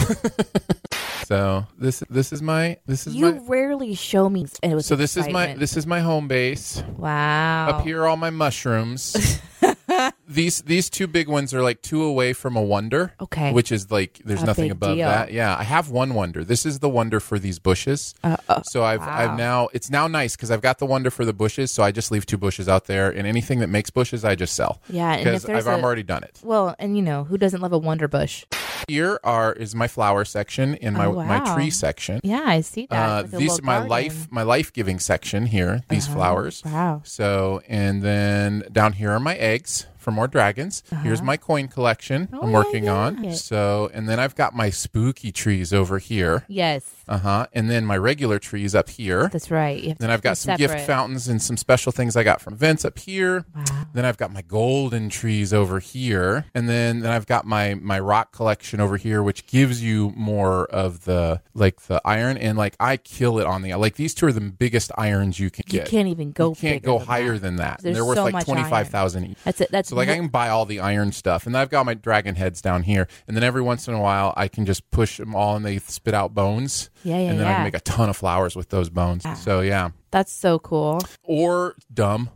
Speaker 2: so this this is my this is
Speaker 1: you
Speaker 2: my
Speaker 1: rarely show me. It was
Speaker 2: so this is my
Speaker 1: excitement.
Speaker 2: this is my home base.
Speaker 1: Wow.
Speaker 2: Up here, are all my mushrooms. these these two big ones are like two away from a wonder.
Speaker 1: Okay.
Speaker 2: which is like there's
Speaker 1: A
Speaker 2: nothing
Speaker 1: big
Speaker 2: above
Speaker 1: deal.
Speaker 2: that. Yeah, I have one wonder. This is the wonder for these bushes.
Speaker 1: Uh, uh,
Speaker 2: So I've I've
Speaker 1: Wow.
Speaker 2: now it's now nice because I've got the wonder for the bushes. So I just leave two bushes out there, and anything that makes bushes, I just sell.
Speaker 1: Yeah, and if
Speaker 2: because I've
Speaker 1: there's
Speaker 2: I've
Speaker 1: a-
Speaker 2: already done it.
Speaker 1: well, and you know who doesn't love a wonder bush?
Speaker 2: Here are is my flower section and my
Speaker 1: Oh,
Speaker 2: my
Speaker 1: wow.
Speaker 2: tree section.
Speaker 1: Yeah, I see that.
Speaker 2: Uh,
Speaker 1: It's like a
Speaker 2: these
Speaker 1: little
Speaker 2: my
Speaker 1: garden. Uh-huh.
Speaker 2: life my life giving section here. These flowers.
Speaker 1: Wow.
Speaker 2: So and then down here are my eggs for more dragons.
Speaker 1: Uh-huh.
Speaker 2: Here's my coin collection I'm
Speaker 1: yeah,
Speaker 2: working
Speaker 1: yeah.
Speaker 2: on. So and then I've got my spooky trees over here.
Speaker 1: Yes,
Speaker 2: Uh huh. And then my regular trees up here.
Speaker 1: that's right. You have to
Speaker 2: then I've
Speaker 1: keep them
Speaker 2: got some gift
Speaker 1: separate.
Speaker 2: fountains and some special things I got from Vince up here. Then I've got my golden trees over here, and then then I've got my my rock collection over here, which gives you more of the like the iron. And like I kill it on the like these two are the biggest irons you can
Speaker 1: You
Speaker 2: get.
Speaker 1: can't even go.
Speaker 2: You can't
Speaker 1: bigger
Speaker 2: go
Speaker 1: than
Speaker 2: higher
Speaker 1: that.
Speaker 2: than that. And
Speaker 1: There's
Speaker 2: they're worth
Speaker 1: so
Speaker 2: like
Speaker 1: much
Speaker 2: twenty five thousand each.
Speaker 1: That's it. That's
Speaker 2: So like I
Speaker 1: mo-
Speaker 2: can buy all the iron stuff, and then I've got my dragon heads down here, and then every once in a while I can just push them all, and they spit out bones.
Speaker 1: Yeah, yeah,
Speaker 2: And then I can
Speaker 1: yeah.
Speaker 2: make a ton of flowers with those bones. So yeah,
Speaker 1: That's so cool.
Speaker 2: or dumb.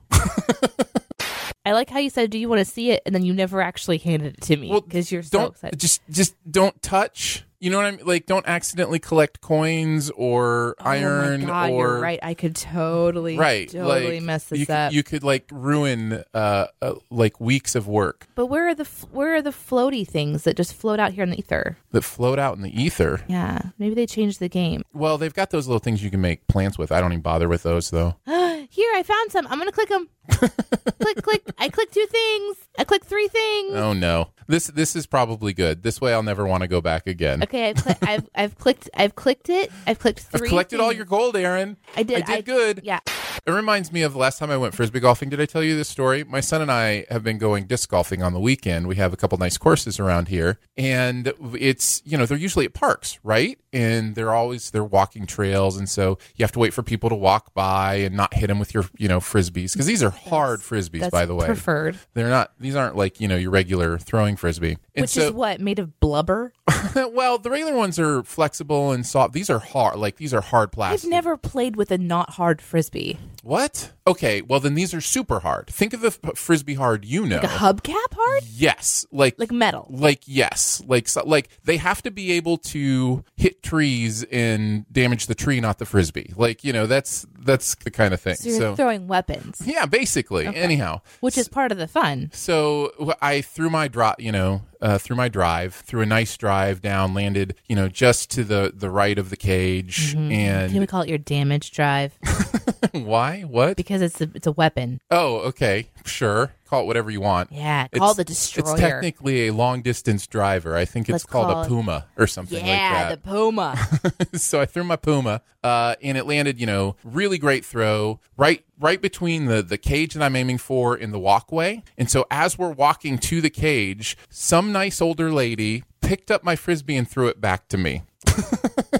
Speaker 1: I like how you said, "Do you want to see it?" and then you never actually handed it to me because you're so
Speaker 2: don't
Speaker 1: excited.
Speaker 2: just just don't touch. You know what I mean? Like don't accidentally collect coins or iron
Speaker 1: oh my God,
Speaker 2: or
Speaker 1: you're right. I could totally,
Speaker 2: right.
Speaker 1: totally
Speaker 2: like,
Speaker 1: mess
Speaker 2: you
Speaker 1: this
Speaker 2: could,
Speaker 1: up.
Speaker 2: You could like ruin uh, uh like weeks of work
Speaker 1: but where are the f- where are the floaty things that just float out here in the ether?
Speaker 2: that float out in the ether.
Speaker 1: Yeah, maybe they changed the game.
Speaker 2: Well, they've got those little things you can make plants with. I don't even bother with those though.
Speaker 1: Here, I found some. I'm gonna click them. click, click. I click two things. I click three things.
Speaker 2: Oh no. This this is probably good. This way I'll never want to go back again.
Speaker 1: Okay, I've, cli- I've I've clicked I've clicked it. I've clicked
Speaker 2: I've
Speaker 1: three.
Speaker 2: collected all
Speaker 1: things.
Speaker 2: your gold, Aaron.
Speaker 1: I did.
Speaker 2: I did good.
Speaker 1: Yeah.
Speaker 2: It reminds me of the last time I went frisbee golfing. Did I tell you this story? My son and I have been going disc golfing on the weekend. We have a couple nice courses around here, and it's you know they're usually at parks, right? And they're always they're walking trails, and so you have to wait for people to walk by and not hit them with your you know frisbees because these are hard frisbees,
Speaker 1: That's
Speaker 2: by the way.
Speaker 1: preferred,
Speaker 2: They're not; these aren't like you know your regular throwing frisbee. And
Speaker 1: which
Speaker 2: so,
Speaker 1: is what made of blubber.
Speaker 2: well, the regular ones are flexible and soft. These are hard, like these are hard
Speaker 1: I've
Speaker 2: plastic.
Speaker 1: never played with a not hard frisbee.
Speaker 2: What? Okay, well then these are super hard. Think of the f- frisbee hard you know.
Speaker 1: Like a hubcap hard,
Speaker 2: yes, like
Speaker 1: like metal.
Speaker 2: like yes, like so, like they have to be able to hit trees and damage the tree, not the frisbee. Like you know that's that's the kind of thing.
Speaker 1: So you're
Speaker 2: So,
Speaker 1: throwing weapons,
Speaker 2: yeah, basically. Anyhow,
Speaker 1: which is part of the fun.
Speaker 2: so wh- I threw my drive, you know, uh, through my drive, through a nice drive down, landed, you know, just to the the right of the cage,
Speaker 1: Mm-hmm. Can we
Speaker 2: and
Speaker 1: call it your damage drive
Speaker 2: why? What?
Speaker 1: because it's a it's a weapon?
Speaker 2: Oh, okay, sure. Call it whatever you want.
Speaker 1: Yeah,
Speaker 2: It's-
Speaker 1: call the destroyer.
Speaker 2: It's technically a long distance driver. I think it's
Speaker 1: Let's
Speaker 2: called
Speaker 1: call
Speaker 2: a
Speaker 1: it-
Speaker 2: Puma or something
Speaker 1: yeah,
Speaker 2: like
Speaker 1: the puma.
Speaker 2: that. so I threw my Puma, uh, and it landed. You know, really great throw right right between the the cage that I'm aiming for and the walkway. And so as we're walking to the cage, some nice older lady picked up my frisbee and threw it back to me.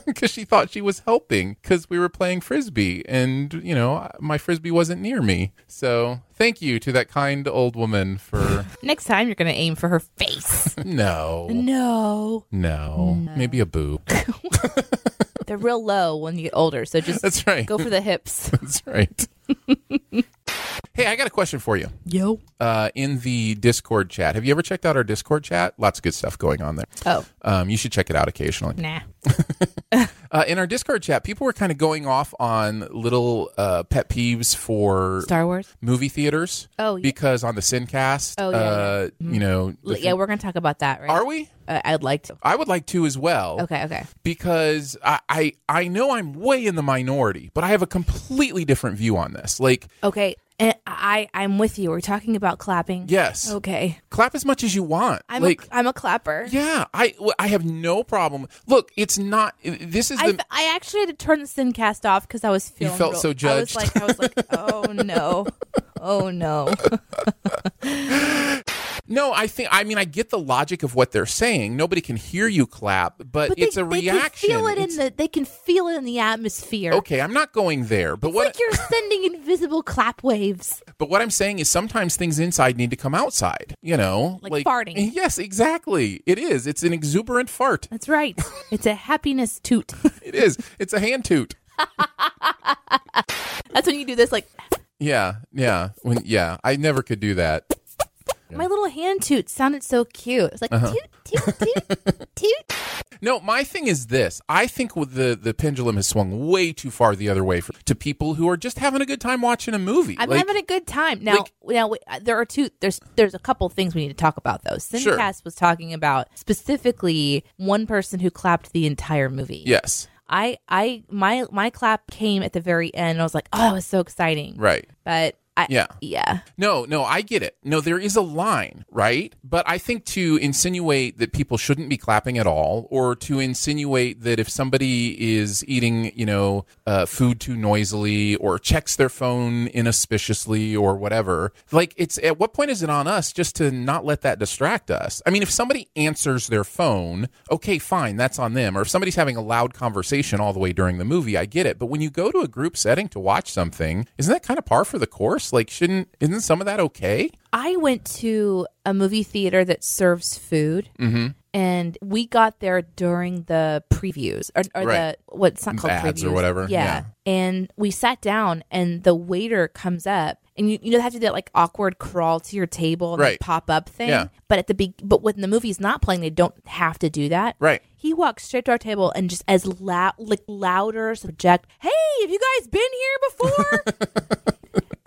Speaker 2: Because she thought she was helping because we were playing frisbee and, you know, my frisbee wasn't near me. So, thank you to that kind old woman for.
Speaker 1: Next time you're gonna aim for her face.
Speaker 2: no.
Speaker 1: no,
Speaker 2: No, maybe a boob.
Speaker 1: they're real low when you get older, so just
Speaker 2: That's right.
Speaker 1: go for the hips.
Speaker 2: That's right. Hey, I got a question for you.
Speaker 1: Yo.
Speaker 2: Uh, in the Discord chat, have you ever checked out our Discord chat? Lots of good stuff going on there.
Speaker 1: Oh.
Speaker 2: Um, you should check it out occasionally.
Speaker 1: Nah.
Speaker 2: Uh, in our Discord chat, people were kind of going off on little uh, pet peeves for
Speaker 1: Star Wars?
Speaker 2: movie theaters.
Speaker 1: Oh, yeah.
Speaker 2: because on the Sincast,
Speaker 1: Oh, yeah,
Speaker 2: uh, you know,
Speaker 1: L-
Speaker 2: the-
Speaker 1: Yeah, we're going to talk about that, right?
Speaker 2: are we?
Speaker 1: Uh, I'd like to.
Speaker 2: I would like to as well.
Speaker 1: Okay, okay.
Speaker 2: because I, I I know I'm way in the minority, but I have a completely different view on this. Like,
Speaker 1: Okay. And I, I'm with you. We're talking about clapping.
Speaker 2: yes,
Speaker 1: Okay.
Speaker 2: clap as much as you want.
Speaker 1: I'm,
Speaker 2: like,
Speaker 1: a, I'm a clapper.
Speaker 2: yeah, I w- I have no problem. Look, it's not. This is
Speaker 1: I,
Speaker 2: the.
Speaker 1: I actually had to turn the Sincast off because I was feeling.
Speaker 2: felt
Speaker 1: real-
Speaker 2: so judged.
Speaker 1: I was like, I was like, oh no, oh no.
Speaker 2: No, I think I mean I get the logic of what they're saying. Nobody can hear you clap, but,
Speaker 1: But
Speaker 2: it's
Speaker 1: they,
Speaker 2: a
Speaker 1: they
Speaker 2: reaction.
Speaker 1: Can feel it
Speaker 2: It's-
Speaker 1: in the. They can feel it in the atmosphere.
Speaker 2: okay, I'm not going there, but
Speaker 1: It's
Speaker 2: what
Speaker 1: like you're sending invisible clap waves.
Speaker 2: But what I'm saying is sometimes things inside need to come outside, you know?
Speaker 1: Like farting.
Speaker 2: Yes, exactly. It is. It's an exuberant fart.
Speaker 1: That's right. It's a happiness toot.
Speaker 2: It is. It's a hand toot.
Speaker 1: That's when you do this, like
Speaker 2: Yeah, yeah. When yeah, I never could do that.
Speaker 1: my little hand toot sounded so cute. It's like
Speaker 2: Uh-huh.
Speaker 1: toot toot toot toot.
Speaker 2: No, my thing is this. I think with the the pendulum has swung way too far the other way for, to people who are just having a good time watching a movie.
Speaker 1: I'm
Speaker 2: Like,
Speaker 1: having a good time now. now wait, uh, there are two. There's there's a couple things we need to talk about though. Sincast
Speaker 2: Sure.
Speaker 1: was talking about specifically one person who clapped the entire movie.
Speaker 2: yes,
Speaker 1: I I my my clap came at the very end. and I was like, oh, it was so exciting.
Speaker 2: right.
Speaker 1: But I
Speaker 2: Yeah.
Speaker 1: yeah.
Speaker 2: No, no, I get it. No, there is a line, right? But I think to insinuate that people shouldn't be clapping at all, or to insinuate that if somebody is eating, you know, uh, food too noisily, or checks their phone inauspiciously, or whatever, like it's at what point is it on us just to not let that distract us? I mean, if somebody answers their phone, okay, fine, that's on them. Or if somebody's having a loud conversation all the way during the movie, I get it. But when you go to a group setting to watch something, isn't that kind of par for the course? Like, shouldn't isn't some of that okay?
Speaker 1: I went to a movie theater that serves food.
Speaker 2: Mm-hmm.
Speaker 1: And we got there during the previews or, or
Speaker 2: Right.
Speaker 1: the what's not called
Speaker 2: Ads or
Speaker 1: previews.
Speaker 2: whatever,
Speaker 1: Yeah.
Speaker 2: yeah.
Speaker 1: And we sat down and the waiter comes up and you, you know they have to do that like awkward crawl to your table and
Speaker 2: Right.
Speaker 1: pop up thing.
Speaker 2: Yeah.
Speaker 1: But at the be- but when the movie's not playing, they don't have to do that.
Speaker 2: Right.
Speaker 1: He walks straight to our table and just as loud like louder so project, Hey, have you guys been here before?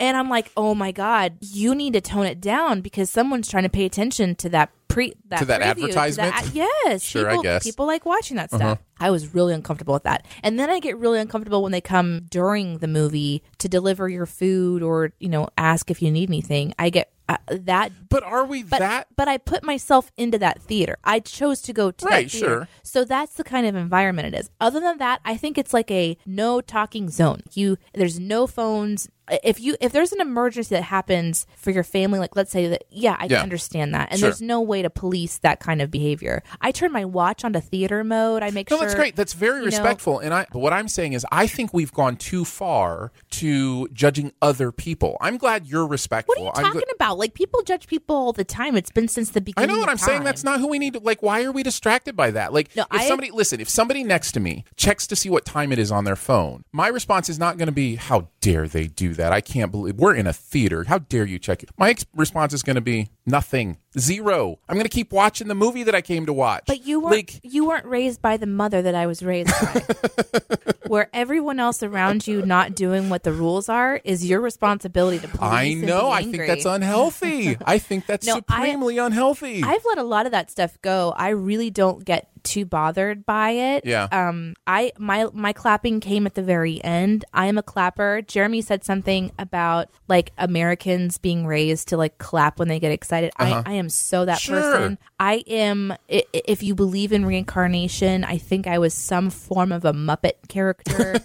Speaker 1: And I'm like, oh my god, you need to tone it down because someone's trying to pay attention to that pre that
Speaker 2: To that
Speaker 1: preview, to
Speaker 2: advertisement?
Speaker 1: a- yes,
Speaker 2: Sure, I
Speaker 1: people,
Speaker 2: guess. Uh-huh.
Speaker 1: people like watching that stuff. I was really uncomfortable with that, and then I get really uncomfortable when they come during the movie to deliver your food or you know ask if you need anything. I get uh, that.
Speaker 2: But are we
Speaker 1: But,
Speaker 2: that?
Speaker 1: but I put myself into that theater. I chose to go to that
Speaker 2: Right,
Speaker 1: theater.
Speaker 2: sure.
Speaker 1: So that's the kind of environment it is. Other than that, I think it's like a no talking zone. You there's no phones. If you if there's an emergency that happens for your family, like let's say that yeah, I
Speaker 2: Yeah.
Speaker 1: can understand that. And
Speaker 2: Sure.
Speaker 1: there's no way to police that kind of behavior. I turn my watch onto theater mode. I make
Speaker 2: No,
Speaker 1: sure
Speaker 2: that's great. That's very
Speaker 1: you know-
Speaker 2: respectful. And I, but what I'm saying is, I think we've gone too far to judging other people. I'm glad you're respectful.
Speaker 1: What are you
Speaker 2: I'm
Speaker 1: talking
Speaker 2: gl-
Speaker 1: about? Like people judge people all the time. It's been since the
Speaker 2: I
Speaker 1: beginning.
Speaker 2: know what
Speaker 1: of
Speaker 2: I'm saying.
Speaker 1: time.
Speaker 2: That's not who we need. To, like, why are we distracted by that? Like,
Speaker 1: No,
Speaker 2: if
Speaker 1: I-
Speaker 2: somebody listen, if somebody next to me checks to see what time it is on their phone, my response is not going to be, "How dare they do that? I can't believe we're in a theater. How dare you check it?" My ex- response is going to be nothing, zero. I'm going to keep watching the movie that I came to watch.
Speaker 1: But you weren't
Speaker 2: like,
Speaker 1: you weren't raised by the mother that I was raised by. Where everyone else around you not doing what the rules are is your responsibility to police.
Speaker 2: I
Speaker 1: and
Speaker 2: know.
Speaker 1: be
Speaker 2: I think
Speaker 1: angry.
Speaker 2: that's unhealthy. I think that's
Speaker 1: No, I-
Speaker 2: supremely unhealthy.
Speaker 1: I've let a lot of that stuff go. I really don't get too bothered by it.
Speaker 2: Yeah.
Speaker 1: Um. I my my clapping came at the very end. I am a clapper. Jeremy said something about like Americans being raised to like clap when they get excited. I I am so that
Speaker 2: Uh-huh. Sure.
Speaker 1: person. I am. i- i- If you believe in reincarnation, I think I was some form of a Muppet character.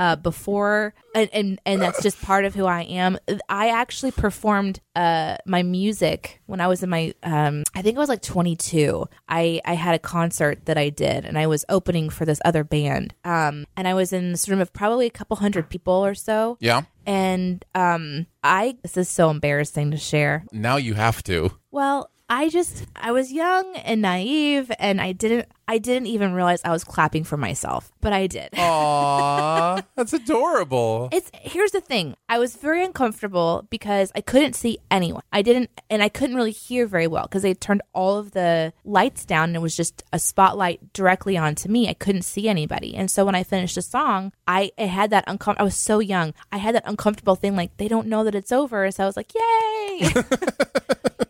Speaker 1: uh, before, and, and and that's just part of who I am. I actually performed uh, my music when I was in my, um, I think I was like 22. I I had a concert that I did, and I was opening for this other band. Um, and I was in this room of probably a couple hundred people or so.
Speaker 2: yeah.
Speaker 1: And um, I this is so embarrassing to share.
Speaker 2: Now you have to.
Speaker 1: Well, I just I was young and naive and I didn't I didn't even realize I was clapping for myself, but I did.
Speaker 2: Aw, that's adorable.
Speaker 1: It's here's the thing. I was very uncomfortable because I couldn't see anyone. I didn't and I couldn't really hear very well because they turned all of the lights down and it was just a spotlight directly onto me. I couldn't see anybody. And so when I finished the song, I it had that uncomfortable I was so young. I had that uncomfortable thing like they don't know that it's over. So I was like, "Yay!"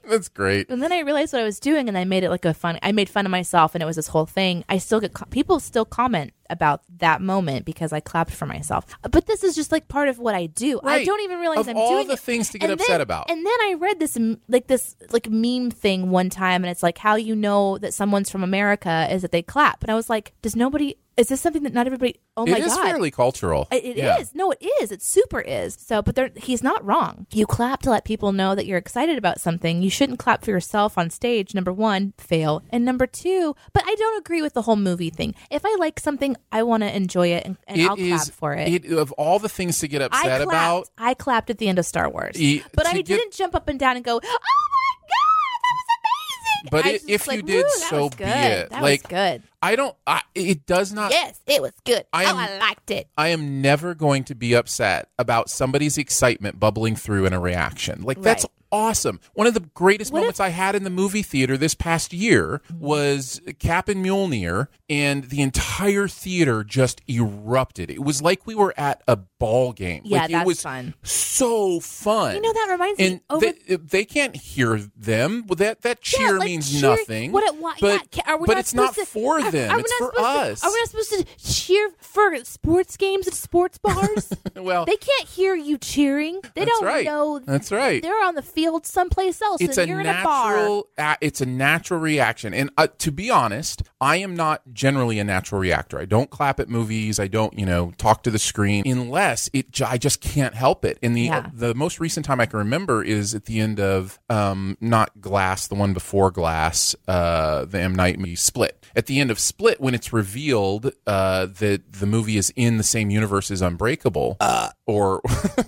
Speaker 2: That's great.
Speaker 1: And then I realized what I was doing, and I made it like a fun. I made fun of myself, and it was this whole thing. I still get co- people still comment about that moment because I clapped for myself. But this is just like part of what I do. I
Speaker 2: Right.
Speaker 1: don't even realize
Speaker 2: Of
Speaker 1: I'm
Speaker 2: all
Speaker 1: doing
Speaker 2: the
Speaker 1: it.
Speaker 2: things to get
Speaker 1: And
Speaker 2: upset
Speaker 1: then-
Speaker 2: about.
Speaker 1: And then I read this m- like this like meme thing one time, and it's like how you know that someone's from America is that they clap. And I was like, does nobody? Is this something that not everybody? Oh
Speaker 2: It
Speaker 1: my
Speaker 2: is
Speaker 1: god!
Speaker 2: fairly cultural.
Speaker 1: It it is
Speaker 2: Yeah.
Speaker 1: No, it is. It super is. So, but there, he's not wrong. You clap to let people know that you're excited about something. You shouldn't clap for yourself on stage. Number one, fail. And number two, but I don't agree with the whole movie thing. If I like something, I want to enjoy it and, and I'll
Speaker 2: is-
Speaker 1: clap for it.
Speaker 2: Of all the things to get
Speaker 1: I
Speaker 2: upset
Speaker 1: clapped.
Speaker 2: about,
Speaker 1: I clapped at the end of Star Wars,
Speaker 2: E-
Speaker 1: but
Speaker 2: to
Speaker 1: I
Speaker 2: get-
Speaker 1: didn't jump up and down and go, "Oh my god, that was amazing!"
Speaker 2: but
Speaker 1: I
Speaker 2: i-
Speaker 1: just was
Speaker 2: if you
Speaker 1: like,
Speaker 2: did,
Speaker 1: "Woo, that
Speaker 2: so
Speaker 1: was
Speaker 2: be
Speaker 1: good.
Speaker 2: it.
Speaker 1: That
Speaker 2: like
Speaker 1: was good.
Speaker 2: I don't. I, it does not.
Speaker 1: Yes, it was good.
Speaker 2: I am-
Speaker 1: oh, I liked it.
Speaker 2: I am never going to be upset about somebody's excitement bubbling through in a reaction. Like that's
Speaker 1: Right.
Speaker 2: awesome. One of the greatest
Speaker 1: What if-
Speaker 2: moments I had in the movie theater this past year was Captain Mjolnir, and the entire theater just erupted. It was like we were at a ball game.
Speaker 1: Yeah,
Speaker 2: like, it
Speaker 1: that's
Speaker 2: was
Speaker 1: fun.
Speaker 2: So fun.
Speaker 1: You know, that reminds me,
Speaker 2: and
Speaker 1: over-
Speaker 2: they, they can't hear them. Well, that that cheer
Speaker 1: like
Speaker 2: means
Speaker 1: cheer-
Speaker 2: nothing.
Speaker 1: What, what,
Speaker 2: but
Speaker 1: yeah, ca- are we
Speaker 2: but
Speaker 1: not
Speaker 2: it's not
Speaker 1: supposed to-
Speaker 2: for
Speaker 1: are-
Speaker 2: them.
Speaker 1: are we
Speaker 2: it's
Speaker 1: not
Speaker 2: for
Speaker 1: supposed to-
Speaker 2: us.
Speaker 1: are we not supposed to cheer for sports games at sports bars?
Speaker 2: well,
Speaker 1: they can't hear you cheering. They
Speaker 2: That's
Speaker 1: don't
Speaker 2: right.
Speaker 1: know.
Speaker 2: That's right.
Speaker 1: They're on the field someplace else,
Speaker 2: it's a
Speaker 1: and you're in a bar.
Speaker 2: natural a- it's a natural reaction and uh, to be honest i am not generally a natural reactor i don't clap at movies i don't you know talk to the screen unless it j- i just can't help it and the uh,
Speaker 1: Yeah.
Speaker 2: the most recent time i can remember is at the end of um not glass the one before glass uh the m night movie split at the end of split when it's revealed uh that the movie is in the same universe as unbreakable uh. or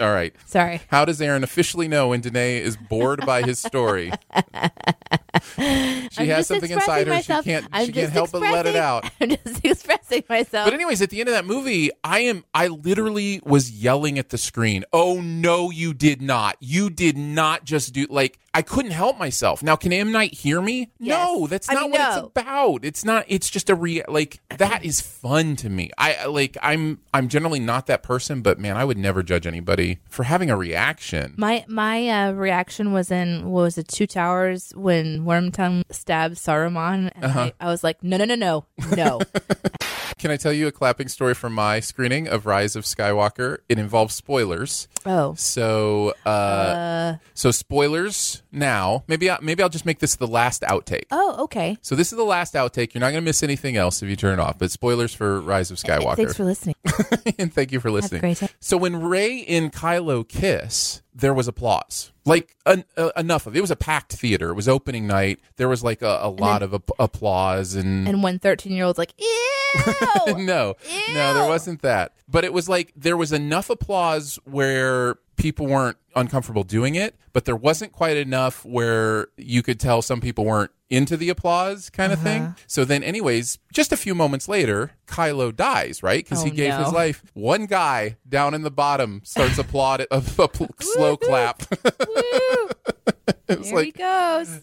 Speaker 2: all right
Speaker 1: Sorry.
Speaker 2: how does Aaron officially know when Danae is bored by his story? she
Speaker 1: I'm
Speaker 2: has
Speaker 1: just
Speaker 2: something
Speaker 1: expressing
Speaker 2: inside her.
Speaker 1: myself.
Speaker 2: She can't.
Speaker 1: I'm
Speaker 2: she can't
Speaker 1: just
Speaker 2: help but let it
Speaker 1: expressing-
Speaker 2: out.
Speaker 1: I'm just expressing myself.
Speaker 2: But anyways, at the end of that movie, I am. I literally was yelling at the screen. Oh no, you did not. You did not just do like I couldn't help myself. Now, can M Night hear me?
Speaker 1: Yes.
Speaker 2: No, that's
Speaker 1: I
Speaker 2: not
Speaker 1: mean,
Speaker 2: what
Speaker 1: no.
Speaker 2: it's about. It's not. It's just a re. Like that is fun to me. I I- like. I'm. I'm generally not that person, but man, I would never judge anybody for having a reaction.
Speaker 1: My my uh, reaction was in what was it Two Towers when Wormtongue stabs Saruman, and
Speaker 2: Uh-huh.
Speaker 1: I, I was like, no, no, no, no, no.
Speaker 2: Can I tell you a clapping story from my screening of Rise of Skywalker? It involves spoilers,
Speaker 1: oh,
Speaker 2: so uh, so spoilers now. Maybe I, maybe I'll just make this the last outtake.
Speaker 1: oh, okay.
Speaker 2: So this is the last outtake. You're not going to miss anything else if you turn it off. But spoilers for Rise of Skywalker.
Speaker 1: Thanks for listening.
Speaker 2: and thank you for listening.
Speaker 1: great day.
Speaker 2: So when Ray and Kylo kiss, there was applause. Like en- uh, enough of it. It was a packed theater. It was opening night. There was like a, a lot of ap- applause and
Speaker 1: And when 13 year olds like, ew.
Speaker 2: no, no, there wasn't that. But it was like there was enough applause where people weren't uncomfortable doing it, but there wasn't quite enough where you could tell some people weren't into the applause kind of
Speaker 1: Uh-huh.
Speaker 2: thing. So then, anyways, just a few moments later, Kylo dies, right? Because he
Speaker 1: Oh,
Speaker 2: gave
Speaker 1: no.
Speaker 2: his life. One guy down in the bottom starts applaud a, a pl- slow clap.
Speaker 1: Woo. Here
Speaker 2: It's
Speaker 1: he
Speaker 2: like-
Speaker 1: goes.